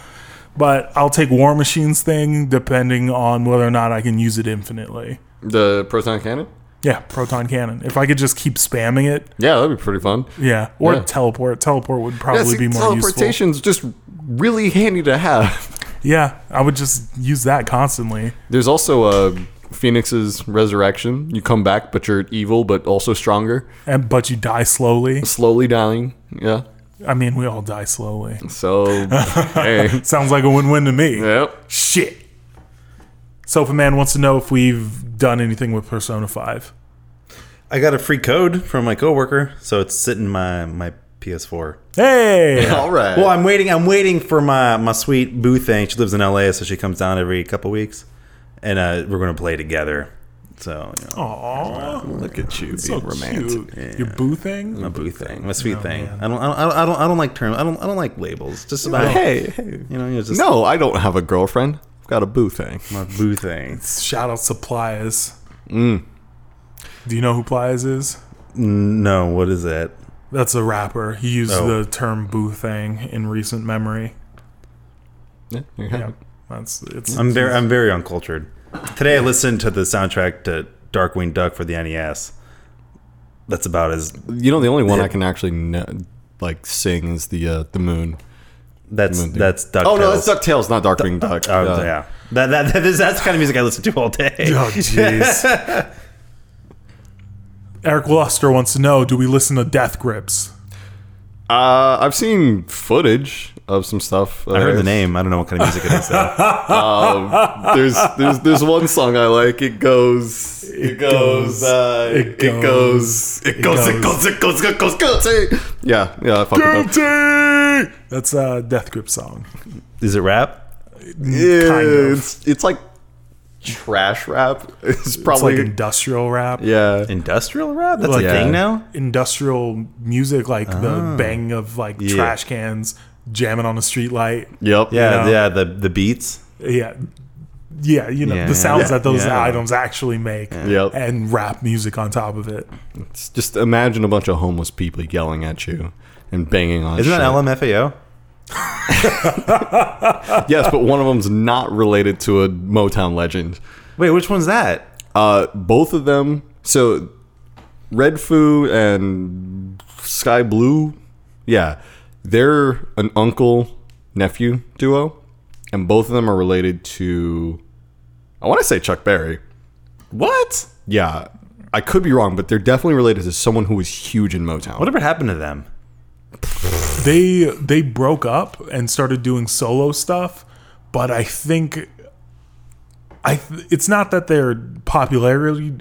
Speaker 1: but I'll take War Machine's thing depending on whether or not I can use it infinitely.
Speaker 2: The proton cannon?
Speaker 1: Yeah, proton cannon. If I could just keep spamming it,
Speaker 2: Yeah, that'd be pretty fun.
Speaker 1: yeah, or
Speaker 2: Yeah.
Speaker 1: teleport. Teleport would
Speaker 2: Yeah,
Speaker 1: probably
Speaker 2: see,
Speaker 1: be more useful.
Speaker 2: teleportation's just really handy to have.
Speaker 1: Yeah, I would just use that constantly.
Speaker 2: There's also uh, Phoenix's resurrection. You come back, but you're evil, but also stronger.
Speaker 1: And but you die slowly.
Speaker 2: Slowly dying. Yeah.
Speaker 1: I mean, we all die slowly.
Speaker 2: So, hey.
Speaker 1: Sounds like a win-win to me.
Speaker 2: Yep.
Speaker 1: Shit. Sofa Man wants to know if we've done anything with Persona Five.
Speaker 3: I got a free code from my coworker, so it's sitting in my, my PS4.
Speaker 1: Hey.
Speaker 2: All right.
Speaker 3: Well, I'm waiting. I'm waiting for my my sweet boo thing. She lives in LA, so she comes down every couple weeks, and uh, we're gonna play together. So, you know,
Speaker 1: Aww,
Speaker 2: Look at you.
Speaker 1: so cute. Your boo thing.
Speaker 3: my boo thing, my sweet thing. I don't, I don't, I don't, I don't like terms. I don't, I don't like labels. Just about
Speaker 2: Hey, hey.
Speaker 3: you know, you know, just
Speaker 2: No, I don't have a girlfriend. I've got a boo thing.
Speaker 3: my boo thing.
Speaker 1: Shout out to Pliers.
Speaker 3: Mm.
Speaker 1: Do you know who Pliers is?
Speaker 3: No, what is that?
Speaker 1: That's a rapper. He used
Speaker 3: Oh.
Speaker 1: the term boo thing in recent memory.
Speaker 2: Yeah, you have
Speaker 1: Yeah,
Speaker 2: it.
Speaker 1: that's it's.
Speaker 3: I'm very, I'm very uncultured. Today, I listened to the soundtrack to Darkwing Duck for the NES. That's about as.
Speaker 2: You know, the only one I can actually kn- like sing is the uh, the moon.
Speaker 3: That's
Speaker 2: Moon thing.
Speaker 3: that's Duck.
Speaker 2: Oh no, that's Ducktales, not Darkwing Duck.
Speaker 3: Oh, yeah. That, that, that is, that's the kind of music I listen to all day.
Speaker 1: oh jeez. Eric Luster wants to know: Do we listen to Death Grips?
Speaker 2: Uh, I've seen footage of some stuff. Uh,
Speaker 3: I heard the name. I don't know what kind of music it is. Though.
Speaker 2: There's there's there's one song I like. It goes. It goes. uh,
Speaker 1: it
Speaker 2: It goes. It goes. It goes. It goes. It goes. Guilty. Yeah. Yeah. I fuck with them.
Speaker 1: Guilty. That's a Death Grip song.
Speaker 3: Is it rap?
Speaker 1: kind
Speaker 2: Yeah,
Speaker 1: of.
Speaker 2: It's it's like trash rap. It's
Speaker 1: It's
Speaker 3: Oh,
Speaker 1: like
Speaker 2: probably
Speaker 1: industrial rap.
Speaker 2: yeah.
Speaker 3: Industrial rap? That's
Speaker 1: Like,
Speaker 3: a
Speaker 1: yeah.
Speaker 3: thing now.
Speaker 1: industrial music, like the
Speaker 3: Ah.
Speaker 1: bang of like trash cans jamming on a street light.
Speaker 2: Yep.
Speaker 3: Yeah,
Speaker 1: know?
Speaker 3: yeah. The the beats.
Speaker 1: Yeah. Yeah, you know,
Speaker 3: Yeah,
Speaker 1: the sounds
Speaker 3: yeah,
Speaker 1: that those
Speaker 3: yeah.
Speaker 1: items actually make
Speaker 2: Yep.
Speaker 1: and rap music on top of it.
Speaker 2: It's just imagine a bunch of homeless people yelling at you and banging on.
Speaker 3: Isn't
Speaker 2: shit.
Speaker 3: that LMFAO?
Speaker 2: Yes, but one of them's not related to a Motown legend.
Speaker 3: Wait, which one's that?
Speaker 2: Uh, both of them. So, Red Foo and Sky Blue. Yeah, they're an uncle nephew duo, and both of them are related to. I want to say Chuck Berry.
Speaker 3: What?
Speaker 2: Yeah, I could be wrong, but they're definitely related to someone who was huge in Motown.
Speaker 3: Whatever happened to them?
Speaker 1: They they broke up and started doing solo stuff, but I think I th- it's not that their popularity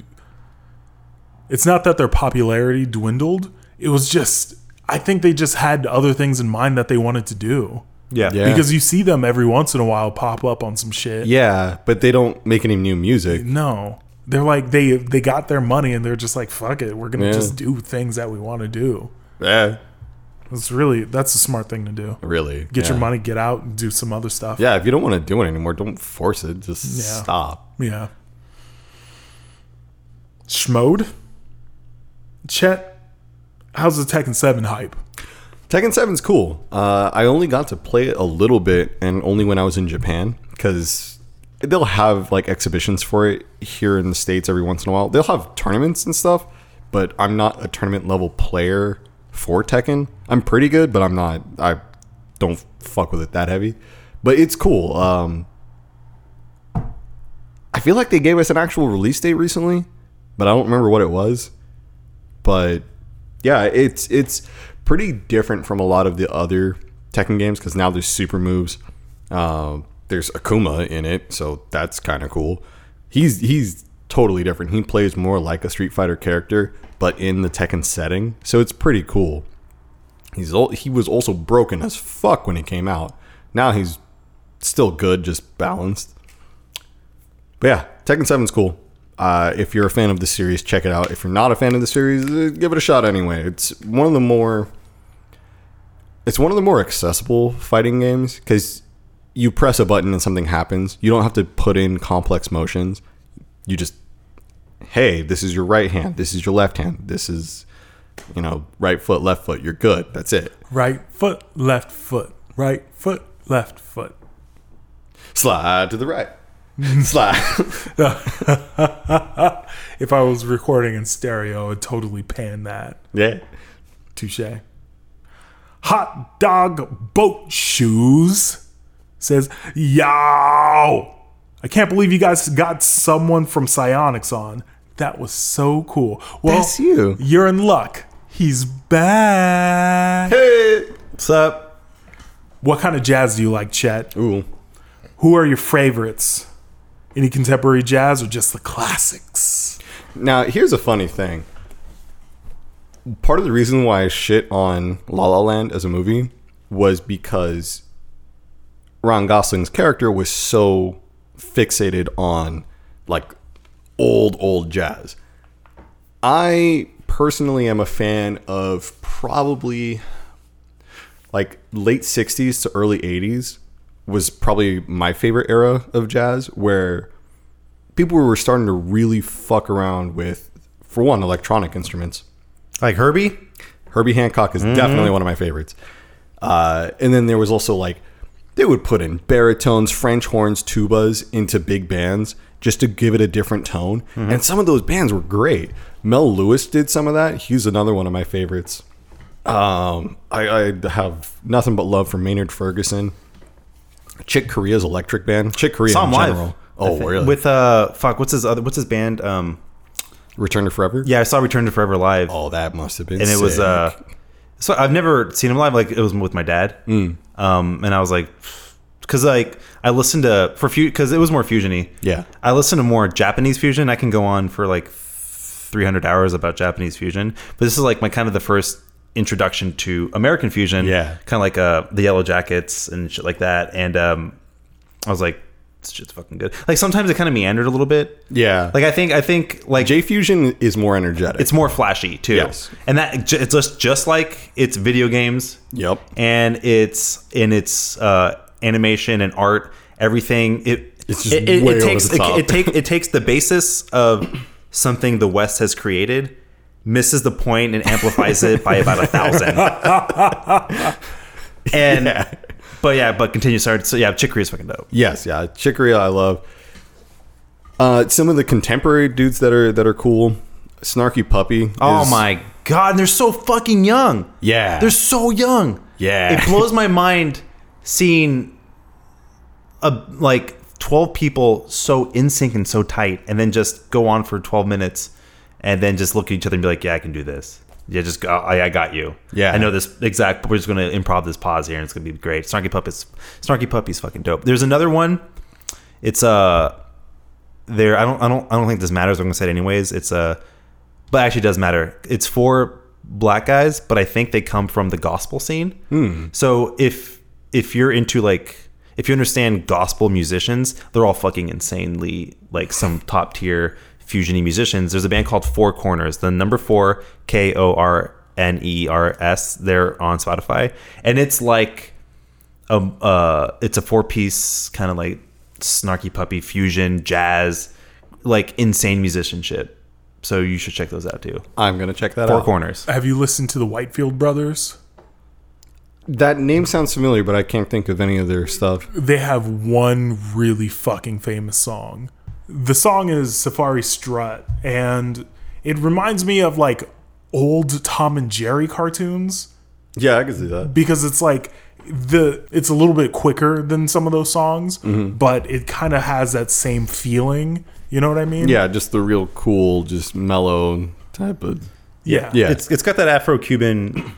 Speaker 1: it's not that their popularity dwindled. It was just I think they just had other things in mind that they wanted to do.
Speaker 3: Yeah.
Speaker 2: Yeah.
Speaker 1: Because you see them every once in a while pop up on some shit.
Speaker 2: yeah, but they don't make any new music.
Speaker 1: No. They're like they they got their money and they're just like fuck it, we're gonna
Speaker 2: Yeah.
Speaker 1: just do things that we want to do.
Speaker 2: Yeah,
Speaker 1: It's really that's a smart thing to do.
Speaker 2: really.
Speaker 1: Get your
Speaker 2: yeah.
Speaker 1: money, get out, and do some other stuff.
Speaker 2: Yeah, if you don't want to do it anymore, don't force it. Just
Speaker 1: Yeah.
Speaker 2: stop.
Speaker 1: Yeah. Schmode? Chet, how's the Tekken 7 hype?
Speaker 2: Tekken 7's cool. Uh, I only got to play it a little bit and only when I was in Japan because they'll have like exhibitions for it here in the States every once in a while. They'll have tournaments and stuff, but I'm not a tournament level player for Tekken. I'm pretty good, but I'm not, I don't fuck with it that heavy. But it's cool. Um, I feel like they gave us an actual release date recently, but I don't remember what it was. But yeah, it's it's pretty different from a lot of the other Tekken games because now there's super moves. Uh, there's Akuma in it, so that's kind of cool. He's he's totally different. He plays more like a Street Fighter character, but in the Tekken setting, so it's pretty cool. He's al- he was also broken as fuck when he came out. Now he's still good, just balanced. But yeah, Tekken 7's cool. Uh, if you're a fan of the series, check it out. If you're not a fan of the series, eh, give it a shot anyway. It's one of the more it's one of the more accessible fighting games because you press a button and something happens. You don't have to put in complex motions. You just hey, this is your right hand, this is your left hand, this is you know right foot, left foot. You're good. That's it.
Speaker 1: Right foot, left foot, right foot, left foot.
Speaker 2: Slide to the right. Slide.
Speaker 1: If I was recording in stereo, I'd totally pan that.
Speaker 2: yeah.
Speaker 1: Touche. Hot dog boat shoes says, Yow! I can't believe you guys got someone from Psionics on. That was so cool. Well,
Speaker 2: That's you.
Speaker 1: You're in luck. He's back.
Speaker 3: What's up?
Speaker 1: What kind of jazz do you like, Chet?
Speaker 2: Ooh.
Speaker 1: Who are your favorites? Any contemporary jazz or just the classics?
Speaker 2: Now, here's a funny thing. Part of the reason why I shit on La La Land as a movie was because Ron Gosling's character was so fixated on like old old jazz. I personally am a fan of probably like late 60s to early 80s was probably my favorite era of jazz where people were starting to really fuck around with, for one, electronic instruments.
Speaker 3: Like Herbie?
Speaker 2: Herbie Hancock
Speaker 3: Mm-hmm.
Speaker 2: is definitely one of my favorites. Uh, and then there was also like they would put in baritones, French horns, tubas into big bands just to give it a different tone.
Speaker 3: Mm-hmm.
Speaker 2: And some of those bands were great. Mel Lewis did some of that. He's another one of my favorites. Um, I, I have nothing but love for Maynard Ferguson. Chick Corea's electric band. Chick Corea
Speaker 3: Saw him
Speaker 2: in
Speaker 3: live.
Speaker 2: general.
Speaker 3: I
Speaker 2: Oh,
Speaker 3: think.
Speaker 2: really? With
Speaker 3: With uh, fuck, what's his other? What's his band? Um,
Speaker 2: Return to Forever.
Speaker 3: yeah, I saw Return to Forever live,
Speaker 2: Oh, that must have been.
Speaker 3: and it was
Speaker 2: sick.
Speaker 3: uh, so I've never seen him live. Like it was with my dad, mm. um, and I was like, because like I listened to for few because it was more fusiony.
Speaker 2: Yeah.
Speaker 3: I listened to more Japanese fusion. I can go on for like three hundred hours about Japanese fusion, but this is like my kind of the first introduction to American fusion.
Speaker 2: Yeah.
Speaker 3: kind of like uh, the Yellow Jackets and shit like that, and um, I was like. This shit's fucking good. Like sometimes it kind of meandered a little bit.
Speaker 2: Yeah.
Speaker 3: Like I think I think like
Speaker 2: J Fusion is more energetic.
Speaker 3: it's more flashy too.
Speaker 2: Yes.
Speaker 3: And that j- it's just just like it's video games.
Speaker 2: Yep.
Speaker 3: And it's in its uh, animation and art, everything. It
Speaker 2: It's just
Speaker 3: it, it- it
Speaker 2: way over
Speaker 3: takes
Speaker 2: the top.
Speaker 3: it, it take- it takes the basis of something the West has created, misses the point, and amplifies it by about a thousand. and but yeah, but continue. Sorry. So yeah, Chicory is fucking dope.
Speaker 2: Yes, yeah, Chicory I love. Uh, some of the contemporary dudes that are that are cool, Snarky Puppy.
Speaker 3: Oh
Speaker 2: is-
Speaker 3: my god, and they're so fucking young.
Speaker 2: Yeah.
Speaker 3: They're so young.
Speaker 2: Yeah.
Speaker 3: It blows my mind seeing a like 12 people so in sync and so tight and then just go on for 12 minutes and then just look at each other and be like, "Yeah, I can do this." Yeah, just go, I, I got you.
Speaker 2: Yeah.
Speaker 3: I know this exact. We're just gonna improv this pause here, and it's gonna be great. Snarky puppets, snarky puppies, fucking dope. There's another one. It's uh, there. I don't. I don't. I don't think this matters. I'm gonna say it anyways. It's uh, but actually it does matter. It's for black guys, but I think they come from the gospel scene. So if if you're into like if you understand gospel musicians, they're all fucking insanely like some top tier fusiony musicians. There's a band called Four Corners, the number four K O R N E R S. They're on Spotify, and it's like a uh, it's a four piece kind of like snarky puppy fusion jazz, like insane musician shit. So you should check those out too.
Speaker 2: I'm gonna check that
Speaker 3: Four
Speaker 2: out.
Speaker 3: Corners.
Speaker 1: Have you listened to the Whitefield Brothers?
Speaker 2: That name sounds familiar, but I can't think of any of their stuff.
Speaker 1: They have one really fucking famous song. The song is Safari Strut, and it reminds me of like old Tom and Jerry cartoons.
Speaker 2: Yeah, I can see that.
Speaker 1: because it's like the it's a little bit quicker than some of those songs,
Speaker 2: Mm-hmm.
Speaker 1: but it kind of has that same feeling. You know what I mean?
Speaker 2: Yeah, just the real cool, just mellow type of.
Speaker 1: yeah,
Speaker 2: Yeah.
Speaker 3: It's it's got that Afro-Cuban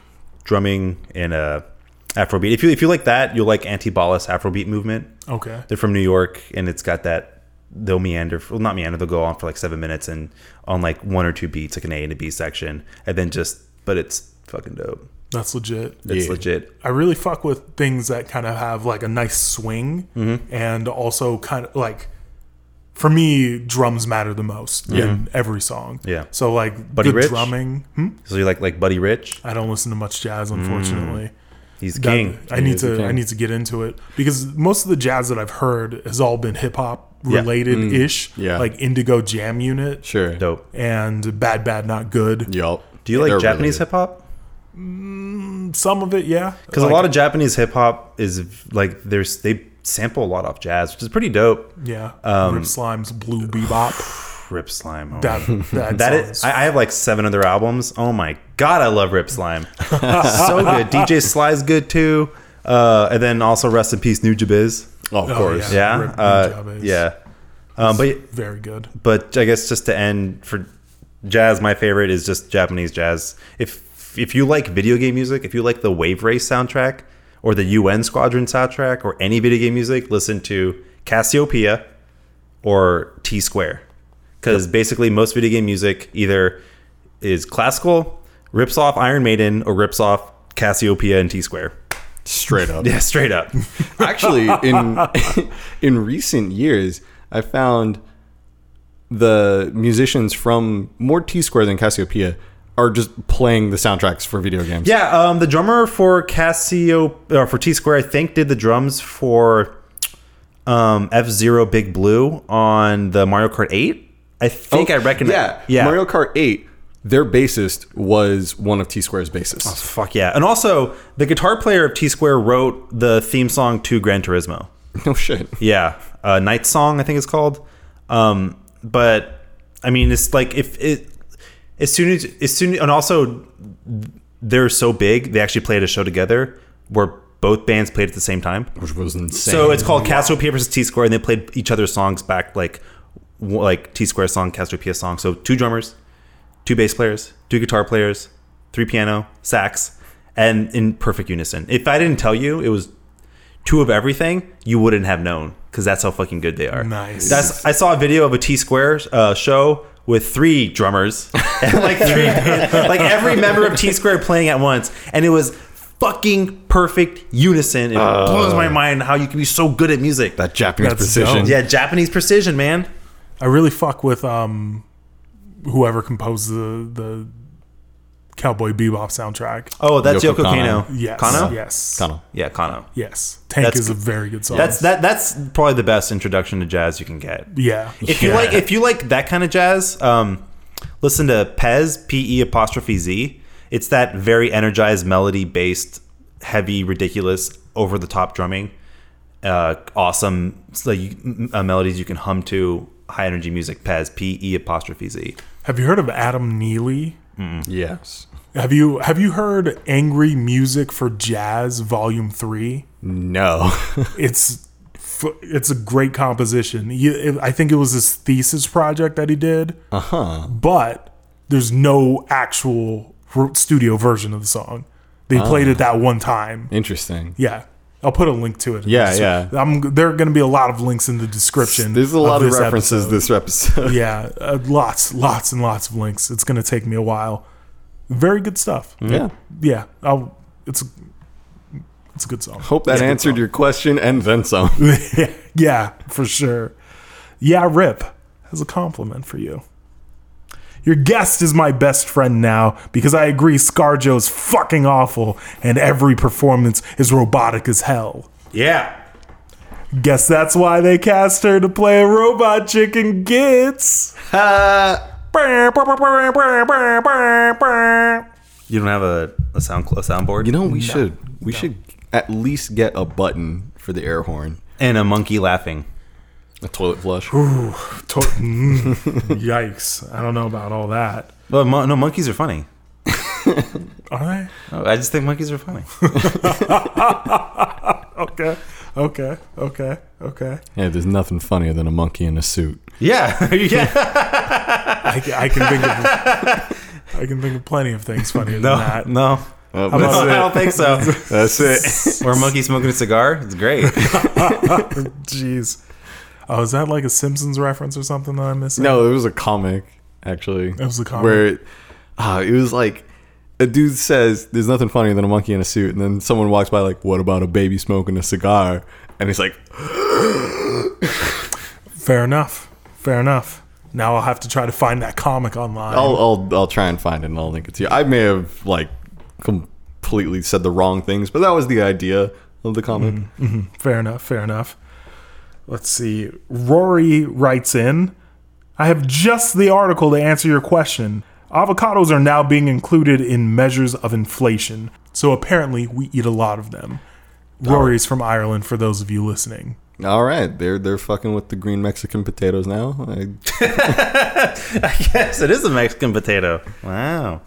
Speaker 3: drumming and uh, Afrobeat. If you if you like that, you'll like Antibalas Afrobeat movement.
Speaker 1: Okay.
Speaker 3: They're from New York, and it's got that they'll meander. Well, not meander. They'll go on for like seven minutes and on like one or two beats, like an A and a B section, and then just. But it's fucking dope.
Speaker 1: That's legit.
Speaker 3: It's legit.
Speaker 1: I really fuck with things that kind of have like a nice swing
Speaker 3: Mm-hmm.
Speaker 1: and also kind of like for me drums matter the most in every song.
Speaker 3: Mm-hmm. Yeah.
Speaker 1: So like
Speaker 3: Buddy
Speaker 1: good
Speaker 3: Rich?
Speaker 1: drumming. Hmm?
Speaker 3: So you like like Buddy Rich?
Speaker 1: I don't listen to much jazz unfortunately.
Speaker 3: He's
Speaker 1: That-
Speaker 3: Mm. king.
Speaker 1: I need
Speaker 2: is the
Speaker 1: to I
Speaker 2: king.
Speaker 1: need to get into it because most of the jazz that I've heard has all been hip hop related ish,
Speaker 3: Mm.
Speaker 2: Yeah.
Speaker 1: like Indigo Jam Unit
Speaker 2: Sure.
Speaker 3: Dope.
Speaker 1: and Bad Bad Not Good.
Speaker 2: Yup.
Speaker 3: Do you like
Speaker 2: They're
Speaker 3: Japanese
Speaker 2: really
Speaker 3: hip hop?
Speaker 1: Some of it, yeah,
Speaker 3: Because a lot of Japanese hip hop is like there's they sample a lot off jazz, which is pretty dope.
Speaker 1: yeah,
Speaker 3: Um,
Speaker 1: Rip Slimes Blue Bebop.
Speaker 3: Rip Slime. Oh
Speaker 1: That
Speaker 3: my-
Speaker 1: that,
Speaker 3: that
Speaker 1: that
Speaker 3: is. I, I have like seven other albums. Oh my god, I love Rip Slime. so good. DJ Sly's good too. Uh, and then also rest in peace, New Jabiz.
Speaker 2: good. Oh, of course.
Speaker 1: yeah.
Speaker 3: Yeah,
Speaker 1: Rip New
Speaker 3: uh,
Speaker 1: Jabiz.
Speaker 3: yeah. Um, but
Speaker 1: very good.
Speaker 3: but I guess just to end for jazz, my favorite is just Japanese jazz. If if you like video game music, if you like the Wave Race soundtrack or the UN Squadron soundtrack or any video game music, listen to Cassiopeia or T Square, because basically most video game music either is classical, rips off Iron Maiden, or rips off Cassiopeia and T Square.
Speaker 2: Straight up.
Speaker 3: Yeah, straight up.
Speaker 2: Actually, in in recent years, I found the musicians from more T Square than Cassiopeia are just playing the soundtracks for video games.
Speaker 3: Yeah, um, the drummer for Casio or for T Square, I think, did the drums for um, F Zero Big Blue on the Mario Kart Eight. I think I recognize.
Speaker 2: Yeah.
Speaker 3: yeah.
Speaker 2: Mario Kart 8, their bassist was one of T Square's bassists.
Speaker 3: Fuck yeah! And also, the guitar player of T Square wrote the theme song to Gran Turismo.
Speaker 2: No shit.
Speaker 3: Yeah, uh, Night Song, I think it's called. Um, but I mean, it's like if it as soon as as soon and also they're so big, they actually played a show together where both bands played at the same time.
Speaker 2: Which was insane.
Speaker 3: So it's called Cassiopeia versus T Square, and they played each other's songs back like w- like T Square song, Cassiopeia song. So two drummers, two bass players, two guitar players, three piano, sax, and in perfect unison. If I didn't tell you it was two of everything, you wouldn't have known because that's how fucking good they are.
Speaker 1: Nice.
Speaker 3: That's I saw a video of a T Square uh, show with three drummers and like three like every member of T Square playing at once, and it was fucking perfect unison. It blows my mind how you can be so good at music.
Speaker 2: Uh, that Japanese
Speaker 1: That's
Speaker 2: precision.
Speaker 1: dope.
Speaker 3: yeah, Japanese precision, man.
Speaker 1: I really fuck with um, whoever composed the the Cowboy Bebop soundtrack.
Speaker 3: Oh, that's
Speaker 2: Yoko
Speaker 3: Yoko Kano.
Speaker 2: Kano.
Speaker 1: Yes,
Speaker 3: Kano.
Speaker 1: yes,
Speaker 2: Kinda.
Speaker 3: Yeah, Kano.
Speaker 1: yes. Tank
Speaker 3: That's
Speaker 1: is a
Speaker 3: good.
Speaker 1: very good song.
Speaker 3: That's that. That's probably the best introduction to jazz you can get.
Speaker 1: yeah.
Speaker 3: If you like, if you like that kind of jazz, um, listen to Pez P E apostrophe Z. It's that very energized melody based, heavy, ridiculous, over the top drumming. Uh, awesome it's like you- m- uh, melodies you can hum to high energy music. Pez P E apostrophe Z.
Speaker 1: Have you heard of Adam Neely?
Speaker 2: Mm. Yes.
Speaker 1: Have you have you heard Angry Music for Jazz Volume 3?
Speaker 2: No.
Speaker 1: It's f- it's a great composition. You, it, I think it was his thesis project that he did. Uh-huh. But there's no actual r- studio version of the song. They played
Speaker 2: Ah.
Speaker 1: it that one time.
Speaker 2: Interesting.
Speaker 1: Yeah. I'll put a link to it. in the
Speaker 2: Yeah,
Speaker 1: descri-
Speaker 2: yeah.
Speaker 1: I'm, there are going to be a lot of links in the description.
Speaker 2: There's a lot of,
Speaker 1: this
Speaker 2: references
Speaker 1: episode.
Speaker 2: this episode.
Speaker 1: yeah, uh, lots, lots, and lots of links. It's going to take me a while. Very good stuff.
Speaker 2: yeah.
Speaker 1: Yeah, I'll, it's a, it's a good song.
Speaker 2: Hope that
Speaker 1: It's a good
Speaker 2: answered
Speaker 1: song.
Speaker 2: your question and then some.
Speaker 1: yeah, for sure. Yeah, Rip has a compliment for you. Your guest is my best friend now because I agree Scarjo's fucking awful and every performance is robotic as hell.
Speaker 3: Yeah.
Speaker 1: Guess that's why they cast her to play a robot chicken gits.
Speaker 2: Uh,
Speaker 3: You don't have a, a sound a soundboard
Speaker 2: You know, we should we should at least get a button for the air horn,
Speaker 3: and a monkey laughing.
Speaker 2: a toilet flush.
Speaker 1: To- mm, yikes! I don't know about all that.
Speaker 3: Well, mon- no, monkeys are funny.
Speaker 1: All right.
Speaker 3: No, Oh, I just think monkeys are funny.
Speaker 1: Okay. Okay. Okay. Okay.
Speaker 2: Yeah, there's nothing funnier than a monkey in a suit.
Speaker 3: yeah, yeah.
Speaker 1: I, ca- I can think of. I can think of plenty of things funnier
Speaker 3: No,
Speaker 1: than that.
Speaker 3: no,
Speaker 2: Oh,
Speaker 3: no,
Speaker 1: about-
Speaker 2: that's,
Speaker 3: I don't think so.
Speaker 2: that's it.
Speaker 3: or a monkey smoking a cigar. It's great.
Speaker 1: Jeez. Oh, is that like a Simpsons reference or something that I'm missing?
Speaker 2: No, it was a comic actually. It
Speaker 1: was a comic?
Speaker 2: where it, ah, it was like a dude says, "There's nothing funnier than a monkey in a suit," and then someone walks by like, "What about a baby smoking a cigar?" And he's like,
Speaker 1: Fair enough. Fair enough. Now I'll have to try to find that comic online.
Speaker 2: "I'll I'll, I'll try and find it and I'll link it to you." I may have like completely said the wrong things, but that was the idea of the comic.
Speaker 1: Fair enough. Fair enough. Let's see. Rory writes in I have just the article to answer your question. Avocados are now being included in measures of inflation. So apparently, we eat a lot of them. Rory's from Ireland, for those of you listening.
Speaker 2: All right, they're they're fucking with the green Mexican potatoes now. I,
Speaker 3: yes, it is a Mexican potato. Wow.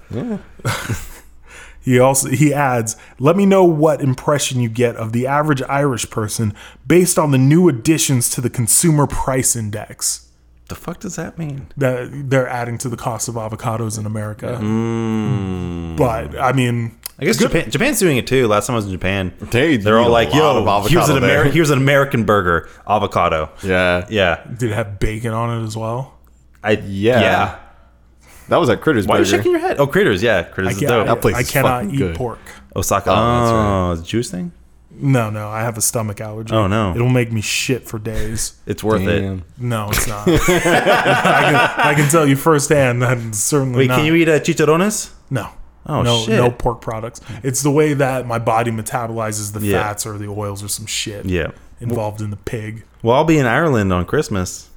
Speaker 1: He also he adds, "Let me know what impression you get of the average Irish person based on the new additions to the consumer price index."
Speaker 3: The fuck does that mean?
Speaker 1: That they're adding to the cost of avocados in America.
Speaker 2: Mm.
Speaker 1: But I mean,
Speaker 3: I guess Japan, Japan's doing it too. Last time I was in Japan,
Speaker 2: They
Speaker 3: they're all
Speaker 2: eat a
Speaker 3: like,
Speaker 2: lot of
Speaker 3: "Yo,
Speaker 2: avocado
Speaker 3: here's an
Speaker 2: there."
Speaker 3: American, here's an American burger, avocado."
Speaker 2: yeah,
Speaker 3: Yeah,
Speaker 1: did it have bacon on it as well?
Speaker 3: I
Speaker 2: Yeah.
Speaker 3: yeah.
Speaker 2: that was at Critters
Speaker 3: Why are you
Speaker 2: Burger.
Speaker 3: shaking your head? Oh, critters, yeah, critters is
Speaker 1: Yeah,
Speaker 3: dope.
Speaker 1: I,
Speaker 2: That place
Speaker 1: I
Speaker 2: is
Speaker 1: cannot
Speaker 2: fucking
Speaker 1: eat
Speaker 2: good.
Speaker 1: pork.
Speaker 3: Osaka. Oh,
Speaker 2: that's right.
Speaker 3: it's a juice thing.
Speaker 1: No, no, I have a stomach allergy.
Speaker 3: Oh, no.
Speaker 1: it'll make me shit for days.
Speaker 3: It's worth it.
Speaker 2: Damn.
Speaker 1: No, it's not. I, can, I can tell you firsthand that it's certainly.
Speaker 3: Wait,
Speaker 1: not.
Speaker 3: can you eat uh, chicharrones?
Speaker 1: No.
Speaker 3: Oh,
Speaker 1: no,
Speaker 3: shit.
Speaker 1: No pork products. It's the way that my body metabolizes the
Speaker 3: Yeah.
Speaker 1: fats or the oils or some shit
Speaker 3: Yeah.
Speaker 1: involved in the pig.
Speaker 3: Well, I'll be in Ireland on Christmas.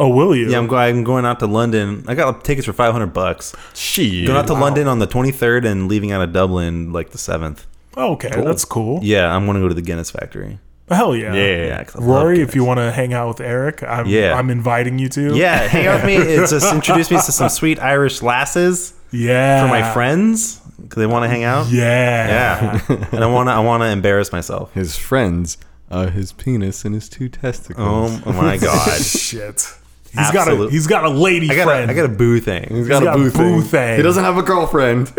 Speaker 1: Oh, will you?
Speaker 3: Yeah, I'm going. I'm going out to London. I got tickets for 500 bucks.
Speaker 2: Shit.
Speaker 3: Going out to London on the 23rd and leaving out of Dublin like the 7th.
Speaker 1: Oh, okay, that's cool.
Speaker 3: Yeah, I'm going to go to the Guinness factory.
Speaker 1: Hell yeah.
Speaker 3: Yeah, 'cause I love
Speaker 1: Rory,
Speaker 3: Guinness.
Speaker 1: if you want to hang out with Eric, I'm,
Speaker 3: Yeah.
Speaker 1: I'm inviting you to.
Speaker 3: Yeah, hang out with me. It's just introduce me to some sweet Irish lasses
Speaker 1: Yeah.
Speaker 3: for my friends. 'cause they want to hang out.
Speaker 1: Yeah.
Speaker 3: Yeah. and I want to. I want to embarrass myself.
Speaker 2: His friends are his penis and his two testicles.
Speaker 3: Oh my god.
Speaker 1: shit. He's got a
Speaker 3: Absolute-
Speaker 1: he's got a lady
Speaker 3: I got.
Speaker 1: friend.
Speaker 3: A, I got a boo thing.
Speaker 2: He's got,
Speaker 1: got
Speaker 2: a
Speaker 1: a
Speaker 2: boo,
Speaker 1: boo
Speaker 2: thing.
Speaker 1: thing.
Speaker 2: He doesn't have a girlfriend.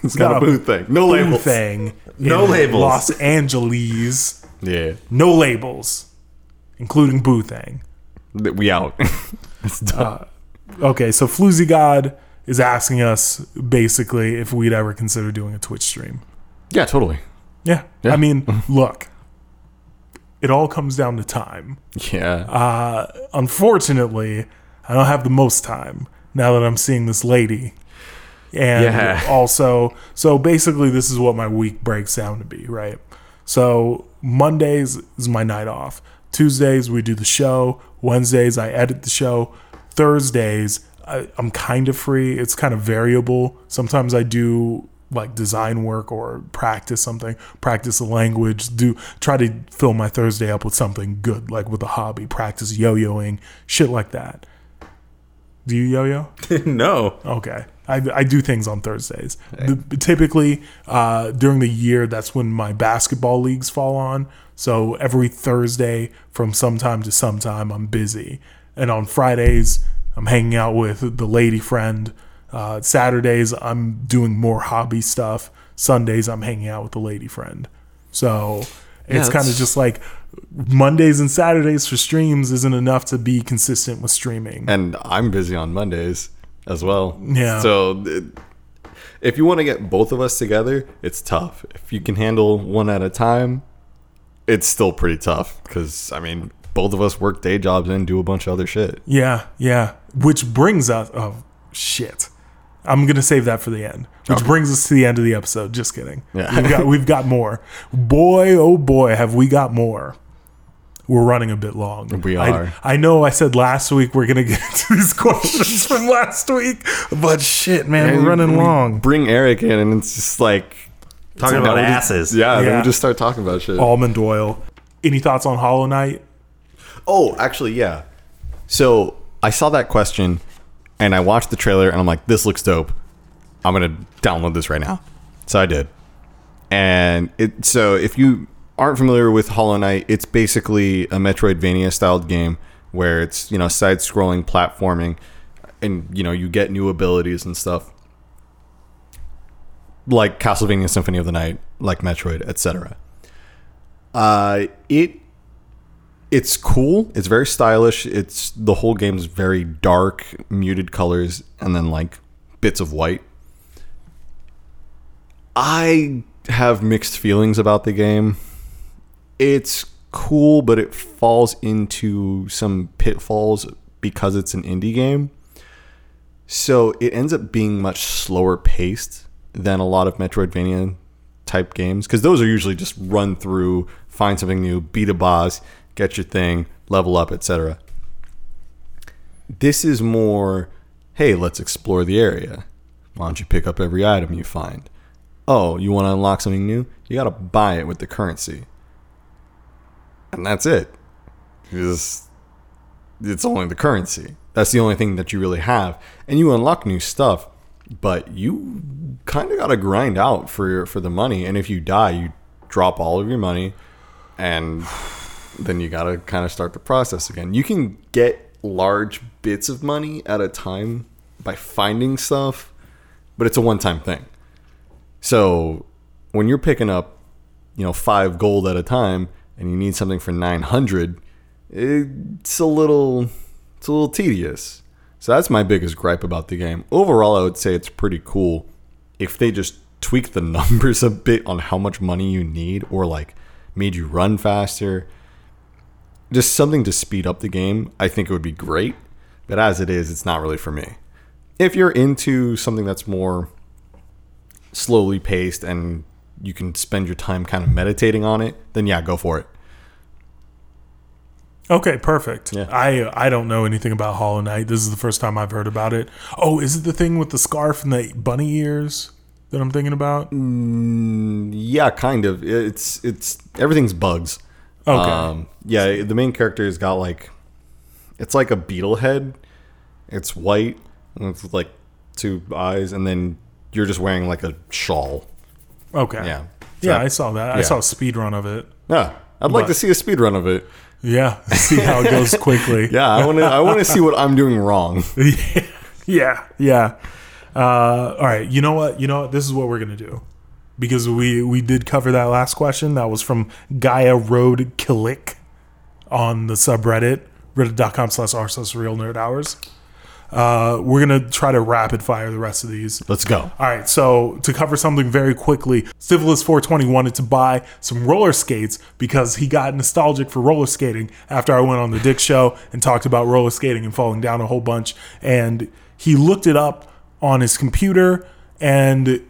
Speaker 2: He's got,
Speaker 1: got
Speaker 2: a
Speaker 1: a
Speaker 2: boo thing. No
Speaker 1: Boo
Speaker 2: labels.
Speaker 1: thing.
Speaker 3: No
Speaker 1: in
Speaker 3: labels.
Speaker 1: Los Angeles.
Speaker 2: Yeah.
Speaker 1: No labels, including Boo Thang.
Speaker 2: Th- We out. it's done.
Speaker 1: Okay, so Floozy God is asking us basically if we'd ever consider doing a Twitch stream.
Speaker 2: yeah, totally.
Speaker 1: Yeah.
Speaker 2: Yeah.
Speaker 1: I mean, look, it all comes down to time.
Speaker 2: Yeah.
Speaker 1: Unfortunately, I don't have the most time now that I'm seeing this lady. And
Speaker 2: Yeah.
Speaker 1: also, so basically, this is what my week breaks down to be, right? So Mondays is my night off. Tuesdays, we do the show. Wednesdays, I edit the show. Thursdays, I, I'm kind of free. It's kind of variable. Sometimes I do like design work or practice something, practice a language, do try to fill my Thursday up with something good, like with a hobby, practice yo yoing, shit like that. Do you yo yo?
Speaker 3: no.
Speaker 1: Okay. I, I do things on Thursdays. The, typically, uh, during the year, that's when my basketball leagues fall on. So every Thursday from sometime to sometime, I'm busy. And on Fridays, I'm hanging out with the lady friend. Uh, Saturdays, I'm doing more hobby stuff. Sundays, I'm hanging out with the lady friend. So it's kind of
Speaker 2: that's-
Speaker 1: just like Mondays and Saturdays for streams isn't enough to be consistent with streaming.
Speaker 2: and I'm busy on Mondays as well.
Speaker 1: Yeah.
Speaker 2: So it, if you want to get both of us together, it's tough. If you can handle one at a time, it's still pretty tough because, I mean, both of us work day jobs and do a bunch of other shit.
Speaker 1: Yeah, yeah. Which brings us. Oh shit! I'm gonna save that for the end. Which brings us to the end of the episode. Just kidding.
Speaker 2: Yeah.
Speaker 1: we've got we've got more. Boy, oh boy, have we got more. we're running a bit long.
Speaker 2: We
Speaker 1: I-
Speaker 2: are.
Speaker 1: I know I said last week we're gonna get into these questions from last week, but shit, man, we're running long.
Speaker 2: Bring Eric in, and it's just like
Speaker 5: Talking
Speaker 2: Yeah,
Speaker 5: about
Speaker 2: we just-
Speaker 5: asses.
Speaker 2: Yeah, then
Speaker 1: Yeah.
Speaker 2: we just start talking about shit.
Speaker 1: Almond oil. Any thoughts on Hollow Knight?
Speaker 2: Oh, actually, yeah. So I saw that question, and I watched the trailer, and I'm like, "This looks dope. I'm gonna download this right now." So I did, and it. So if you aren't familiar with Hollow Knight, it's basically a Metroidvania styled game where it's you know side-scrolling platforming, and you know you get new abilities and stuff, like Castlevania Symphony of the Night, like Metroid, etc. Uh, it it's cool. It's very stylish. It's the whole game's very dark, muted colors, and then like bits of white. I have mixed feelings about the game. It's cool, but it falls into some pitfalls because it's an indie game. So it ends up being much slower paced than a lot of Metroidvania type games because those are usually just run through, find something new, beat a boss, get your thing, level up, etc. This is more, hey, let's explore the area. Why don't you pick up every item you find? Oh, you want to unlock something new? You got to buy it with the currency. And that's it. Just it's only the currency. That's the only thing that you really have, and you unlock new stuff, but you kind of gotta grind out for your, for the money. And if you die, you drop all of your money, and then you gotta kind of start the process again. You can get large bits of money at a time by finding stuff, but it's a one time thing. So when you're picking up, you know, five gold at a time, and you need something for nine hundred, it's a little, it's a little tedious. So that's my biggest gripe about the game. Overall, I would say it's pretty cool if they just tweak the numbers a bit on how much money you need, or like made you run faster. Just something to speed up the game. I think it would be great, but as it is, it's not really for me. If you're into something that's more slowly paced and you can spend your time kind of meditating on it, then yeah, go for it.
Speaker 1: Okay, perfect.
Speaker 2: Yeah.
Speaker 1: I I don't know anything about Hollow Knight. This is the first time I've heard about it. Oh, is it the thing with the scarf and the bunny ears that I'm thinking about?
Speaker 2: Mm.
Speaker 1: Okay.
Speaker 2: Yeah, kind of. It's it's everything's bugs. Um, yeah, the main character's got like it's like a beetle head. It's white and it's like two eyes, and then you're just wearing like a shawl.
Speaker 1: okay.
Speaker 2: Yeah.
Speaker 1: yeah, I saw that. I
Speaker 2: yeah.
Speaker 1: saw a speed run of it.
Speaker 2: Yeah. I'd like
Speaker 1: But-
Speaker 2: to see a speedrun of it.
Speaker 1: Yeah. See how it goes quickly.
Speaker 2: Yeah, I want to. I want to see what I'm doing wrong.
Speaker 1: yeah, yeah. Uh, all right, you know what? You know what? This is what we're gonna do because we we did cover that last question. That was from Gaia Road Killick on the subreddit reddit.com slash r slash real nerd hours. Uh, we're gonna try to rapid fire the rest of these.
Speaker 2: Let's go.
Speaker 1: All right, so to cover something very quickly, Civilist 420 wanted to buy some roller skates because he got nostalgic for roller skating after I went on the Dick Show and talked about roller skating and falling down a whole bunch. And he looked it up on his computer and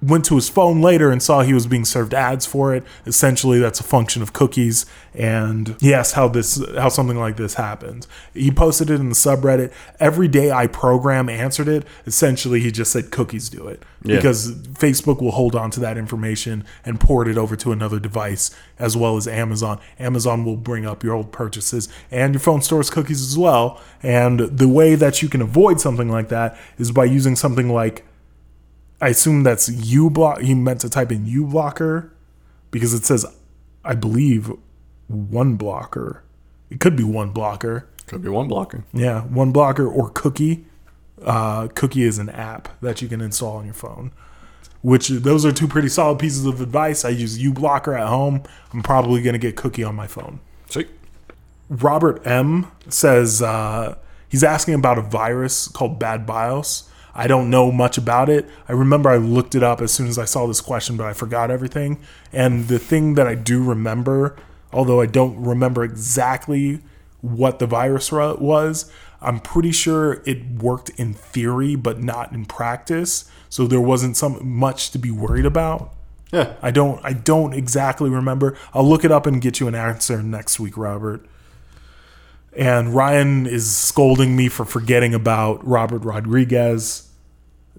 Speaker 1: went to his phone later and saw he was being served ads for it. Essentially, that's a function of cookies. And he asked how this, how something like this happened. He posted it in the subreddit. Every day I program answered it. Essentially, he just said cookies do it because Facebook will hold on to that information and port it over to another device as well as Amazon. Amazon will bring up your old purchases and your phone stores cookies as well. And the way that you can avoid something like that is by using something like I assume that's U block. He meant to type in U blocker because it says, I believe, one blocker. It could be one blocker.
Speaker 2: Could be one blocker.
Speaker 1: Yeah, one blocker or cookie. Uh, cookie is an app that you can install on your phone. Which those are two pretty solid pieces of advice. I use U blocker at home. I'm probably gonna get cookie on my phone.
Speaker 2: Sweet.
Speaker 1: Robert M says uh, he's asking about a virus called bad bios. I don't know much about it. I remember I looked it up as soon as I saw this question, but I forgot everything. And the thing that I do remember, although I don't remember exactly what the virus ru- was, I'm pretty sure it worked in theory, but not in practice. So there wasn't some much to be worried about
Speaker 2: Yeah.
Speaker 1: I don't I don't exactly remember. I'll look it up and get you an answer next week, Robert. And Ryan is scolding me for forgetting about Robert Rodriguez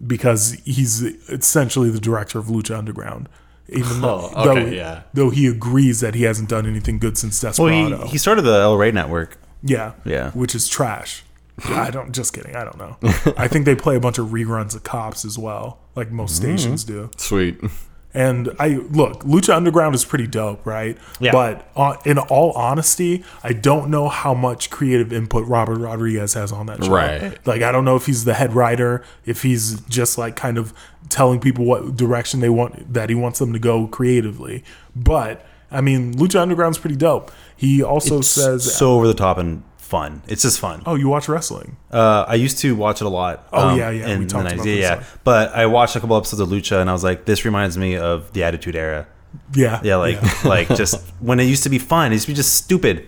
Speaker 1: because he's essentially the director of Lucha Underground. Even though,
Speaker 2: Oh, okay,
Speaker 1: though,
Speaker 2: yeah.
Speaker 1: though he agrees that he hasn't done anything good since
Speaker 3: Well,
Speaker 1: Desperado.
Speaker 3: he, he started the El Rey network.
Speaker 1: Yeah.
Speaker 3: Yeah.
Speaker 1: Which is trash. I don't. Just kidding. I don't know. I think they play a bunch of reruns of Cops as well, like most stations do.
Speaker 2: Sweet.
Speaker 1: And I look, Lucha Underground is pretty dope, right?
Speaker 3: Yeah.
Speaker 1: But uh, in all honesty, I don't know how much creative input Robert Rodriguez has on that show.
Speaker 2: Right.
Speaker 1: Like I don't know if he's the head writer, if he's just like kind of telling people what direction they want that he wants them to go creatively. But I mean, Lucha Underground's pretty dope. He also says,
Speaker 3: so over the top and fun. It's just fun.
Speaker 1: "Oh, you watch wrestling."
Speaker 3: Uh, I used to watch it a lot. um,
Speaker 1: Oh, yeah, yeah, we
Speaker 3: And
Speaker 1: talked
Speaker 3: then I,
Speaker 1: about
Speaker 3: yeah,
Speaker 1: this,
Speaker 3: yeah.
Speaker 1: like-
Speaker 3: But I watched a couple episodes of Lucha, and I was like, this reminds me of the Attitude Era.
Speaker 1: Yeah.
Speaker 3: Yeah, like like just when it used to be fun, it used to be just stupid.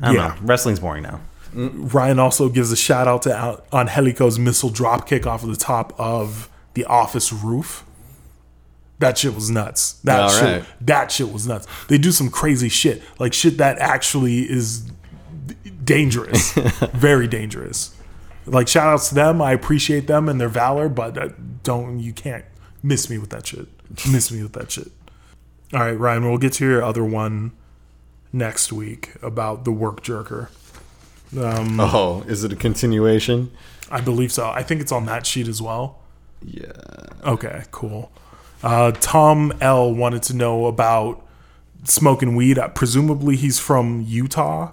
Speaker 3: I don't
Speaker 1: Yeah.
Speaker 3: know. Wrestling's boring now.
Speaker 1: Ryan also gives a shout out to Al- Angelico's missile drop kick off of the top of the office roof. That shit was nuts. That
Speaker 2: All
Speaker 1: shit,
Speaker 2: right.
Speaker 1: that shit was nuts. They do some crazy shit, like shit that actually is d- dangerous, very dangerous. Like shout outs to them. I appreciate them and their valor, but uh, don't you can't miss me with that shit. miss me with that shit. All right, Ryan, we'll get to your other one next week about the work jerker.
Speaker 2: Oh, is it a continuation?
Speaker 1: I believe so. I think it's on that sheet as well.
Speaker 2: Yeah.
Speaker 1: Okay, cool. Uh, Tom L wanted to know about smoking weed. Uh, Presumably, he's from Utah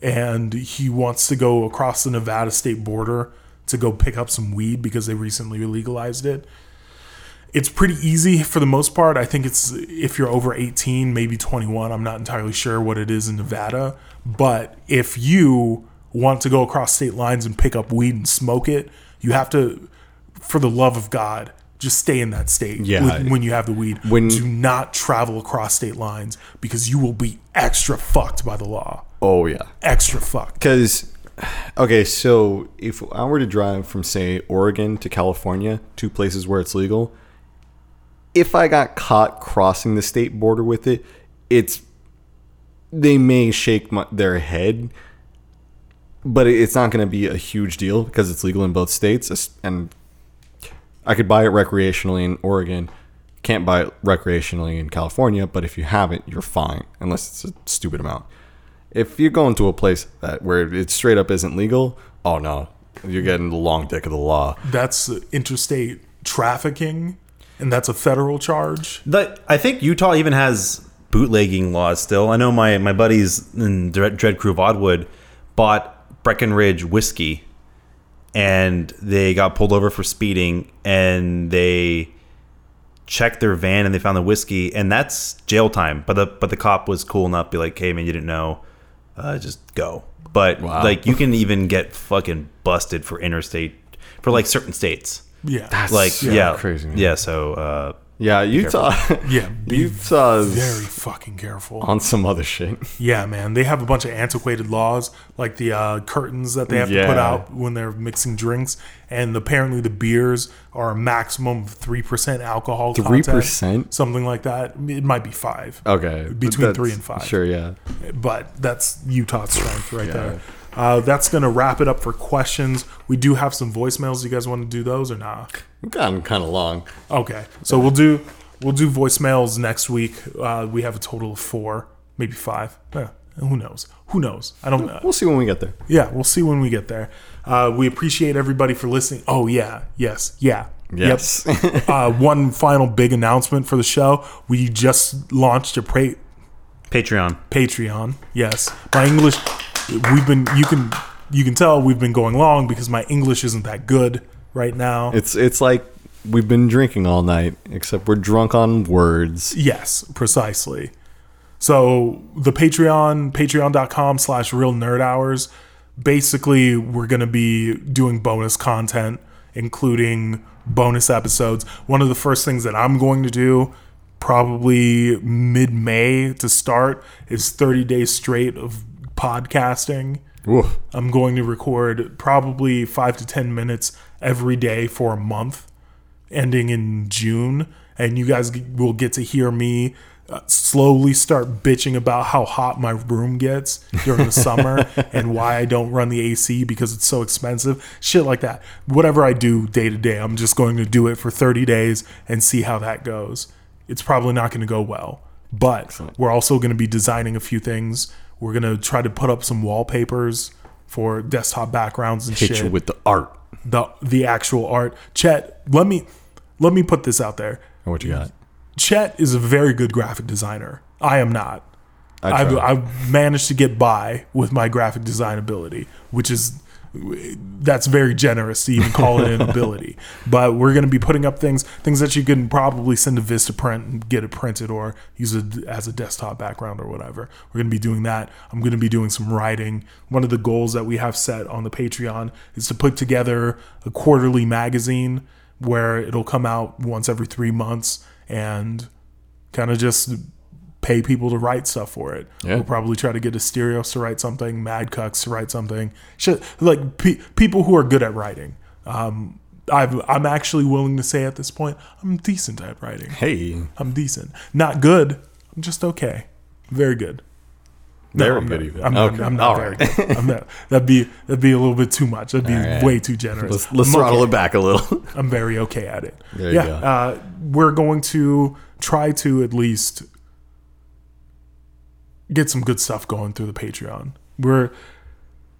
Speaker 1: and he wants to go across the Nevada state border to go pick up some weed because they recently legalized it. It's pretty easy for the most part. I think it's if you're over 18, maybe 21. I'm not entirely sure what it is in Nevada, but if you want to go across state lines and pick up weed and smoke it, you have to for the love of God, just stay in that state
Speaker 2: Yeah.
Speaker 1: with- when you have the weed.
Speaker 2: When-
Speaker 1: Do not travel across state lines because you will be extra fucked by the law.
Speaker 2: Oh, yeah.
Speaker 1: Extra fucked.
Speaker 2: Because, okay, so if I were to drive from, say, Oregon to California, two places where it's legal, if I got caught crossing the state border with it, it's. They may shake my, their head, but it- it's not going to be a huge deal because it's legal in both states. es- And I could buy it recreationally in Oregon. Can't buy it recreationally in California, but if you have it, you're fine, unless it's a stupid amount if you're going to a place that where it straight up isn't legal, oh no, you're getting the long dick of the law.
Speaker 1: That's interstate trafficking, and that's a federal charge.
Speaker 3: The, I think Utah even has bootlegging laws still. I know my, my buddies in Dread, Dread Crew of Oddwood bought Breckenridge whiskey and they got pulled over for speeding and they checked their van and they found the whiskey and that's jail time. But the but the cop was cool enough to be like, "Hey man, you didn't know. Uh, just go." But
Speaker 2: Wow.
Speaker 3: like you can even get fucking busted for interstate for like certain states.
Speaker 1: Yeah.
Speaker 3: Like
Speaker 2: so
Speaker 3: yeah.
Speaker 2: crazy, man.
Speaker 3: Yeah, so uh
Speaker 2: Yeah, Utah.
Speaker 1: yeah. Be
Speaker 2: Utah's
Speaker 1: very fucking careful.
Speaker 2: on some other shit.
Speaker 1: Yeah, man. They have a bunch of antiquated laws, like the uh, curtains that they have to put
Speaker 2: Yeah.
Speaker 1: out when they're mixing drinks, and apparently the beers are a maximum of three percent alcohol. content,
Speaker 2: 3%?
Speaker 1: something like that. It might be five.
Speaker 2: Okay, but
Speaker 1: Between three
Speaker 2: that's-
Speaker 1: and five.
Speaker 2: Sure, yeah.
Speaker 1: but that's Utah's strength right there. Uh, that's gonna wrap it up for questions. We do have some voicemails. You guys want to do those or not?
Speaker 2: We've gotten kind of long.
Speaker 1: Okay, so we'll do we'll do voicemails next week. Uh, we have a total of four, maybe five. Yeah, who knows? Who knows? I don't. know.
Speaker 2: We'll see when we get there.
Speaker 1: Yeah, we'll see when we get there. Uh, we appreciate everybody for listening. Oh yeah, yes, yeah,
Speaker 2: Yes.
Speaker 1: Yep. uh, one final big announcement for the show: we just launched a pra-
Speaker 3: Patreon.
Speaker 1: Patreon. Yes, my English. We've been. You can. You can tell we've been going long because my English isn't that good right now.
Speaker 2: It's it's like we've been drinking all night, except we're drunk on words.
Speaker 1: Yes, precisely. So the Patreon, patreon.com slash real nerd hours. Basically, we're going to be doing bonus content, including bonus episodes. One of the first things that I'm going to do, probably mid May to start, is 30 days straight of podcasting.
Speaker 2: Woof.
Speaker 1: I'm going to record probably five to 10 minutes every day for a month, ending in June. and you guys g- will get to hear me uh, slowly start bitching about how hot my room gets during the summer and why I don't run the AC because it's so expensive. Shit like that. Whatever I do day to day, I'm just going to do it for 30 days and see how that goes. It's probably not going to go well, but we're also going to be designing a few things. We're going to try to put up some wallpapers for desktop backgrounds and
Speaker 2: Hit
Speaker 1: shit
Speaker 2: you with the art.
Speaker 1: the the actual art. Chet, let me let me put this out there.
Speaker 2: What you got?
Speaker 1: Chet is a very good graphic designer. I am not.
Speaker 2: I
Speaker 1: I've,
Speaker 2: tried.
Speaker 1: I've managed to get by with my graphic design ability, which is that's very generous to even call it an ability. But we're going to be putting up things things that you can probably send to Vistaprint and get it printed or use it as a desktop background or whatever. We're going to be doing that. I'm going to be doing some writing. One of the goals that we have set on the Patreon is to put together a quarterly magazine where it'll come out once every 3 months and kind of just pay people to write stuff for it.
Speaker 2: Yeah.
Speaker 1: We'll probably try to get Asterios to write something, Mad Cucks to write something, shit like pe- people who are good at writing. Um, I've, I'm actually willing to say at this point, I'm decent at writing.
Speaker 2: Hey,
Speaker 1: I'm decent, not good. I'm just okay. Very good.
Speaker 2: very
Speaker 1: I'm
Speaker 2: good.
Speaker 1: not,
Speaker 2: even.
Speaker 1: I'm,
Speaker 2: okay.
Speaker 1: I'm, I'm not
Speaker 2: All
Speaker 1: very
Speaker 2: right.
Speaker 1: good. I'm not, that'd be that'd be a little bit too much. That'd be
Speaker 2: right.
Speaker 1: way too generous.
Speaker 2: Let's,
Speaker 1: I'm
Speaker 2: let's
Speaker 1: okay.
Speaker 2: throttle it back a little.
Speaker 1: I'm very okay at it.
Speaker 2: There you
Speaker 1: yeah,
Speaker 2: go.
Speaker 1: Uh, we're going to try to at least get some good stuff going through the Patreon. We're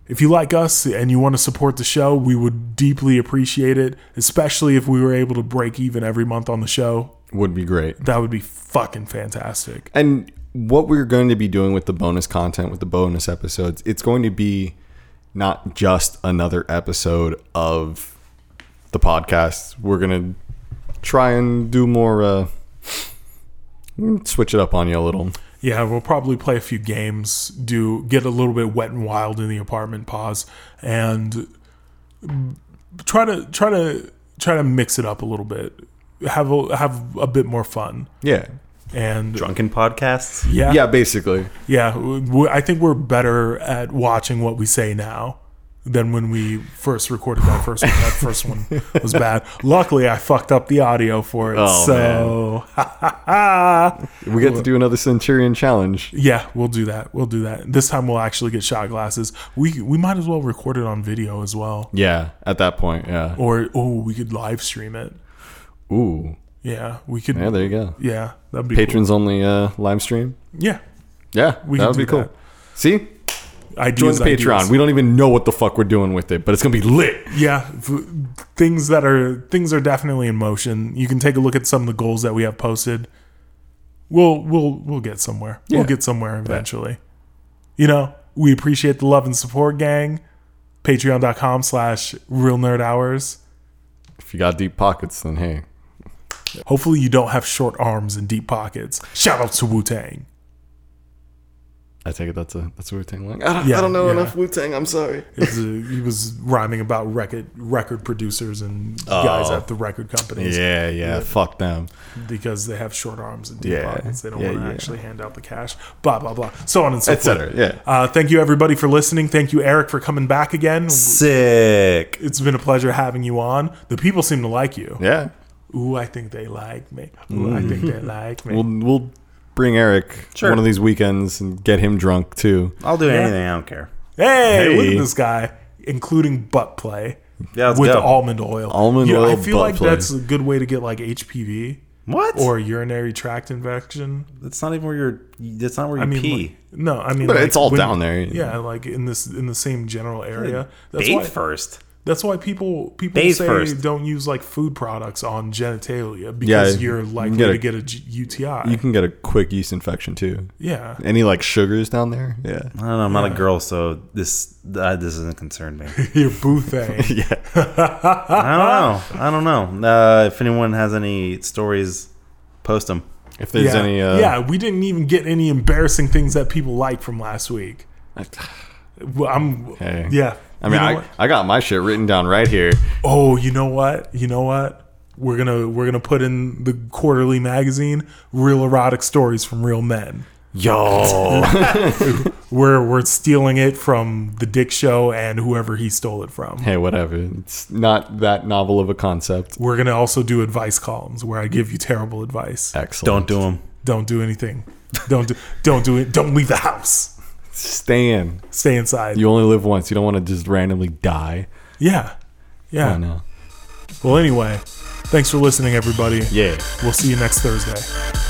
Speaker 1: if you like us and you want to support the show, we would deeply appreciate it, especially if we were able to break even every month on the show.
Speaker 2: Would be great.
Speaker 1: That would be fucking fantastic.
Speaker 2: And what we're going to be doing with the bonus content, with the bonus episodes, it's going to be not just another episode of the podcast. We're going to try and do more, uh, switch it up on you a little.
Speaker 1: Yeah, we'll probably play a few games, do get a little bit wet and wild in the apartment, pause, and try to try to try to mix it up a little bit. Have a, have a bit more fun
Speaker 2: Yeah.
Speaker 1: and
Speaker 5: Drunken podcasts.
Speaker 1: yeah
Speaker 2: Yeah, basically.
Speaker 1: yeah. we- I think we're better at watching what we say now than when we first recorded that first one. That first one was bad. Luckily, I fucked up the audio for it.
Speaker 2: Oh,
Speaker 1: so ha ha ha.
Speaker 2: We get to do another Centurion challenge.
Speaker 1: Yeah, we'll do that. We'll do that. This time we'll actually get shot glasses. We we might as well record it on video as well,
Speaker 2: Yeah, at that point. Yeah.
Speaker 1: or oh, we could live stream it.
Speaker 2: Ooh.
Speaker 1: Yeah, we could.
Speaker 2: Yeah,
Speaker 1: Yeah,
Speaker 2: there you go.
Speaker 1: that'd be
Speaker 2: Patrons only uh, live stream.
Speaker 1: Cool. Yeah,
Speaker 2: Yeah,
Speaker 1: We
Speaker 2: that
Speaker 1: can
Speaker 2: would be
Speaker 1: do
Speaker 2: cool.
Speaker 1: that.
Speaker 2: See? Join
Speaker 1: ideas.
Speaker 2: the Patreon.
Speaker 1: ideas.
Speaker 2: We don't even know what the fuck we're doing with it, but it's going to be lit.
Speaker 1: yeah, f- things that are things are definitely in motion. You can take a look at some of the goals that we have posted. We'll we'll we'll get somewhere.
Speaker 2: Yeah.
Speaker 1: We'll get somewhere eventually. You know, we appreciate the love and support, gang. Patreon.com slash real nerd hours.
Speaker 2: If you got deep pockets, then hey,
Speaker 1: Hopefully, you don't have short arms and deep pockets. Shout out to Wu Tang.
Speaker 2: I take it that's a that's a Wu Tang line. I don't,
Speaker 1: Yeah,
Speaker 2: I don't know
Speaker 1: yeah.
Speaker 2: enough Wu Tang. I'm sorry.
Speaker 1: It was, uh, he was rhyming about record record producers and guys at the record companies
Speaker 2: Oh. Yeah, yeah. Fuck them.
Speaker 1: because they have short arms and deep
Speaker 2: Yeah,
Speaker 1: pockets. They don't
Speaker 2: yeah,
Speaker 1: want to
Speaker 2: yeah.
Speaker 1: actually hand out the cash. Blah blah blah. So on and so
Speaker 2: Et
Speaker 1: forth.
Speaker 2: cetera, yeah.
Speaker 1: Uh, thank you everybody for listening. Thank you Eric for coming back again.
Speaker 5: Sick.
Speaker 1: It's been a pleasure having you on. The people seem to like you.
Speaker 2: Yeah,
Speaker 1: Ooh, I think they like me. Ooh, I think they like me.
Speaker 2: we'll we'll bring Eric
Speaker 5: Sure.
Speaker 2: one of these weekends and get him drunk too.
Speaker 5: I'll do anything. I don't care.
Speaker 1: Hey,
Speaker 2: Hey.
Speaker 1: look at this guy, including butt play
Speaker 5: Yeah, let's
Speaker 1: with
Speaker 5: go.
Speaker 1: almond oil.
Speaker 2: Almond
Speaker 1: Yeah, I
Speaker 2: oil
Speaker 1: feel
Speaker 2: butt
Speaker 1: like
Speaker 2: play.
Speaker 1: that's a good way to get like HPV
Speaker 5: What?
Speaker 1: or urinary tract infection.
Speaker 5: that's not even where you're. That's not where you
Speaker 1: I mean,
Speaker 5: pee.
Speaker 1: like- no, I mean,
Speaker 2: But
Speaker 1: like,
Speaker 2: it's all
Speaker 1: when-
Speaker 2: down there.
Speaker 1: Yeah, like in this in the same general area. That's
Speaker 5: Bathe
Speaker 1: why
Speaker 5: first.
Speaker 1: that's why people people
Speaker 5: Bathe
Speaker 1: say do
Speaker 5: first.
Speaker 1: don't use like food products on genitalia because
Speaker 2: you
Speaker 1: you're
Speaker 2: can
Speaker 1: likely
Speaker 2: get a-
Speaker 1: to get a G- UTI.
Speaker 2: you can get a quick yeast infection too.
Speaker 1: yeah,
Speaker 2: Any like sugars down there? Yeah,
Speaker 5: I don't know. I'm not a girl, so this uh, this doesn't concern me.
Speaker 1: your boo thing.
Speaker 5: I don't know. I don't know. Uh, if anyone has any stories, post them.
Speaker 2: if there's
Speaker 1: yeah.
Speaker 2: any. Uh,
Speaker 1: yeah, we didn't even get any embarrassing things that people like from last week. Well, I'm
Speaker 2: Hey.
Speaker 1: yeah.
Speaker 2: I mean,
Speaker 1: You know
Speaker 2: I,
Speaker 1: what?
Speaker 2: I got my shit written down right here.
Speaker 1: oh, you know what? You know what? We're gonna we're gonna put in the quarterly magazine, real erotic stories from real men.
Speaker 2: Yo,
Speaker 1: We're we're stealing it from the Dick Show and whoever he stole it from.
Speaker 2: Hey, whatever. It's not that novel of a concept.
Speaker 1: We're gonna also do advice columns where I give you terrible advice.
Speaker 2: Excellent.
Speaker 3: Don't do them.
Speaker 1: Don't do anything. Don't do don't do it. Don't leave the house.
Speaker 2: Stay in.
Speaker 1: Stay inside.
Speaker 2: You only live once. You don't want to just randomly die.
Speaker 1: yeah. Yeah.
Speaker 2: I know.
Speaker 1: Well, anyway, thanks for listening, everybody.
Speaker 2: Yeah.
Speaker 1: We'll see you next Thursday.